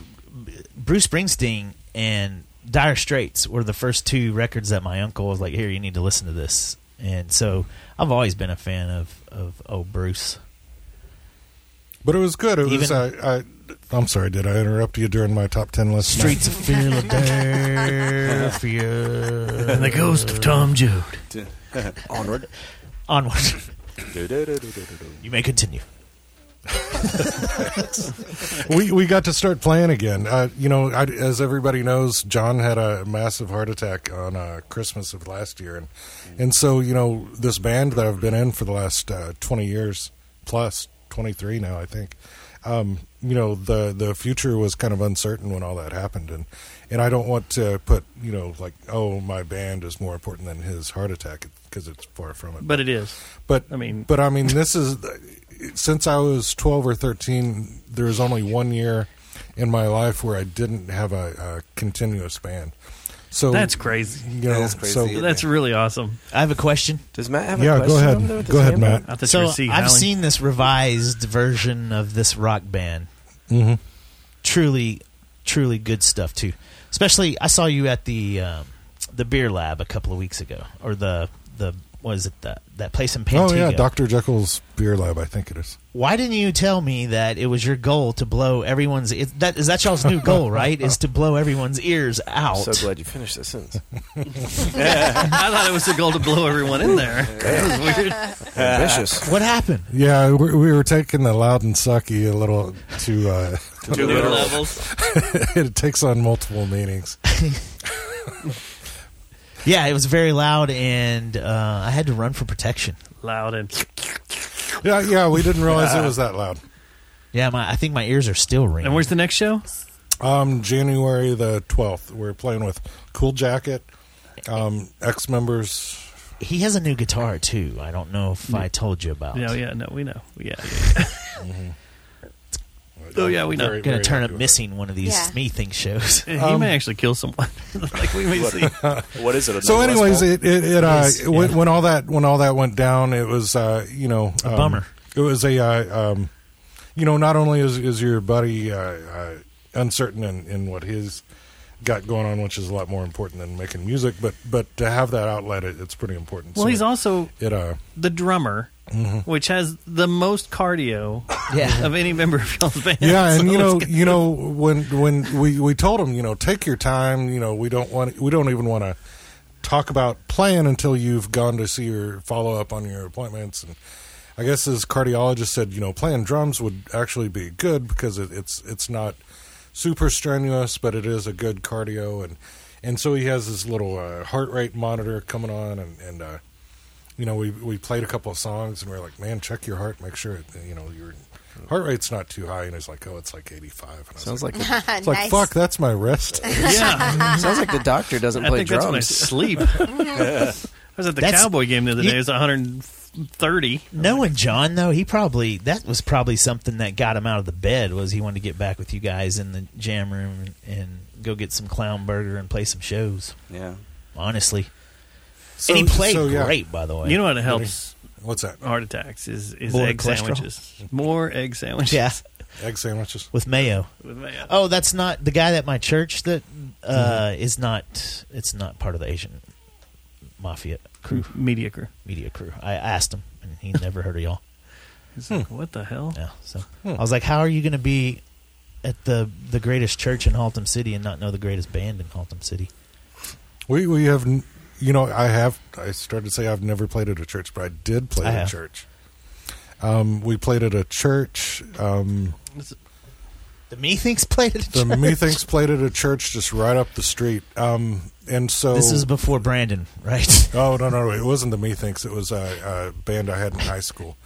Bruce Springsteen and Dire Straits were the first two records that my uncle was like, "Here, you need to listen to this." And so I've always been a fan of of old Bruce.
but it was good it was
Even-
I, I i'm sorry did i interrupt you during my top 10 list
Streets of
(laughs)
Philadelphia.
And the ghost of Tom Joad.
Onward.
Onward. You may continue.
(laughs) we we got to start playing again. Uh, you know, I, as everybody knows, John had a massive heart attack on uh, Christmas of last year, and and so you know this band that I've been in for the last uh, twenty years plus twenty three now, I think. Um, you know the the future was kind of uncertain when all that happened, and and I don't want to put you know like oh my band is more important than his heart attack because it's far from it.
But it is.
But
I mean,
but I mean, this is since I was twelve or thirteen. There was only one year in my life where I didn't have a, a continuous band. So
That's crazy.
You know, So
that's really awesome. (laughs)
I have a question.
Does Matt
have a Yeah, go question ahead. over there with Go his ahead, hand Matt. up? I thought you
So
were
I've
sea howling.
seen this revised version of this rock band.
Mhm.
Truly, truly good stuff too. Especially, I saw you at the um, the beer lab a couple of weeks ago, or the the what is it that that place in Pantigo?
oh yeah, Doctor Jekyll's beer lab, I think it is.
Why didn't you tell me that it was your goal to blow everyone's? Is that is that y'all's new goal, right? Is to blow everyone's ears out.
so
(laughs)
glad you finished this sentence.
(laughs) I thought it was the goal to blow everyone
(laughs)
in there. That was weird.
Ambitious.
What happened?
Yeah, we, we were taking the loud and sucky a little to uh, (laughs)
To Too little. levels.
it takes on multiple meanings.
(laughs) Yeah, it was very loud, and uh, I had to run for protection.
Loud and
Yeah, yeah, we didn't realize it was that loud.
(laughs) Yeah, my, I think my ears are still ringing.
And where's the next show?
Um, January the twelfth. We're playing with Cool Jacket, um, ex members.
He has a new guitar too. I don't know if I told you about.
No, Mm-hmm. yeah, no, we know.
(laughs)
Yeah.
Mm-hmm.
Oh yeah, we know.
We're gonna turn up missing one of these
Yeah.
me thing shows.
He
Um,
may actually kill someone. (laughs) like
(laughs)
we may see.
What is it?
So, anyways, it it, it uh,
Yes,
when,
yeah.
when all that when all that went down, it was uh, you know
A bummer.
It was a uh, um, you know not only is is your buddy uh, uh, uncertain in, in what his got going on, which is a lot more important than making music, but but to have that outlet, it, it's pretty important.
Well,
So
he's also
it uh,
the drummer,
Mhm.
which has the most cardio
Yeah.
(laughs) of any member of y'all's band.
yeah, and
(laughs) So
you
it's
know,
good.
you know, when when we we told him, you know, take your time. You know, we don't want we don't even want to talk about playing until you've gone to see your follow up on your appointments. And I guess his cardiologist said, you know, playing drums would actually be good because it, it's it's not super strenuous, but it is a good cardio. And and so he has this little uh, heart rate monitor coming on, and and uh, you know, we we played a couple of songs, and we are like, man, check your heart, make sure it, you know you're heart rate's not too high, and he's like, oh, it's like 85. And I was
Sounds
like, (laughs)
like a-
it's like
(laughs) Nice.
fuck, that's my wrist.
(laughs) Yeah. Sounds like the doctor doesn't
I
play
think
drums.
that's when I sleep.
(laughs)
(laughs) I was at the
That's-
Cowboy game the other day.
you-
It was 130.
Knowing John though, he probably that was probably something that got him out of the bed was he wanted to get back with you guys in the jam room and go get some clown burger and play some shows.
Yeah.
Honestly.
So-
and he played
so, yeah.
great by the way.
You know what helps?
What's that?
Heart attacks is, is
More
egg
cholesterol?
sandwiches. More egg sandwiches.
Yeah.
Egg sandwiches.
With mayo.
With mayo. Mm-hmm.
Oh, that's not the guy at my church that uh, is not it's not part of the Asian mafia crew.
Media crew.
Media crew. I asked him and he (laughs) never heard of y'all.
He's like, what the hell?
Yeah. So
Hmm.
I was like, how are you going to be at the the greatest church in Haltom City and not know the greatest band in Haltom City?
We we have, n- you know, I have. I started to say I've never played at a church, but I did play
I
at
have.
a church. Um, we played at a church. Um,
The Methinks played at a
the
church. (laughs)
Methinks played at a church just right up the street. Um, and so
This is before Brandon, right?
(laughs) oh no, no, no! It wasn't the Methinks. It was a, a band I had in high school.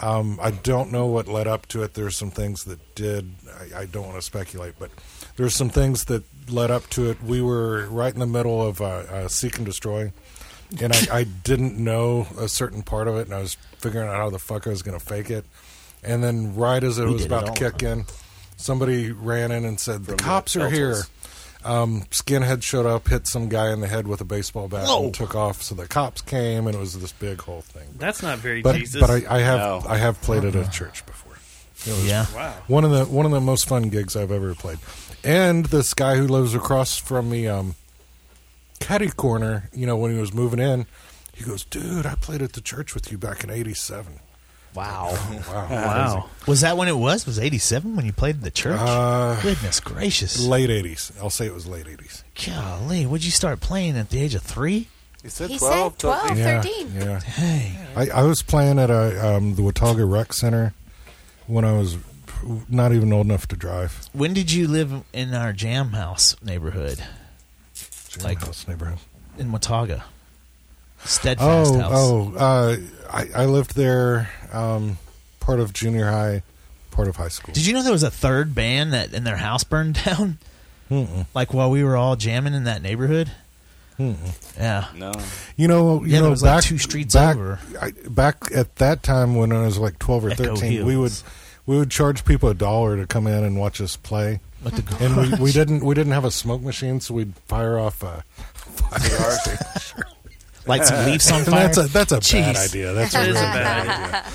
Um, I don't know what led up to it. There's some things that did. I, I don't want to speculate, but there's some things that led up to it. We were right in the middle of uh, uh, seek and destroy, and I, I didn't know a certain part of it, and I was figuring out how the fuck I was going to fake it. And then, right as it
We
was
did it
about to
all.
kick in, somebody ran in and said, "The
the
cops are
Deltas.
here." Um, skinhead showed up, hit some guy in the head with a baseball bat,
Whoa.
and took off. So the cops came, and it was this big whole thing.
That's not very
But
Jesus.
but I, I have I have played at a church before. It was
Yeah. Wow.
One of the one of the most fun gigs I've ever played. And this guy who lives across from me, um, Caddy Corner. You know when he was moving in, he goes, "Dude, I played at the church with you back in '87."
Wow!
(laughs)
wow!
Was that when it was? Was eighty seven when you played in the church?
Uh,
Goodness gracious!
Late '80s. I'll say it was late '80s.
Golly, would you start playing at the age of three?
He said
He
12,
said 12,
Yeah,
13.
Yeah. I, I was playing at a um, the Watauga Rec Center when I was not even old enough to drive.
When did you live in our jam house neighborhood?
Jam house neighborhood
in Watauga. Steadfast
Oh,
house.
oh! Uh, I, I lived there, um, part of junior high, part of high school.
Did you know there was a third band that and their house burned (laughs) down?
Mm-mm.
Like while we were all jamming in that neighborhood.
Mm-mm.
Yeah.
No.
Hmm. You know, you
Yeah, but
know,
it was
back
like two streets
back,
over.
I, back at that time when I was like twelve or
Echo
thirteen, we would
Hills.
we would charge people a dollar to come in and watch us play.
At the
and we, we
garage.
didn't we didn't have a smoke machine, so we'd fire off a fire extinguisher.
(laughs)
(laughs)
Light some leaves on
And
fire.
That's a that's a bad
Jeez.
idea.
(laughs)
That's a
That
really
is a
bad,
bad
idea.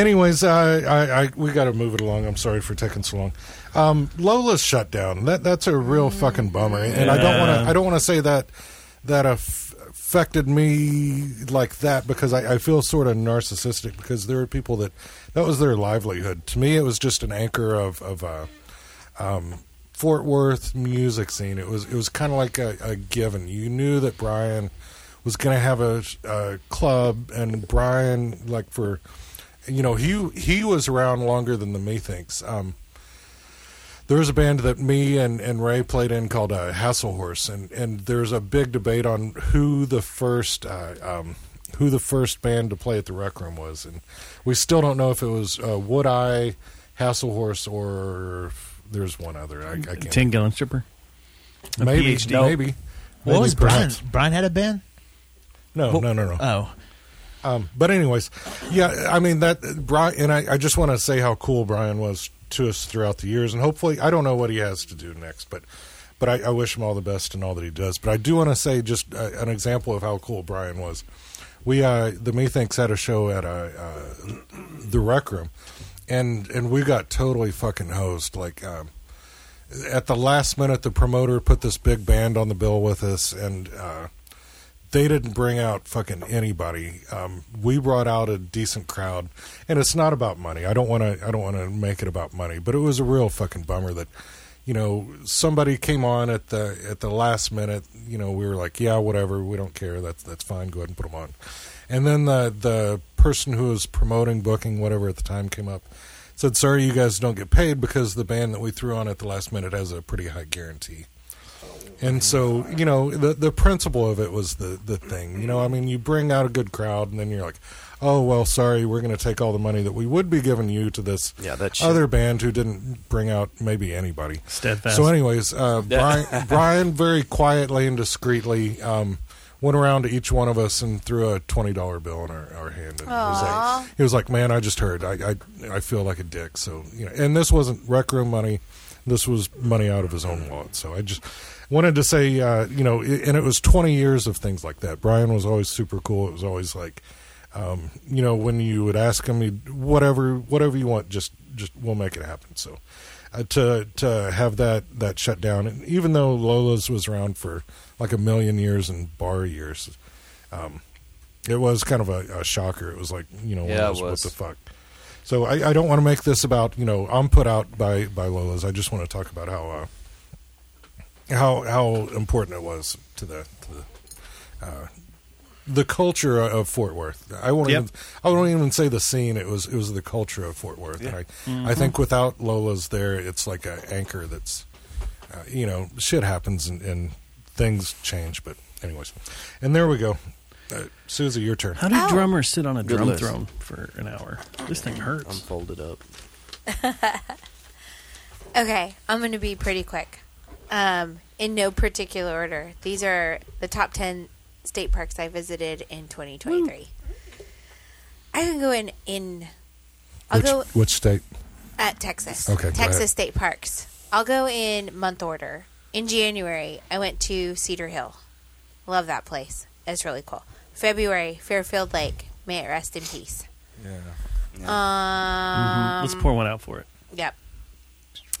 Anyways, I, I, I we got to move it along. I'm sorry for taking so long. Um, Lola's shut down. That that's a real fucking bummer, and I don't want
Yeah.
to. I don't want to say that that aff- affected me like that because I, I feel sort of narcissistic because there are people that that was their livelihood. To me, it was just an anchor of of uh, um, Fort Worth music scene. It was it was kind of like a, a given. You knew that Brian was going to have a, a club, and Brian like for you know he he was around longer than the methinks. Um, there was a band that me and, and Ray played in called uh, Hassle Horse, and, and there's a big debate on who the first uh, um, who the first band to play at the Rec Room was, and we still don't know if it was uh, Wood Eye, Hassle Horse, or there's one other. I, I can't.
10 gallon stripper. A
maybe,
PhD.
maybe.
What was Brian?
perhaps.
Brian had a band?
No,
Well-
no, no, no.
Oh.
Um, but anyways, yeah, I mean that Brian and I, I just want to say how cool Brian was to us throughout the years, and hopefully, I don't know what he has to do next, but but I, I wish him all the best and all that he does. But I do want to say just uh, an example of how cool Brian was. We uh, the Methinks had a show at uh, uh, the Rec Room, and and we got totally fucking hosed. Like um, at the last minute, the promoter put this big band on the bill with us, and. Uh, they didn't bring out fucking anybody. Um, we brought out a decent crowd, and it's not about money. I don't want to. I don't want to make it about money, but it was a real fucking bummer that, you know, somebody came on at the at the last minute. You know, we were like, yeah, whatever, we don't care. That's that's fine. Go ahead and put them on. And then the the person who was promoting, booking, whatever at the time came up, said, sorry, you guys don't get paid because the band that we threw on at the last minute has a pretty high guarantee And so, you know, the the principle of it was the the thing. You know, I mean, you bring out a good crowd, and then you're like, oh well, sorry, we're going to take all the money that we would be giving you to this
Yeah, that shit.
other band who didn't bring out maybe anybody.
Steadfast.
So, anyways,
(laughs)
uh,
Yeah.
Brian, Brian very quietly and discreetly. Um, Went around to each one of us and threw a twenty dollar bill in our, our hand. And was
Aw.
like, he was like, "Man, I just heard. I, I I feel like a dick." So you know, and this wasn't rec room money. This was money out of his own wallet. So I just wanted to say, uh, you know, i- and it was twenty years of things like that. Brian was always super cool. It was always like, um, you know, when you would ask him, he'd, whatever, whatever you want, just just we'll make it happen. So uh, to to have that that shut down, and even though Lola's was around for like a million years and bar years. Um, it was kind of a, a shocker. It was like, you know, one of
Yeah, it
those, what
was.
the fuck. So I, I don't want to make this about you know I'm put out by by Lola's. I just want to talk about how uh, how how important it was to the to the, uh, the culture of Fort Worth. I won't
Yep.
even I won't even say the scene. It was it was the culture of Fort Worth. And I I think
Mhm.
without Lola's there, it's like an anchor that's uh, you know shit happens and, and things change. But anyways, and there we go. Uh, Susie, your turn.
How do
Oh.
drummers sit on a
Good
drum
list.
throne for an hour? This thing hurts. I'm
folded up.
Okay, I'm going to be pretty quick. Um, in no particular order, these are the top 10 state parks I visited in 2023. I can go in in I'll
which,
go (laughs)
which state?
at Texas.
Okay, go ahead.
Texas state parks. I'll go in month order. In January, I went to Cedar Hill. Love that place. It's really cool. February, Fairfield Lake. May it rest in peace.
Yeah.
Um,
Mm-hmm. Let's pour one out for it.
Yep.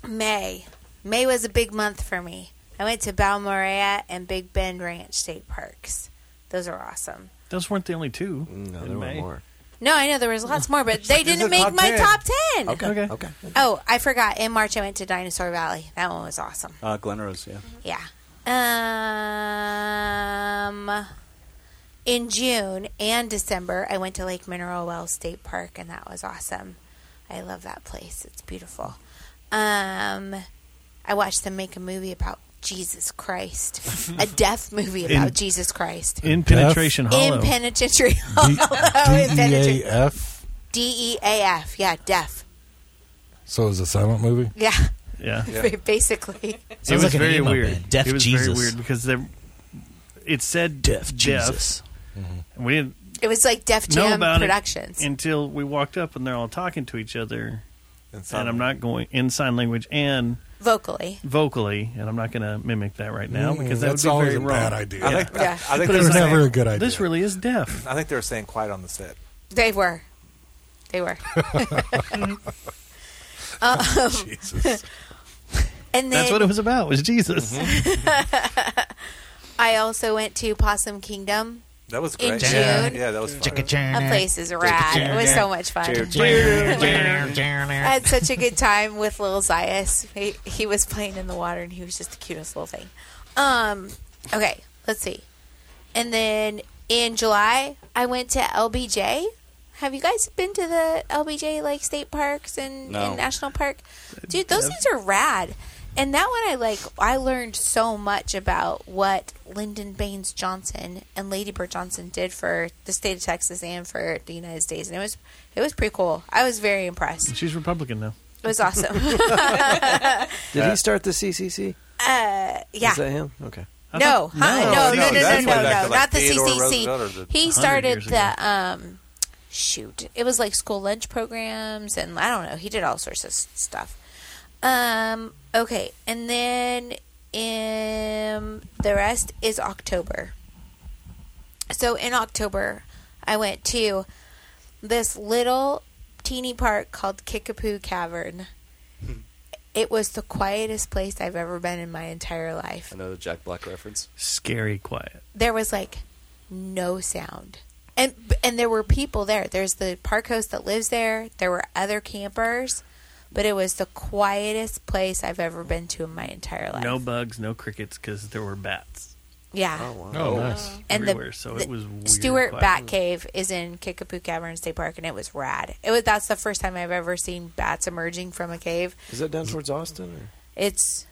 May. May was a big month for me. I went to Balmorea and Big Bend Ranch State Parks. Those are awesome.
Those weren't the only two. No,
there were more.
No, I know there was lots more,
(laughs)
but they
These are
didn't make
top
my
10.
top ten.
Okay, Okay. okay.
Oh, I forgot. In March, I went to Dinosaur Valley. That one was awesome.
Uh, Glenrose, yeah.
Yeah. Um, in June and December, I went to Lake Mineral Wells State Park, and that was awesome. I love that place. It's beautiful. Um, I watched them make a movie about Jesus Christ,
(laughs)
a deaf movie
In-
about Jesus Christ.
in Penetration Deaf? Hollow.
In Penitentiary Hollow. (laughs) in
E
Penitentiary.
DEAF.
D E A F. Yeah, deaf.
So it was a silent movie.
Yeah.
Yeah.
(laughs) Basically.
it was
like an
very
emo
weird.
band. Deaf
it was very
Jesus.
weird because they it said deaf
Jesus.
And we didn't
It was like Def
know
Jam
about it
Productions.
until we walked up and they're all talking to each other. And I'm not going in sign language and
Vocally.
vocally, and I'm not going to mimic that right now
Mm,
because that
that's
would be
always
very
a
wrong.
bad idea. I think- I- Yeah. I think
But
that's
it's
never
like,
a good idea.
This really is deaf.
I think they were saying quiet on the set.
They were. They
(laughs)
were. um,
Jesus.
And then,
That's what it was about. Was Jesus?
(laughs) I also went to Possum Kingdom.
That was
In
great.
June.
Yeah, yeah, that was fun.
That place is rad. It was so much fun. I had such a good time with Lil Zias. He, he was playing in the water and he was just the cutest little thing. Um, okay, let's see. And then in July, I went to LBJ. Have you guys been to the LBJ like state parks and,
No.
and national park? Dude, those things are rad. And that one I like I learned so much about what Lyndon Baines Johnson and Lady Bird Johnson did for the state of Texas and for the United States. And it was it was pretty cool. I was very impressed.
She's Republican now.
It was awesome.
(laughs) Did he start the CCC?
Uh, yeah.
Is that him? Okay.
No,
I thought-
huh?
No.
no,
See,
no, no, no, no,
that's way
no,
back to, like,
not the
Theodore
CCC.
Roosevelt or the-
he
100
started
years ago.
the um, shoot. It was like school lunch programs, and I don't know. He did all sorts of s- stuff. Um, okay, and then um, the rest is October. So in October, I went to this little teeny park called Kickapoo Cavern. It was the quietest place I've ever been in my entire life.
Another Jack Black reference.
Scary quiet.
there was like no sound and and there were people there there's the park host that lives there there were other campers but it was the quietest place i've ever been to in my entire life
No bugs, no crickets, because there were bats.
yeah
Oh, nice.
and
Everywhere,
the,
so
the
it was weird
Stewart
quiet.
Bat Cave is in Kickapoo Cavern State Park, and it was rad. It was that's the first time I've ever seen bats emerging from a cave.
Is that down towards Austin? Or?
It's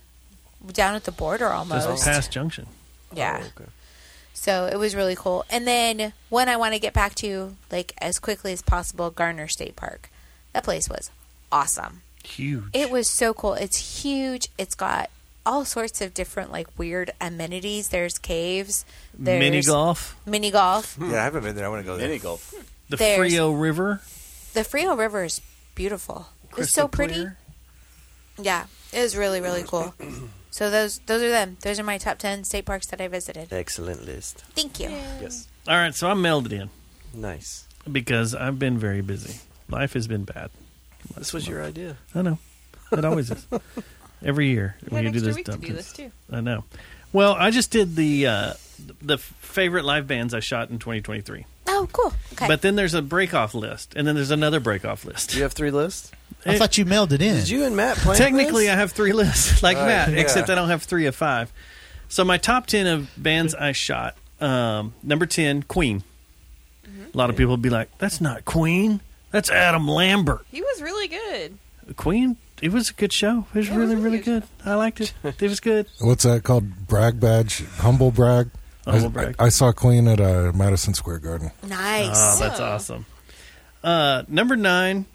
down at the border almost.
Just past Junction.
Oh,
Yeah.
Oh,
So it was really cool. And then one I want to get back to like as quickly as possible, Garner State Park. That place was awesome.
Huge.
It was so cool. It's huge. It's got all sorts of different like weird amenities. There's caves. There's
Mini golf.
Mini golf.
(laughs) Yeah, I haven't been there. I want to go there.
Mini golf.
The
There's-
Frio River.
The Frio River is beautiful. it's
Crystal
so pretty. Yeah, it was really really cool. So those those are them. Those are my top ten state parks that I visited.
Excellent list.
Thank you.
Yes.
All right, so I mailed it in.
Nice.
Because I've been very busy. Life has been bad.
This was your idea.
I know. It
(laughs)
always is. Every year
We had
we do
extra
this
week to
dump
do this,
this.
too.
I know. Well, I just did the uh, the favorite live bands I shot in 2023.
Oh, cool. Okay.
But then there's a break off list, and then there's another break off list.
You have three lists.
I thought you mailed it in.
Did you and Matt plan
Technically,
this?
I have three lists (laughs) like
All right,
Matt,
yeah.
except I don't have three of five. So my top ten of bands I shot. Um, number ten, Queen. A lot of people would be like, "That's not Queen. That's Adam Lambert."
He was really good.
Queen. It was a good show. It was really, really good. I liked it. It was good.
What's that called? Brag badge, humble brag.
Humble
I,
brag.
I, I saw Queen at uh, Madison Square Garden.
Nice.
Oh, that's awesome. Uh, number nine,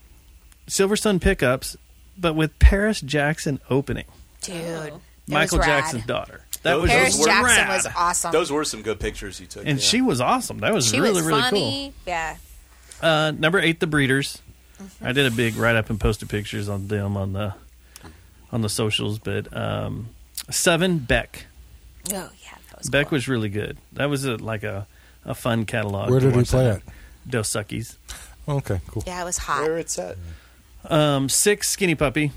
Silver Sun pickups, but with Paris Jackson opening.
Dude. that was
Michael
rad.
Jackson's daughter. That was
Paris
rad.
Jackson was awesome.
(laughs) Those were some good pictures you took.
and she was awesome. That was
she
really,
was
really
funny. Yeah.
cool. Uh, number eight, the Breeders.
Mm-hmm.
I did a big write up and posted pictures on them on the on the socials. But um, seven, Beck.
Oh yeah.
Beck was really good. That was a, like a, a fun catalog.
Where
to
did he
watch
play
that. Dos Suckies.
Okay, cool.
Yeah, it was hot. Where
it's at?
Um, six Skinny Puppy,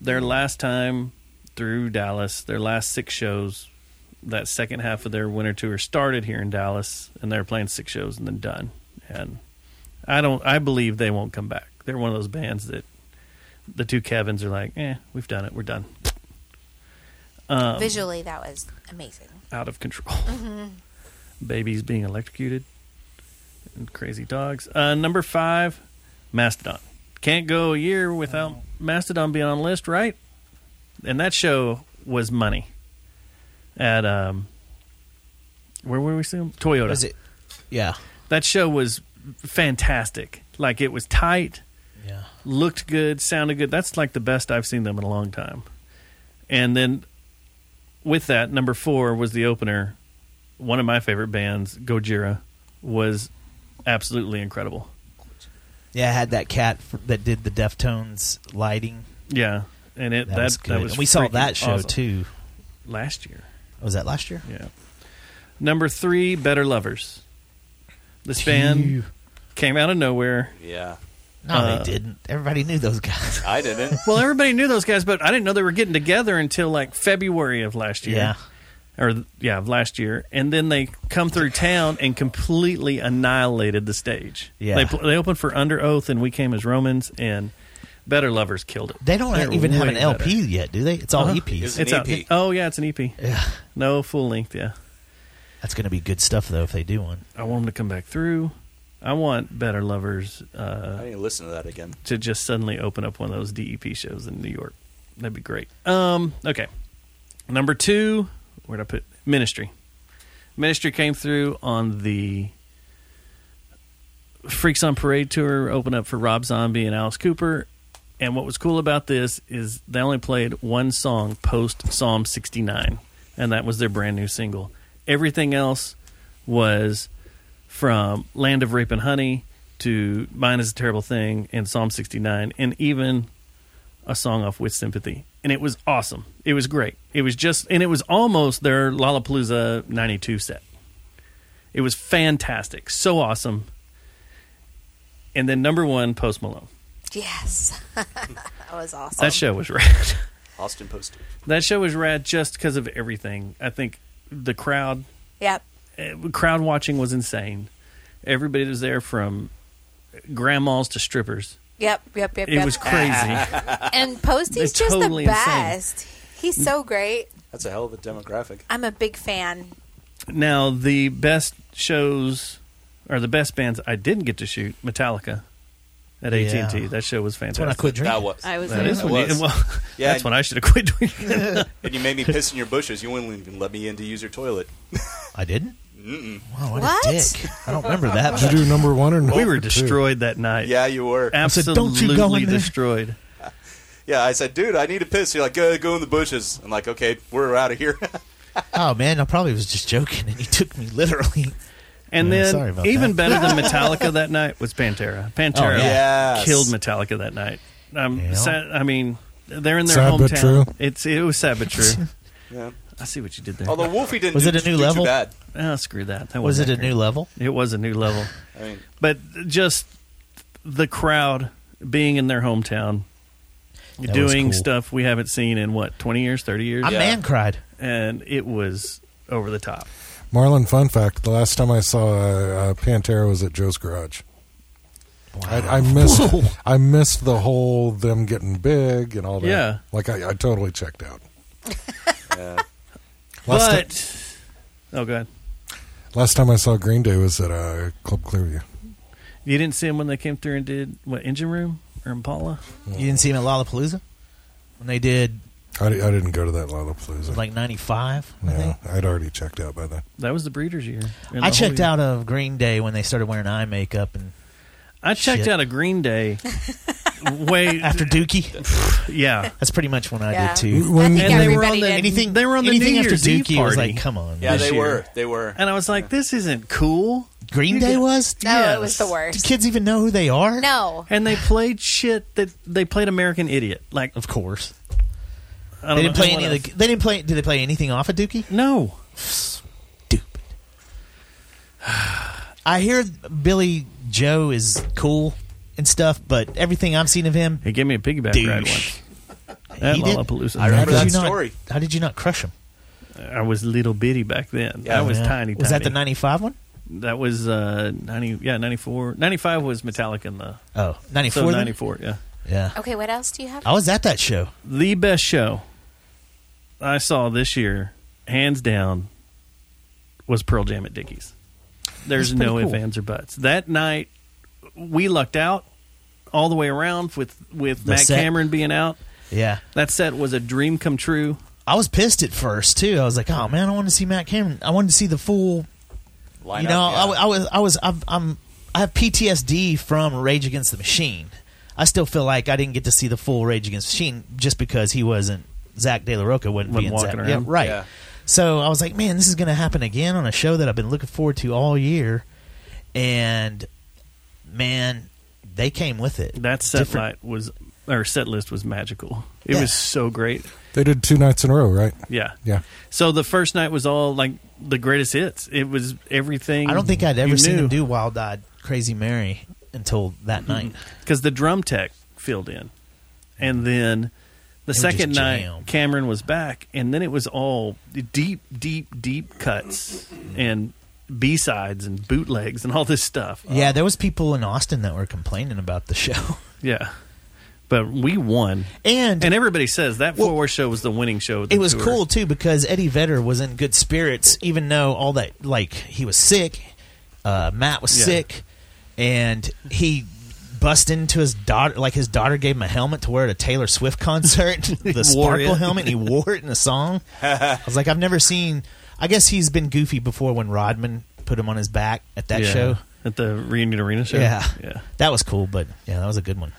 their last time through Dallas, their last six shows. That second half of their winter tour started here in Dallas, and they were playing six shows and then done. And I don't, I believe they won't come back. They're one of those bands that the two Kevins are like, eh, we've done it, we're done. Um,
Visually, that was amazing.
out of control. (laughs)
Mhm.
Babies being electrocuted and crazy dogs. Uh, number five, Mastodon. Can't go a year without Mastodon being on the list, right? And that show was money. At um, where were we seeing Toyota?
Was it- yeah.
That show was fantastic. Like it was tight.
Yeah.
Looked good, sounded good. That's like the best I've seen them in a long time. And then with that, number four was the opener. One of my favorite bands, Gojira, was absolutely incredible.
Yeah, I had that cat f- that did the Deftones lighting.
Yeah, and it
That
that
was
that
good.
was
And we saw
freaking
that show,
awesome.
too.
last year.
Was that last year?
Yeah. Number three, Better Lovers. This band came out of nowhere. Uh,
Yeah.
No, they didn't. Everybody knew those guys.
I didn't.
(laughs) well, everybody knew those guys, but I didn't know they were getting together until like February of last year.
Yeah.
Or yeah, of last year, and then they come through town and completely annihilated the stage.
Yeah.
they, pl- they opened for Under Oath, and we came as Romans, and Better Lovers killed it.
They don't
They're
even have
way
an LP
better.
yet, do they? It's all E
Uh-huh.
EPs.
It's a- oh yeah, it's an EP. Yeah, no full length. Yeah,
That's going to be good stuff though if they do one.
I want them to come back through. I want Better Lovers. Uh,
I need to listen to that again.
to just suddenly open up one of those DEP shows in New York. That'd be great. Um, okay. Number two, where'd I put Ministry? Ministry came through on the Freaks on Parade tour, opened up for Rob Zombie and Alice Cooper. And what was cool about this is they only played one song post Psalm 69, and that was their brand new single. Everything else was from Land of Rape and Honey to Mine is a Terrible Thing and Psalm 69, and even a song off with Sympathy. And it was awesome. It was great. It was just, and it was almost their Lollapalooza 92 set. It was fantastic. So awesome. And then number one, Post Malone.
Yes. (laughs) that was awesome.
That show was (laughs) rad.
Austin Post.
That show was rad just because of everything. I think the crowd,
Yep.
eh, crowd watching was insane. Everybody was there from grandmas to strippers.
Yep. Yep. Yep.
It
yep.
was crazy.
(laughs) and Posty's
They're
just
totally
the
insane.
best. He's so great.
That's a hell of a demographic.
I'm a big fan.
now the best shows or the best bands I didn't get to shoot Metallica. at AT and T. That show was fantastic.
when I quit drinking.
That was.
I was
That
there.
is
That
when you-
was.
well,
Yeah,
that's
and-
when I should have
(laughs)
quit
(laughs)
drinking.
and you made me piss in your bushes. You wouldn't even let me in to use your toilet.
I didn't.
Mm-mm.
Wow, what, a dick. I don't remember that.
Did you do number one or number
We were
two?
destroyed that night.
Yeah, you were.
I said, "Don't you go
absolutely
in there."
destroyed.
Yeah, I said, dude, I need to piss. You're like, go, go in the bushes. I'm like, okay, we're out of here. (laughs)
Oh man, I probably was just joking, and he took me literally.
And
Yeah, sorry
then
about
even
that. (laughs)
better than Metallica that night was Pantera. Pantera
Oh, yeah. Yes.
killed Metallica that night. Um,
Yeah.
sad- I mean, they're in their
Sad
hometown.
but true.
It's it was sad
(laughs)
but true.
yeah.
I see what you did there.
Although Wolfie didn't
Was
do,
it a new
do too
level?
bad.
Oh, screw that. that
Was
wasn't
it a
accurate.
new level?
It was a new level.
I mean-
but just the crowd being in their hometown,
That was
doing
cool.
stuff we haven't seen in what twenty years, thirty years.
I man cried.
and it was over the top.
Marlon, fun fact: the last time I saw uh, uh, Pantera was at Joe's Garage. I, I missed.
(laughs) Whoa.
I missed the whole them getting big and all that.
Yeah.
like I, I totally checked out. Last
But oh, god,
Last time I saw Green Day was at uh, Club Clearview.
you didn't see them when they came through and did what engine room or Impala.
You didn't see him at Lollapalooza when they did
I, di- I didn't go to that Lollapalooza.
like '95. I
no,
think
I'd already checked out by then.
That was the Breeders' year. And
I
the
checked
whole
out
year.
of Green Day when they started wearing eye makeup and
I checked
shit.
out a Green
(laughs)
Day. Way
after
(laughs)
Dookie.
yeah,
That's pretty much when I
Yeah.
did too.
When-
think
and they were
everybody
on the
did.
Anything
They were on the
anything
New
after
Year's Eve
Dookie I was
party.
like, come on,
Yeah,
this
they
year.
were. They were.
and I was like, this isn't cool.
Green Day was.
No, it was the worst.
Do kids even know who they are?
No.
And they played shit that they played American Idiot. Like
Of course,
I don't
they didn't
know,
play
what
any. Of the,
else?
they didn't play. Did they play anything off of Dookie?
No,
Stupid. I hear Billy Joe is cool and stuff, but everything I've seen of him,
he gave me a piggyback ride
douche.
once at
He did-
Lollapalooza.
I remember
how
that
did you not-
story.
how did you not crush him?
I was little bitty back then. I was
Yeah.
tiny.
Was
tiny.
that the '95 one?
That was uh, ninety. Yeah, ninety four. Ninety five was Metallica in the
Oh, 94.
so
then?
ninety four. Yeah,
Yeah,
Okay, what else do you have?
I was at that show.
the best show I saw this year, hands down, was Pearl Jam at Dickies. There's
That's pretty
no ifs,
cool.
ands, or buts. That night, we lucked out all the way around with with
The
Matt
set.
Cameron being out.
Yeah,
That set was a dream come true.
I was pissed at first too. I was like, "Oh man, I wanted to see Matt Cameron. I wanted to see the full."
Line
you
up,
know,
yeah.
I, w- I was, I was, I've, I'm, I have PTSD from Rage Against the Machine. I still feel like I didn't get to see the full Rage Against the Machine just because he wasn't Zach De La Roca wasn't,
Wasn't
being Zach.
walking
Yeah,
around.
right.
Yeah.
So I was like, "Man, this is going to happen again on a show that I've been looking forward to all year," and man, they came with it.
That set
Different-
night was or set list was magical. It
Yeah.
was so great.
They did two nights in a row, right?
Yeah.
Yeah.
So the first night was all like the greatest hits. It was everything.
I don't think I'd ever seen
him
him do Wild Eyed Crazy Mary until that night.
because Hmm. the drum tech filled in, and then the
They would
second
just
night
jam.
Cameron was back, and then it was all deep, deep, deep cuts and B sides and bootlegs and all this stuff.
Yeah, there was people in Austin that were complaining about the show.
Yeah. But we won,
And-
and everybody says that four War show was the winning show. Of the
It was
tour.
cool too because Eddie Vedder was in good spirits, even though all that like he was sick, uh, Matt was
Yeah.
sick, and he bust into his daughter like his daughter gave him a helmet to wear at a Taylor Swift concert,
(laughs)
the
Wore
sparkle
it.
helmet, and he wore it in a song.
(laughs)
I was like, I've never seen. I guess he's been goofy before when Rodman put him on his back at that
Yeah.
show.
at the Reunion Arena show.
Yeah.
yeah.
That was cool, but yeah, that was a good one.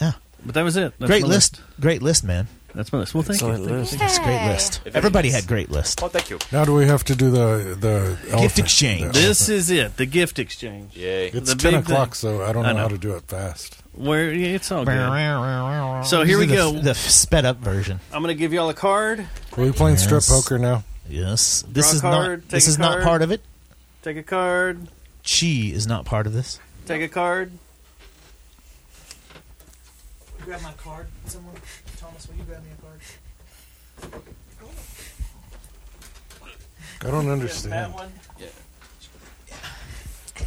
Yeah.
But that was it. That's
great
my
list. Great list, man.
That's my list. Well, thank you.
Excellent
Thank you.
list.
It's a great list. Everybody had great list.
Oh, thank you.
Now do we have to do the the elephant-
exchange.
the
This
elephant?
is it. The gift exchange.
Yay.
It's
the
ten
big
o'clock,
thing.
so I don't know,
I know.
how to do it fast.
Where yeah, it's all Oh, good.
So
So here we go.
The, sped up version.
I'm gonna give y'all a card.
Are we playing strip
Yes.
poker now?
Yes. This
Draw a
is
card,
not.
take
This
a
is not
card.
part of it.
Take a card.
Chi is not part of this.
Take a card.
Grab my card. Someone, Thomas, will you grab me a card?
I don't understand.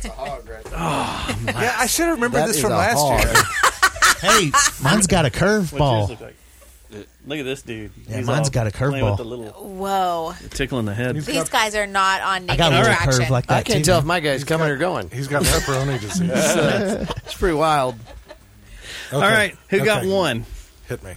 Oh,
Yeah, I should have remembered
That
this
is
from
a
last
hog.
year.
(laughs)
(laughs)
(laughs) Hey, mine's got a curveball.
like?
Uh,
Look at this dude.
Yeah,
He's
mine's
all
got a
playing
curveball.
with
(laughs)
the little
Whoa.
tickle in the head.
These guys are not on
I
naked
got a little
attraction.
curve like that.
I can't
too,
tell
man.
if my guy's coming or going. (laughs)
He's got pepperoni disease.
It's pretty wild.
All right, who got
Okay.
one?
Hit me.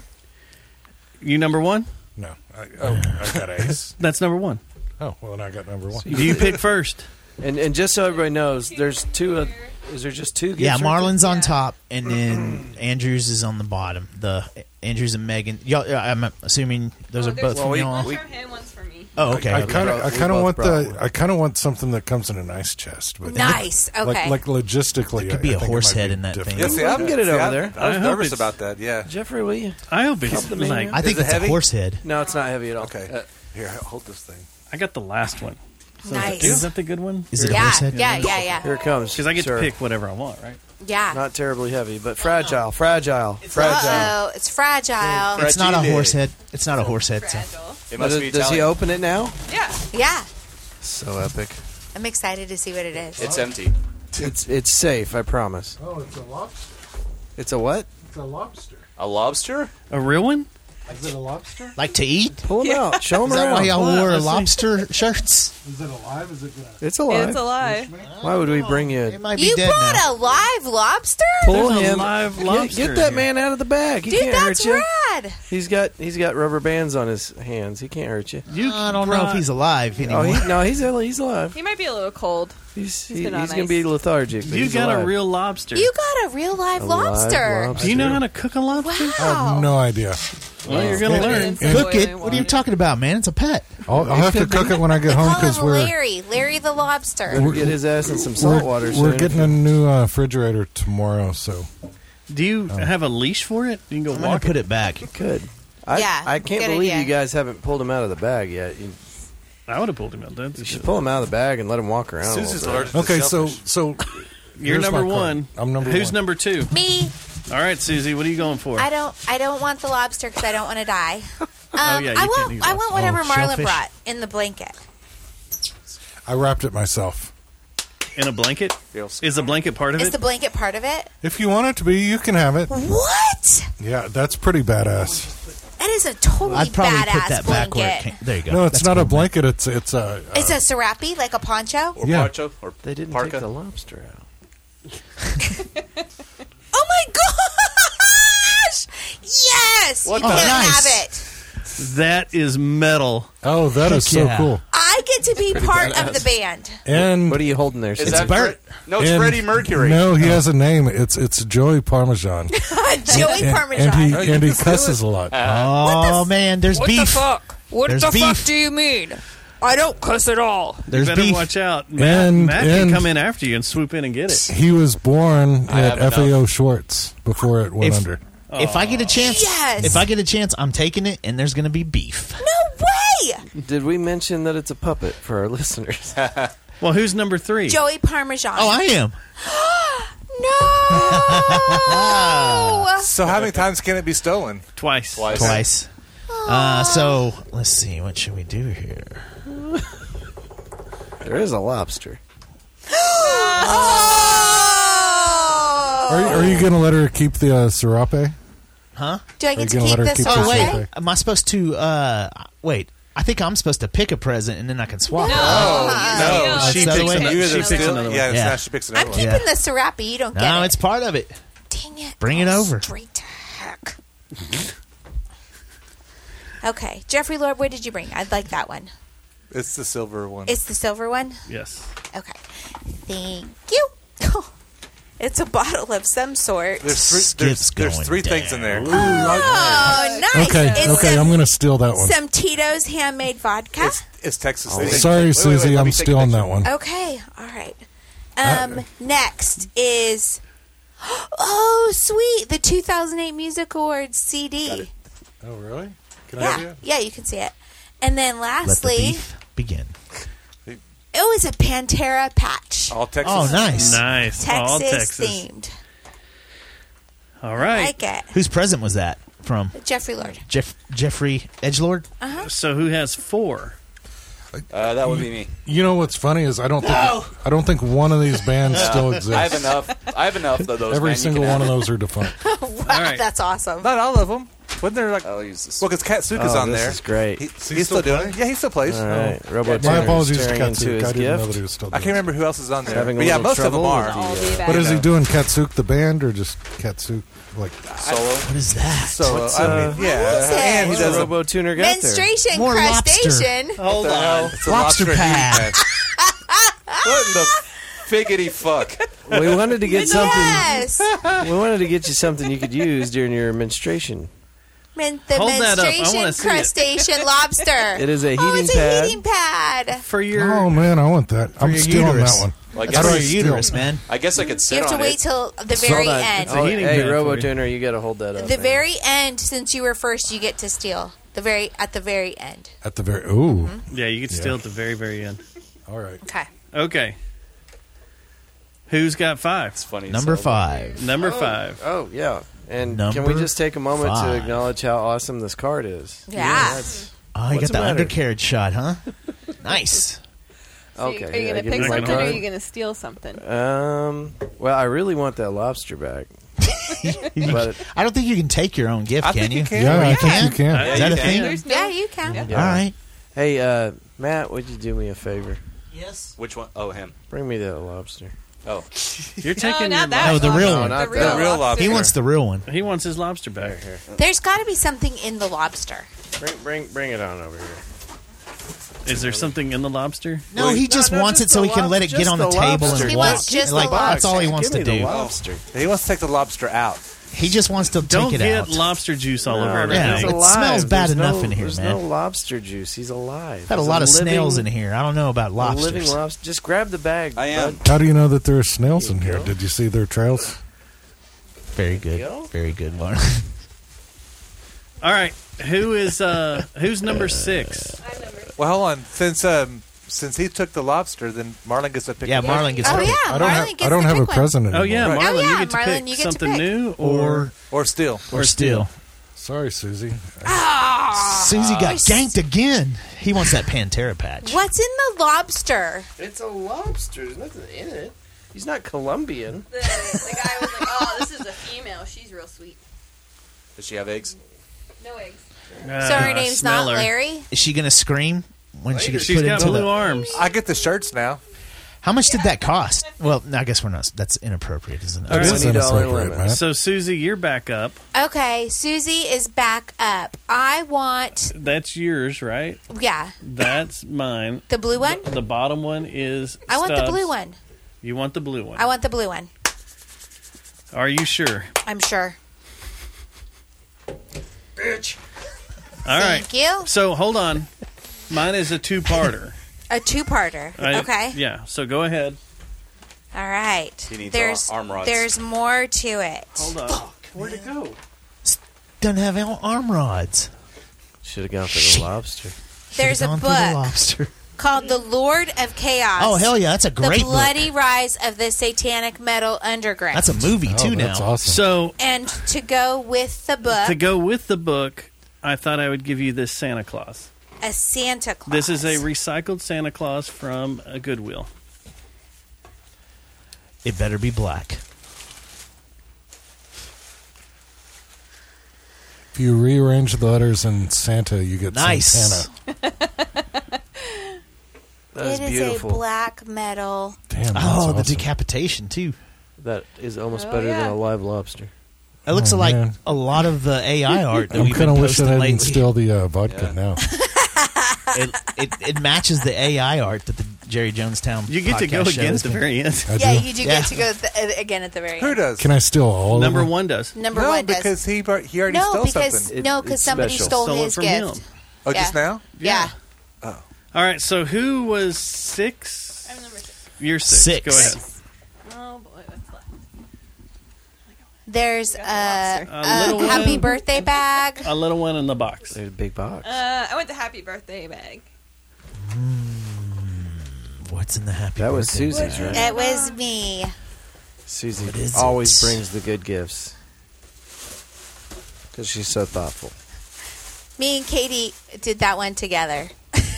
You number one?
No. I, oh, I
(laughs)
got ace.
That's number one.
Oh, well, then I got number one.
You (laughs) pick first.
And and just so everybody knows, there's two. Of, is there just two? Gifts
Yeah,
right
Marlon's on top, and then Andrews is on the bottom. The Andrews and Megan. Y'all, yeah, I'm assuming those are both from y'all.
One's from him, one's from me.
Oh, okay.
I
okay.
kind of, I kind of want the, I kind of want something that comes in an ice chest. But
Nice, okay.
Like, like logistically,
There could be
a
a horse head in that thing.
different.
Yeah, see, I'm
getting over
I-
there.
I was
I hope
nervous
it's-
about
(laughs)
that. Yeah,
Jeffrey, will you?
I hope it's
Help the man
like-
out.
I
Is
think
it
it's a
heavy?
horse head.
No, it's not heavy at all. Uh,
Okay. Here, hold this thing.
I got the last one. So
Nice.
Is that the good one?
Is it a
Yeah, horse head? yeah, yeah, yeah.
Here it comes.
Because I get
sir.
to pick whatever I want, right?
Yeah.
Not terribly heavy, but fragile, fragile, fragile.
Uh oh, it's fragile.
It's not a horse head. It's not a horse head. So.
It must Does- be does he Italian. open it now?
Yeah. Yeah.
So epic.
I'm excited to see what it is.
It's empty.
It's it's safe, I promise.
Oh, it's a lobster.
It's a what?
It's a lobster.
A lobster?
A real one?
Is it a lobster?
Like to eat?
Pull them out. Show them
Is that
around.
why y'all
Pull it out.
wore
Let's see.
lobster shirts?
Is it alive? Is it gonna?
It's alive.
It's alive.
Why would we bring you? It
might
You brought a live lobster?
Pull him. Get- Get, that
here.
man out of the bag. He
Dude,
can't
that's
hurt you.
rad.
He's got he's got rubber bands on his hands. He can't hurt you.
you
I don't know if he's alive
Oh,
anymore.
he, no, he's al- he's alive.
He might be a little cold.
He's,
been on
he's gonna
ice.
be lethargic. but
You
he's
got
alive.
a real lobster.
You got a real live
A live
lobster.
lobster.
Do you know how to cook a lobster?
I
Oh,
have no idea.
Well, you're gonna learn.
Cook it. What are you talking about, man? It's a pet.
I'll, I'll have to cook it when I get home
Call
because
him
we're
Larry. Larry the lobster.
Better get his ass in some
we're,
salt water.
we're
soon.
getting a new uh, refrigerator tomorrow. So
Do you
Oh.
have a leash for it? You can go
I'm gonna
walk
put
it.
it back.
Good. I,
Yeah,
I can't
good
believe
idea.
you guys haven't pulled him out of the bag yet. You,
I would have pulled him out. That's
you should pull him out of the bag and let him walk around.
Susie's
a little bit.
allergic
okay, so so
You're
here's my
number
card.
one.
I'm number
Who's
one.
number two?
Me,
All right, Susie, what are you going for?
I don't I don't want the lobster because I don't want to die. Um,
yeah, you
I
can't
want
eat
I want
lobster.
whatever
Oh,
Marla
shellfish.
brought in the blanket.
I wrapped it myself.
In a blanket? Is the blanket part of
Is
it?
the blanket part of it?
If you want it to be, you can have it.
What?
Yeah, that's pretty badass.
That is a totally
I'd probably
badass
put that back where it
blanket.
came. There you go.
No, it's
That's
not a
cool.
blanket. It's it's a. Uh,
it's a serape, like a poncho.
Or
Yeah.
parcho? Or
They didn't
parka?
take the lobster out.
Oh my gosh! Yes,
What
you
the-
can't
Oh, nice.
have it.
that is metal.
oh, that is so
Yeah.
cool.
I get to be part of the band.
And
What are you holding there?
Is
Sam?
that
Bert.
Fre- no, it's
and-
Freddie Mercury. Oh.
No, he has a name. It's it's Joey
(laughs) (laughs)
Parmesan.
Joey
and,
Parmesan.
and
Oh,
he and he cusses a
Uh,
lot.
Oh man, there's beef.
fuck? What
There's the fuck beef. do
you mean? I don't cuss at all.
There's
Better
beef.
watch out. Matt,
And-
Matt
and-
can come in after you and swoop in and get it.
He was born
I have
at
enough.
FAO Schwartz before it went
If-
under.
If I get a chance,
Yes.
if I get a chance, I'm taking it, and there's gonna be beef.
no way.
Did we mention that it's a puppet for our (laughs) listeners?
Well, who's number three?
Joey Parmesan.
Oh, I am.
no.
So how many times can it be stolen?
Twice.
Twice.
Twice. Uh, so let's see. What should we do here?
there is a lobster.
Oh.
Are, you- are you going to let her keep the uh, serape?
Do I
Are you
get to
gonna
keep
let her
this
keep
or
this
Oh
Okay.
wait, am I supposed to? Uh, wait, I think I'm supposed to pick a present and then I can swap.
No,
Oh,
That's
she
the
picks,
other way.
another,
You
she
either
picks
steal-
another one.
Yeah, it's
Yeah.
not- she picks
I'm
another
keeping
one.
Yeah.
the serape. You don't get
No,
it.
it's part of it.
Dang it.
Bring it
Oh,
over.
Straight to heck. okay. Jeffrey Lord, what did you bring? I'd like that one.
It's the silver one.
It's the silver one?
Yes.
Okay. Thank you. (laughs) it's a bottle of some sort.
There's three, there's,
Skip's
there's
going
three things in there.
Oh, nice.
Okay,
It's
okay, I'm
some,
going to steal that one.
some Tito's handmade vodka.
It's, it's Texas.
Oh,
They-
Sorry,
Oh, wait, wait, wait,
Susie,
let
I'm
me take a
stealing
picture.
that one.
Okay. All right. Um, next is (gasps) oh sweet the 2008 Music Awards CD.
Oh, really? Can I
Yeah,
have
yeah, you can see it. And then
Let the
lastly, oh,
beef begin.
it was a Pantera patch,
All Texas.
Oh, nice.
Nice. All
Texas,
Texas.
themed.
All right.
Like it,
Whose present was that from?
Jeffrey Lord. Uh-huh.
Jeff Jeffrey Edgelord.
So who has four?
Uh, that would be me.
you? You know what's funny is I don't think I don't think one of these bands still exists.
I have enough. I have enough of those.
Every
man. You
single
can
one of
have (laughs)
(laughs)
those are defunct.
wow,
right.
that's awesome.
Not all of them. Wasn't there like? Well, because Katsuka's
Oh,
on
this
there.
is great.
He,
Does
he's
he
still,
still
doing
play?
it. Yeah, he still plays.
All right.
Oh.
Yeah.
Robo My Tuner is apologies to staring into Katsuka. his I didn't know gift. that he was still
I
doing
can't
it.
remember who else is on there.
Having a
but yeah,
little
most of them
trouble
are.
with the,
What is he doing? Katsuk the band or just Katsuk? Like
solo? What
is that?
Solo.
What's,
I
uh,
mean, yeah.
What is it?
and he
What's
does
a
a-
Robo Tuner
got there?
Menstruation
More lobster.
crustacean.
Hold
What the
on.
hell?
It's a lobster
Lobster
pack.
pack. what in the figgity fuck?
(laughs) We wanted to get something.
Yes.
We wanted to get you something you could use during your menstruation.
Men- the
Hold that up. I
menstruation
wanna see it. (laughs)
crustacean lobster.
It is a
oh,
heating
it's a
pad.
heating pad.
For
Oh man, I want that. I'm
your
still on
uterus.
that one.
Like,
How do I
that's
steal?
uterus, man. I guess I could sit
You have to
on
wait
it.
till the very
Hold on.
end.
Oh, hey,
pad for you.
RoboTuner, you got to hold that up.
The very end, since you were first, you get to steal. The very at the very end.
At the very ooh.
Yeah, you can steal at the very, very end.
All right.
Okay.
Okay. Who's got five? It's
funny.
Number five.
Number
Oh,
five.
Oh yeah, and can
Number
we just take a moment
five.
to acknowledge how awesome this card is?
Yeah. Yeah.
that's-
Oh, you
What's
got the
matter?
undercarriage shot,
(laughs)
huh? nice.
So you-
Okay,
Are you
yeah,
going to
give
pick
me my
something or are
card.
you going to steal something?
Um. Well, I really want that
(laughs)
lobster back. but
I don't think you can take your own gift,
I
can
think
you?
you can. Yeah, I
you
think
can?
you can.
Is
Yeah,
that a
you can.
thing?
There's
Yeah, you can.
yeah.
All right.
Hey, uh, Matt, would you do me a favor?
Yes.
Which one? Oh, him.
Bring me that lobster. (laughs)
Oh,
You're
No,
taking
not
your
that
No, Oh, the real
No,
one.
not The real that. real lobster.
He wants the real one.
He wants his lobster back.
There's got to be something in the lobster.
Bring, bring, bring it on over here.
Is there something in the lobster?
No, he just wants it so he can let it get on the, table and
He
watch.
wants just
like
the
that's all he
lobster.
wants
Give
to
me the
do.
lobster.
He wants to take the lobster out.
He just wants to
Don't
take it
get
out.
lobster juice all
No,
over
no,
everything.
no, It
Alive.
smells bad
There's
enough
no-
in here,
there's
man.
no lobster juice. He's alive.
Had a
He's
lot of
living-
snails in here. I don't know about
a
lobsters.
Living lobster. Just grab the bag. I am.
How do you know that there are snails in here? Did you see their trails?
Very good. Very good one. (laughs)
All right. Who is uh who's number six?
Well, hold on. Since um, since he took the lobster, then Marlon gets to pick.
Oh, Yeah,
the
Marlon gets
lobster.
to pick.
I don't have, I don't have a president.
Oh yeah, Marlon,
anymore.
you get to pick something new
Or-
or
or still
Or
still.
Sorry, Susie.
Susie got
Nice.
ganked again. He wants that Pantera patch.
What's in the lobster?
It's a lobster. There's nothing in it. He's not Colombian.
The guy was like, "Oh, this is a female. She's real sweet.
Does she have eggs? (laughs)
No eggs."
Uh,
so her name's not
Uh, smeller.
Larry.
Is she gonna scream when she gets
She's
put
got
into
blue
the
arms?
I get the shirts now.
How much did that cost? Well, no, I guess we're not. That's inappropriate, isn't it?
All right.
inappropriate, Matt.
So Susie, you're back up.
Okay, Susie is back up. I want
That's yours, right?
yeah
That's mine.
the blue one.
The bottom one is.
I want the
Stubbs.
blue one.
You want the blue one?
I want the blue one.
Are you sure?
I'm sure.
Bitch.
All right.
Thank you.
So hold on. Mine is
(laughs)
a two-parter.
A two-parter.
I-
okay.
Yeah. So go ahead.
All right.
He needs
There's
ar- arm rods.
there's more to it.
Hold on. Where'd it go?
Doesn't have al- arm rods.
Should have gone for the lobster.
There's a
Gone for the
book
lobster.
called The Lord of Chaos.
Oh hell yeah, that's a great
The
book.
Bloody Rise of the Satanic Metal Underground.
That's a movie
Oh,
too
that's
now.
awesome. So
And to go with the book,
to go with the book, I thought I would give you this Santa Claus.
a Santa Claus.
This is a recycled Santa Claus from a Goodwill.
it better be black.
If you rearrange the letters in Santa, you get
Nice.
Santana.
(laughs) That is
It is
beautiful.
a black metal.
Damn.
oh, the decapitation too.
that is almost
Oh,
better
yeah.
than a live lobster.
It looks
Oh,
like
man.
a lot of the
(laughs)
AI art that
I'm
we've been
kind of wishing
posting
I
lately.
didn't steal the uh, vodka now.
it, it it matches the AI art that the Jerry Jonestown.
You get to go
podcast
again
shows
at the
can-
very end.
I
yeah,
do.
you do
Yeah.
get to go th- uh, again at the very end.
does?
Can I steal all
Number
of them?
one does.
Number
no,
one does.
because he bur- he already
No,
stole
because-
something.
no, 'cause somebody stole Stole it his from gift. him.
Oh,
Yeah.
just now?
yeah.
Oh. All right. So who was six? I'm number six. You're six.
Six.
Go ahead.
Oh boy, what's left?
There's a,
A
a
little
Uh, happy
one.
birthday bag.
A little one in the box.
There's a big box.
Uh, I went to Happy Birthday bag.
What's in the happy?
That was
birthday
Susie's,
bag?
right?
It was
Um,
me.
Susie
is
always
it?
brings the good gifts because she's so thoughtful.
Me and Katie did that one together. (laughs)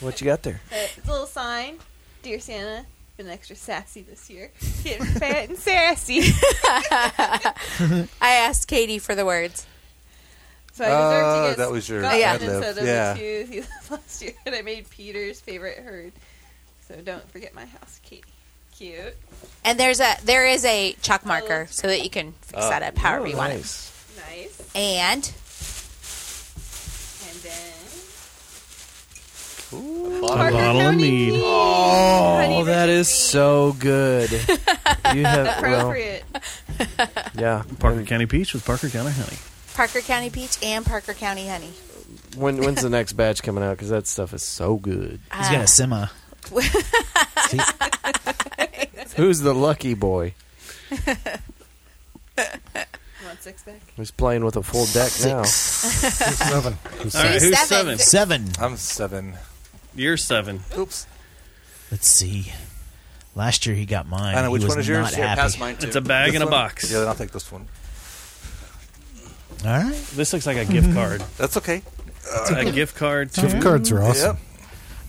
What you
(laughs)
got there?
Uh, It's a little sign, dear Santa. Been extra sassy this year. Getting fat and sassy.
I asked Katie for the words.
So I deserved
Oh,
to get
that was your
Scotland
ad lib,
instead of
yeah.
the (laughs) two seasons last year, and I made Peter's favorite herd. So don't forget my house, Katie. Cute.
And there's a there is a chalk marker so that you can fix
Oh.
that up however
Oh,
you want
nice.
it.
Nice.
And
And then
A bottle of mead.
Honey
Oh,
that
is so
(laughs)
good.
You have
appropriate.
yeah.
Parker County Peach with Parker County Honey.
(laughs) Parker County peach and Parker
(laughs)
County honey.
When when's the next batch coming out? Because that stuff is so good.
He's
Ah.
got a semi.
Who's the lucky boy?
want six back?
Who's playing with a full deck now?
seven.
All right, who's seven?
Seven.
I'm seven.
You're seven.
Oops.
Let's see. Last year he got mine.
I know,
He
which
was
one is yours?
Not
Yeah,
happy.
pass mine, too.
It's a bag
This
and a
one?
box.
Yeah, then I'll take this one.
All right.
This looks like a gift card.
That's okay.
a gift card.
Gift cards are awesome.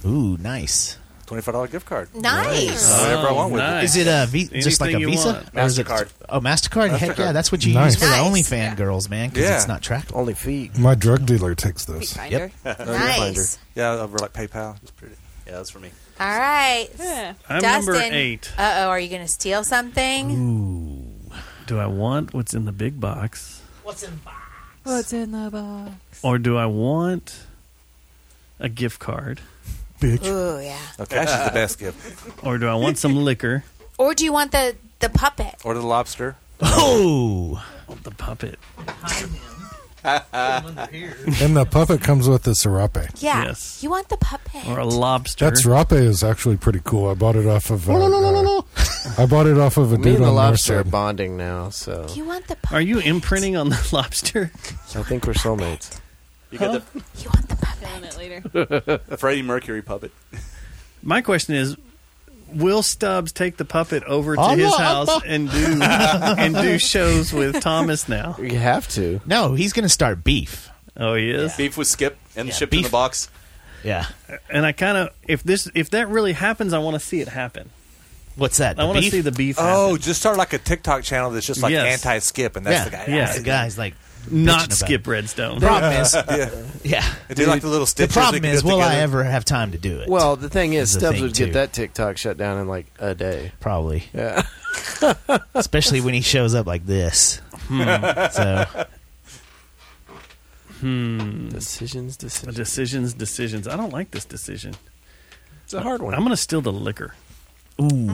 Ooh, nice.
Twenty-five dollar gift card.
Nice.
Uh, whatever I want with it.
Is it a vi- just like a Visa? Or is it-
Mastercard.
oh, Mastercard. Heck yeah,
Mastercard.
that's what you
Nice.
use for the OnlyFan girls, man. Because
Yeah.
it's not tracked.
Only feet.
My drug dealer takes those.
Finder.
(laughs) Oh, yeah.
Nice.
Yeah, over like PayPal. Just put it.
Yeah, that's for me.
All right.
I'm
Dustin,
number eight.
Uh oh, are you going to steal something?
Ooh. Do I want what's in the big box?
What's in the box?
What's in the box?
Or do I want a gift card?
Bitch.
Ooh, yeah.
Okay, cash is the best
(laughs)
gift.
Or do I want some liquor?
Or do you want the the puppet?
Or the lobster.
Oh!
The puppet.
And the puppet comes with a serape.
Yeah.
Yes.
You want the puppet.
Or a lobster.
That serape is actually pretty cool. I bought it off of. Uh, uh, I bought it off of a
Me
dude
and the
on
lobster are
lobster.
bonding now, so
You want the
Are you imprinting on the (laughs) lobster?
I think we're soulmates.
You got
You want the puppet.
Feeling it later.
the Freddie Mercury puppet.
My question is Will Stubbs take the puppet over to
I'm
his
not-
house
(laughs)
(laughs)
and do and do shows with Thomas now?
You have to.
No, he's going to start beef.
Oh, he is.
Beef with Skip and
Yeah,
shipped in
beef.
the box.
Yeah. (laughs)
And I kind of if this if that really happens, I want to see it happen.
What's that?
I want to
beef?
see the beef.
Oh,
happen.
just start like a TikTok channel that's just like
Yes.
anti-skip, and that's
yeah.
the guy.
Yeah.
That's the guy's like bitching
not
about
skip
it.
Redstone.
Problem is,
(laughs) yeah.
yeah.
And do like the little
The
stitches.
problem
they can
is,
put
will I
together.
ever have time to do it?
Well, the thing is,
Is the
Stubbs
thing,
would
too.
get that TikTok shut down in like a day.
probably,
Yeah.
especially when he shows up like this. Hmm.
Hmm.
So
decisions, decisions.
The Hmm. Decisions, decisions. I don't like this decision.
It's a hard
I'm
one.
going to steal the liquor.
Ooh.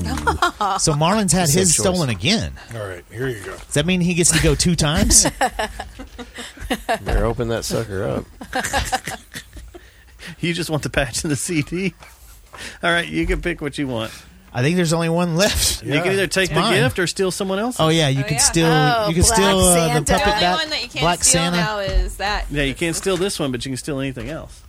so Marlon's had
It's a
his
choice.
stolen again.
All right, here you go.
Does that mean he gets to go
(laughs)
two times?
Better open that sucker
(laughs)
up.
You just want the patch and the CD. All right, you can pick what you want.
I think there's only one left.
You can either take
It's
the
mine.
gift or steal someone else's.
Oh yeah, you
Oh,
can
yeah.
still
Oh,
you can
Black
still uh, the
Santa.
puppet
The only
back,
one that you can't
Black
steal
Santa.
now is that.
Yeah, you can't steal this one, but you can steal anything else.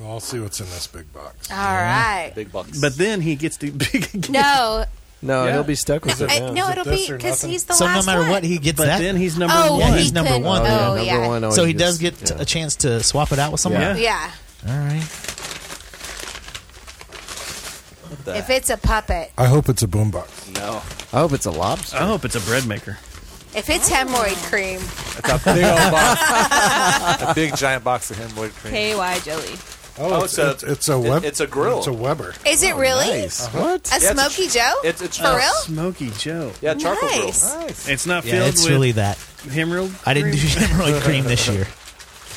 Well, I'll see what's in this big box.
All right.
Big box.
But then he gets the big gift.
No.
(laughs)
No,
Yeah.
he'll be stuck with
Uh,
it.
I-
now.
no,
it
it'll be
this or
because
nothing?
he's the
so
last
no matter
one.
what, he gets
but
that.
then he's number
Oh,
one.
yeah,
he
he's number
couldn't-
one.
Oh, yeah,
Oh,
number
yeah.
one. always
so he
gets-
does get
yeah.
a chance to swap it out with someone.
Yeah.
yeah.
All right.
If it's a puppet,
I hope it's a boombox.
No.
I hope it's a lobster.
I hope it's a bread maker.
if it's hemorrhoid cream,
It's a big old box. a big giant box of hemorrhoid cream.
KY jelly.
Oh, it's a-
it's, it's a Web-
it's a grill.
It's a Weber.
is it really
Nice.
Uh-huh.
What?
a
Yeah, it's a-
Smoky Joe?
It's, it's
For real?
Oh, Smoky Joe.
Yeah, charcoal grill.
Nice.
It's not
Yeah,
filled
it's
with
really that.
emerald.
I didn't do
cream.
hemorrhoid cream this
(laughs)
year.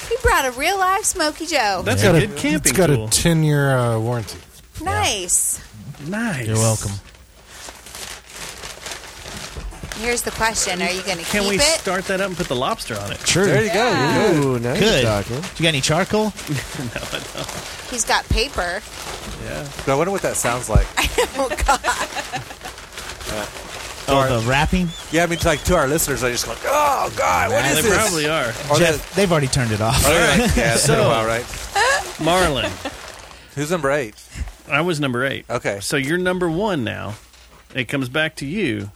You brought a real life Smoky Joe.
That's
Got
a
a-
good camping
It's got
tool.
a ten year uh, warranty.
nice.
nice.
You're welcome.
Here's the question: Are you going to
Can
keep
we
it?
start that up and put the lobster on it?
Sure.
There you go.
Ooh, now
Good.
you're
(laughs)
talking.
You got any
(laughs)
charcoal?
He's got paper.
So I wonder what that
(laughs)
sounds like.
Oh God!
Oh, the wrapping.
Yeah, I mean, to, like to our listeners, I just like, oh god, what
they
is this?
probably are.
Or they-
Jeff, they've already turned it off. (laughs)
or they're like, yeah, it's been a
So-
(laughs)
while, right?
Marlin,
Who's number eight?
I was number eight.
Okay.
So you're number one now. It comes back to you.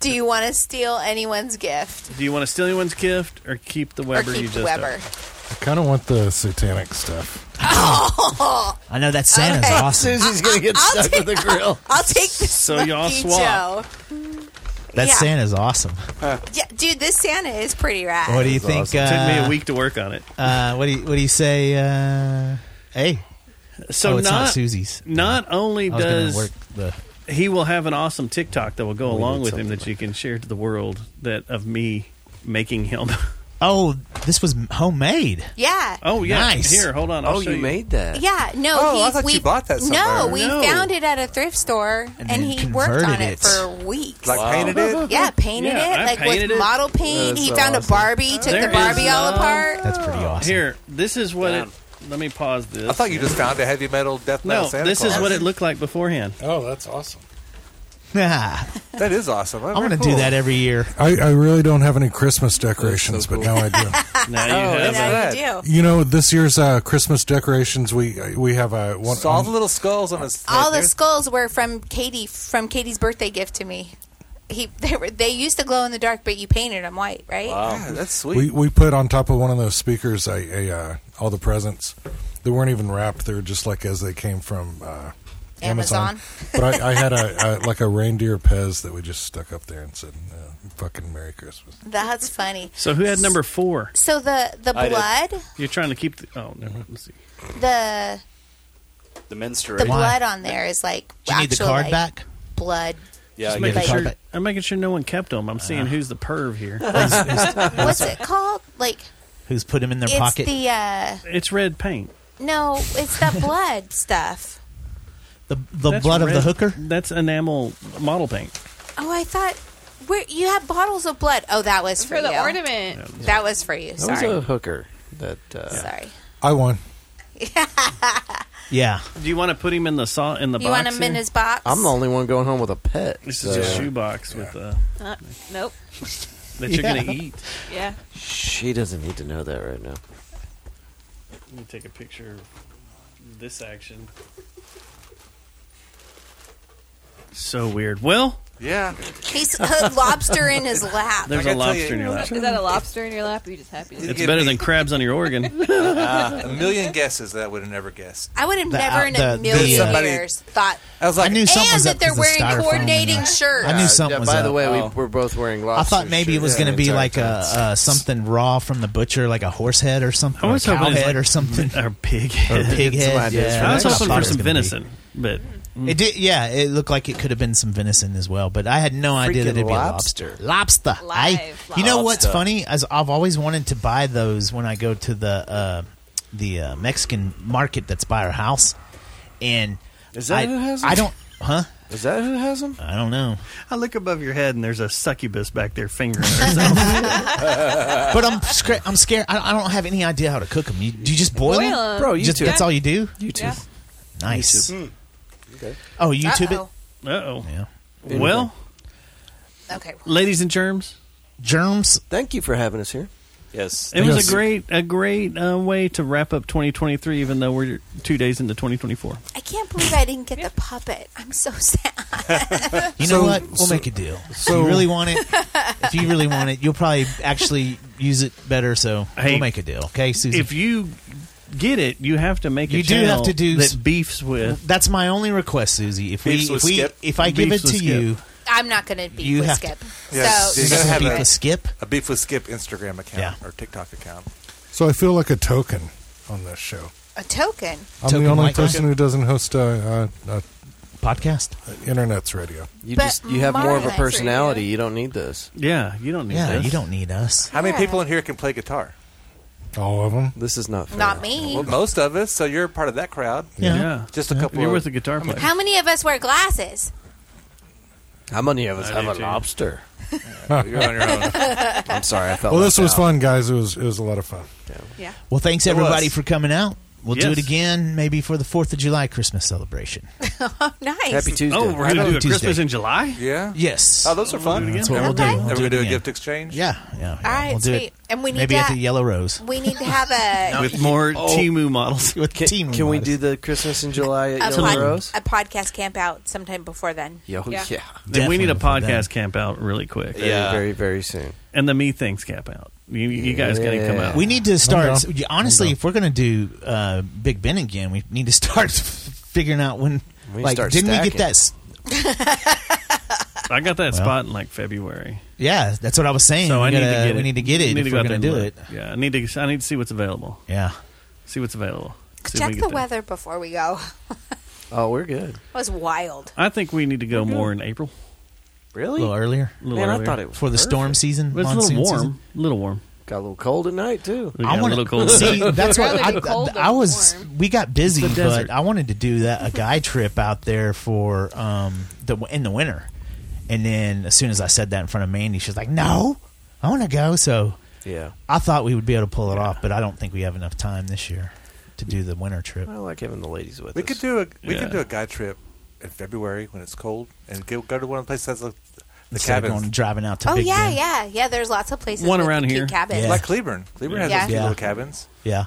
Do you want to steal anyone's gift
Do you want to steal anyone's gift or keep the Weber
or
you
keep
just
the Weber?
opened?
I kind of want the satanic stuff.
(laughs)
I know that Santa's
Okay.
awesome. (laughs)
Susie's gonna get
(laughs) I'll
stuck
take-
with the grill.
I'll take the
So
Smoky
y'all
Joe.
swap.
That
Yeah.
Santa's awesome.
Yeah, dude, this Santa is pretty rad.
What do you think?
Took me
uh,
a week to work on it.
Uh, what do you What do you say? Uh, hey,
So
oh, it's
not,
not, Susie's.
Not only
I was gonna
does
work the-
he will have an awesome TikTok that will go
We
along
did
with him that you can share to the world that of me making him. (laughs)
Oh, this was homemade.
Yeah.
Oh yeah. Here, hold on. I'll
Oh,
show
you
you
made
that?
Yeah, no.
Oh,
he,
I thought
we,
you bought that
No,
somewhere.
we
No.
found it at a thrift store, and,
then
he worked on
converted
it,
it.
for weeks.
Like Wow. painted it?
Yeah, painted
Yeah,
it
I
like
painted
with
it.
model paint.
That's
he
so
found a
awesome.
Barbie, took
There
the Barbie
is
all
love.
apart.
That's pretty awesome.
Here, this is what it. Let me pause this.
I thought you just found a heavy metal death metal
No,
Santa
this
Claus.
is what it looked like beforehand.
Oh, that's awesome.
Ah,
That is awesome.
I'm gonna do that every year.
I, I really don't have any Christmas decorations, but now I do.
Now
you Oh, have now it. you do.
You know, this year's uh, Christmas decorations, we uh, we have a one. um,
So all the little skulls on his.
All the skulls were from Katie from Katie's birthday gift to me. He (laughs) they were they used to glow in the dark, but you painted them white, right?
Wow, that's sweet.
we we put on top of one of those speakers a, a uh, all the presents. They weren't even wrapped. They were just like as they came from uh, Amazon.
Amazon.
but I, I had a, a like a reindeer Pez that we just stuck up there and said, uh, "Fucking Merry Christmas."
That's funny.
So who had number four?
So the the
I did.
blood,
You're trying to keep. The, oh, never mind. Let's see.
the
The menstruation.
the blood on there is like
Do you need the
actual,
card
like,
back?
Blood.
Yeah,
Just
I
making
get it.
sure, I'm making sure no one kept them. I'm
Uh-huh.
seeing who's the
(laughs)
perv here.
(laughs) What's it called? Like
Who's put him in their
it's
pocket?
the uh
it's red paint.
no, it's the blood stuff.
The the blood of the hooker.
That's enamel model paint.
Oh, I thought where you had bottles of blood. Oh, that was for,
For the
you.
ornament.
That was for you.
That was
Sorry.
a hooker. That uh,
sorry.
I won.
Yeah.
Do you want to put him in the saw in the
You (laughs)
box?
want him in
here?
his box?
I'm the only one going home with a pet.
This is a shoebox with uh,
Uh, nope.
(laughs) that you're gonna eat.
Yeah.
She doesn't need to know that right now.
Let me take a picture of this action. So weird. Well,
yeah.
Oh. He's a lobster in his lap.
There's a lobster in your lap.
Is that a lobster in your lap? Or are you just happy?
It's better than crabs on your organ.
(laughs) Uh, a
(laughs)
million guesses that I would have never guessed.
I would have
The
never
out-
in
the-
a
the,
million
uh, Somebody-
years thought.
I was like,
I knew something
and
was
that
up
they're
'cause the
wearing
styrofoam
coordinating
and the-
shirts.
I knew something
yeah,
was
By
up.
the way, we, we're both wearing
I
lobster.
thought maybe it was going to be like a, a something raw from the butcher, like a horse head or something,
I
or a
was
cow
hoping it's
head
like
or something,
(laughs) or pig head.
or pig
Some
head.
ideas
Yeah.
for I was
That's
hoping
what I
for
was
some
gonna be.
venison, but
It did, yeah. It looked like it could have been some venison as well, but I had no idea that it'd be a lobster. Lobster. I,
Live
you know what's
lobster.
funny? As I've always wanted to buy those when I go to the uh, the uh, Mexican market that's by our house, and
Is that
I,
who has 'em?
I don't, huh?
Is that who has them?
I don't know.
I look above your head and there's a succubus back there
(laughs)
fingering herself.
but
um,
I'm scra- I'm scared. I, I don't have any idea how to cook them. You, do you just boil,
Boil
them,
'em. Bro,
Just-
YouTube.
That's all you do.
YouTube. Yeah.
Nice.
YouTube.
Okay.
Oh, YouTube
Uh-oh.
Uh oh.
Yeah.
Well,
Okay.
ladies and germs.
Germs.
Thank you for having us here.
Yes.
It was
Yes.
a great, a great uh, way to wrap up 2023, even though we're two days into 2024.
I can't believe I didn't get the puppet. I'm so (laughs) sad.
You know what? We'll make a deal.
so-
if you really want it, if you really want it, you'll probably actually use it better. So
Hey,
we'll make a deal, okay, Susie?
If you get it, you have to make. A
you do have
channel
to do
that beefs with.
That's my only request, Susie. If we,
Beefs
if
with
we,
Skip.
if I give
Beefs
it
with
to
Skip.
you,
I'm not going to be
You
with
have to-
Skip.
Yes,
So
you're
Beef
gonna have
with
a-
Skip?
A beef with Skip Instagram account or TikTok account.
So I feel like a token on this show.
a token.
I'm
Token
the only
like
person
that?
who doesn't host a, a, a
podcast,
internet's radio.
You
But
just you have more of a
Marvin's
personality. You don't need this.
Yeah, you don't need.
yeah,
this.
you don't need us.
How many
Yeah.
people in here can play guitar?
All of them.
This is not fair.
Not me.
Well, most of us. So you're part of that crowd.
Yeah.
Yeah.
Just a couple.
You're
of,
with a guitar player.
How many of us wear glasses?
How many of us
I
have
do
a
too.
lobster?
(laughs) You're on your own.
I'm sorry, I felt.
Well, this
left
was
out.
fun, guys. It was it was a lot of fun.
Well, thanks
It
everybody
was.
for coming out. We'll do
Yes.
it again, maybe for the Fourth of July Christmas celebration.
Oh. Nice.
Happy Tuesday.
Oh, we're gonna
Happy
do a
Tuesday.
Christmas in July.
Yeah.
Yes.
Oh, those are fun.
That's what we'll do.
Okay.
We'll
Are
do
we gonna
it
do a
again.
gift exchange?
Yeah, yeah. yeah.
All right,
we'll do
sweet.
it.
And we need
maybe at
to-
the Yellow Rose
We need to have
(laughs)
a
With more Timu models.
with
Oh. Can,
team.
can we do the Christmas in July
a,
at
pod-
Yellow Rose?
a podcast camp out sometime before then.
Yo, yeah.
Yeah.
Then we need a
Definitely for
podcast camp out really quick,
Very,
Yeah.
very, very soon.
and the me things camp out. You, you guys gotta come
Yeah.
out.
We need to
down.
start. so, yeah, honestly,
down.
if we're going to do uh, Big Ben again, we need to (laughs) start figuring out when.
We
like,
start
didn't we get
stacking.
that? s-
I got
Well.
that spot in like February.
Yeah, that's what I was saying.
So
We
I need to
gotta-
get it.
we need to get it
We
if
go
we're
out there
gonna do
and look. Yeah, I need to. I need to see what's available.
Yeah,
see what's available. See if we
Check
can
the
get that.
weather before we go.
Oh, we're good.
That was wild.
I think we need to go more in April.
Really?
A little earlier.
A little
Man, I
earlier.
thought it was
For the storm
perfect.
season,
It's a little
monsoon
warm.
season.
A little warm.
Got a little cold at night too.
We got a
wanna-
little cold.
see. That's what I, I was. We got busy,
It's the desert.
but I wanted to do that a guy trip out there for um the in the winter, and then as soon as I said that in front of Mandy, she's like, "No, I want to go." So
Yeah.
I thought we would be able to pull it off, but I don't think we have enough time this year to do the winter trip.
I like having the ladies with
We
us.
could do a we
Yeah.
could do a guide trip in February when it's cold and go, go to one of the places that's like the
Instead of
cabins.
going driving out to
Oh
Big
yeah,
Bend.
yeah, yeah. There's lots of places.
One
with
around
cute
here.
cabins.
Yeah.
like Cleburne. Cleburne has
Yeah.
those cute
Yeah.
little cabins.
yeah.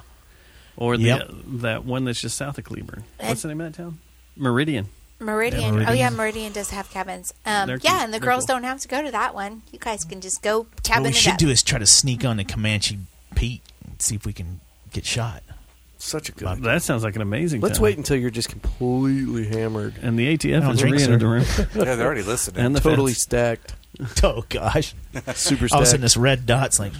Or the, uh,
Yep.
that one that's just south of Cleburne. What's
And-
the name of that town? Meridian.
Meridian.
Yeah,
Oh yeah,
Meridian.
Meridian does have cabins. Um,
They're
yeah,
cute.
and the
They're
girls
cool.
don't have to go to that one. You guys can just go
What
cabin
we
it
should
up.
do is try to sneak on to Comanche Pete and see if we can get shot.
Such a good.
That sounds like an amazing.
Let's
town.
wait until you're just completely hammered.
And the
I
ATF
don't
has
drink,
reentered
(laughs)
the room.
sir.
Yeah, they're already listening.
And the
totally
fence. (laughs)
stacked.
Oh gosh,
Super
All of a
stacked.
sudden, this red dot's like,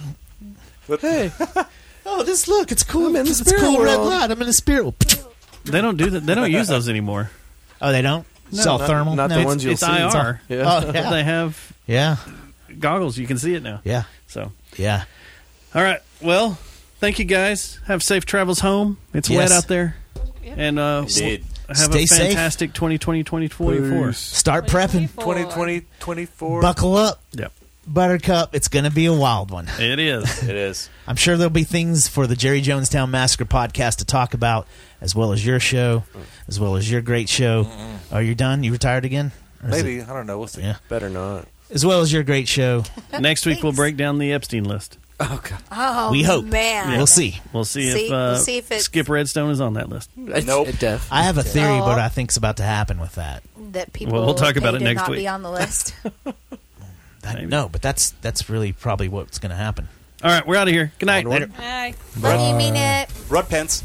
hey,
(laughs) oh, this look, it's cool.
I'm in the
it's
spirit
cool red
world.
light. I'm in a spirit. world.
They don't do that. They don't use those anymore.
Oh, they don't.
No,
It's all
not-
thermal.
not
no,
the
it's-
ones you'll
it's
see.
IR.
It's
Yeah.
all-
Oh, yeah.
They have
Yeah,
goggles. You can see it now.
yeah,
So,
yeah.
all right. Well, thank you guys. Have safe travels home. It's
Yes.
wet out there. And uh,
Indeed.
have
Stay
a
safe.
fantastic 2020 2024.
Start prepping.
2020, 24.
Buckle up,
Yep.
Buttercup. It's going to be a wild one.
It is.
It is.
I'm sure there'll be things for the Jerry Jonestown Massacre podcast to talk about, as well as your show, as well as your great show.
Mm-hmm.
Are you done? You retired again? Or is it-
Maybe I don't know. We'll see.
(laughs) Yeah.
better not.
As well as your great show.
Next week we'll break down the Epstein list.
Oh god.
Oh
we hope.
man,
We'll see.
We'll see,
See-
if, uh,
we'll see if it's-
Skip Redstone is on that list.
Nope.
Death.
I have a theory,
Oh.
but I think's about to happen with that.
that people.
Well, we'll talk about
they
it
did
next
not
week.
Be on the
(laughs)
list.
That-
Maybe.
no, but that's that's really probably what's going to happen.
All right, we're out of here. Good night.
Onward.
Later.
Bye.
Love you, mean it.
Rut pants.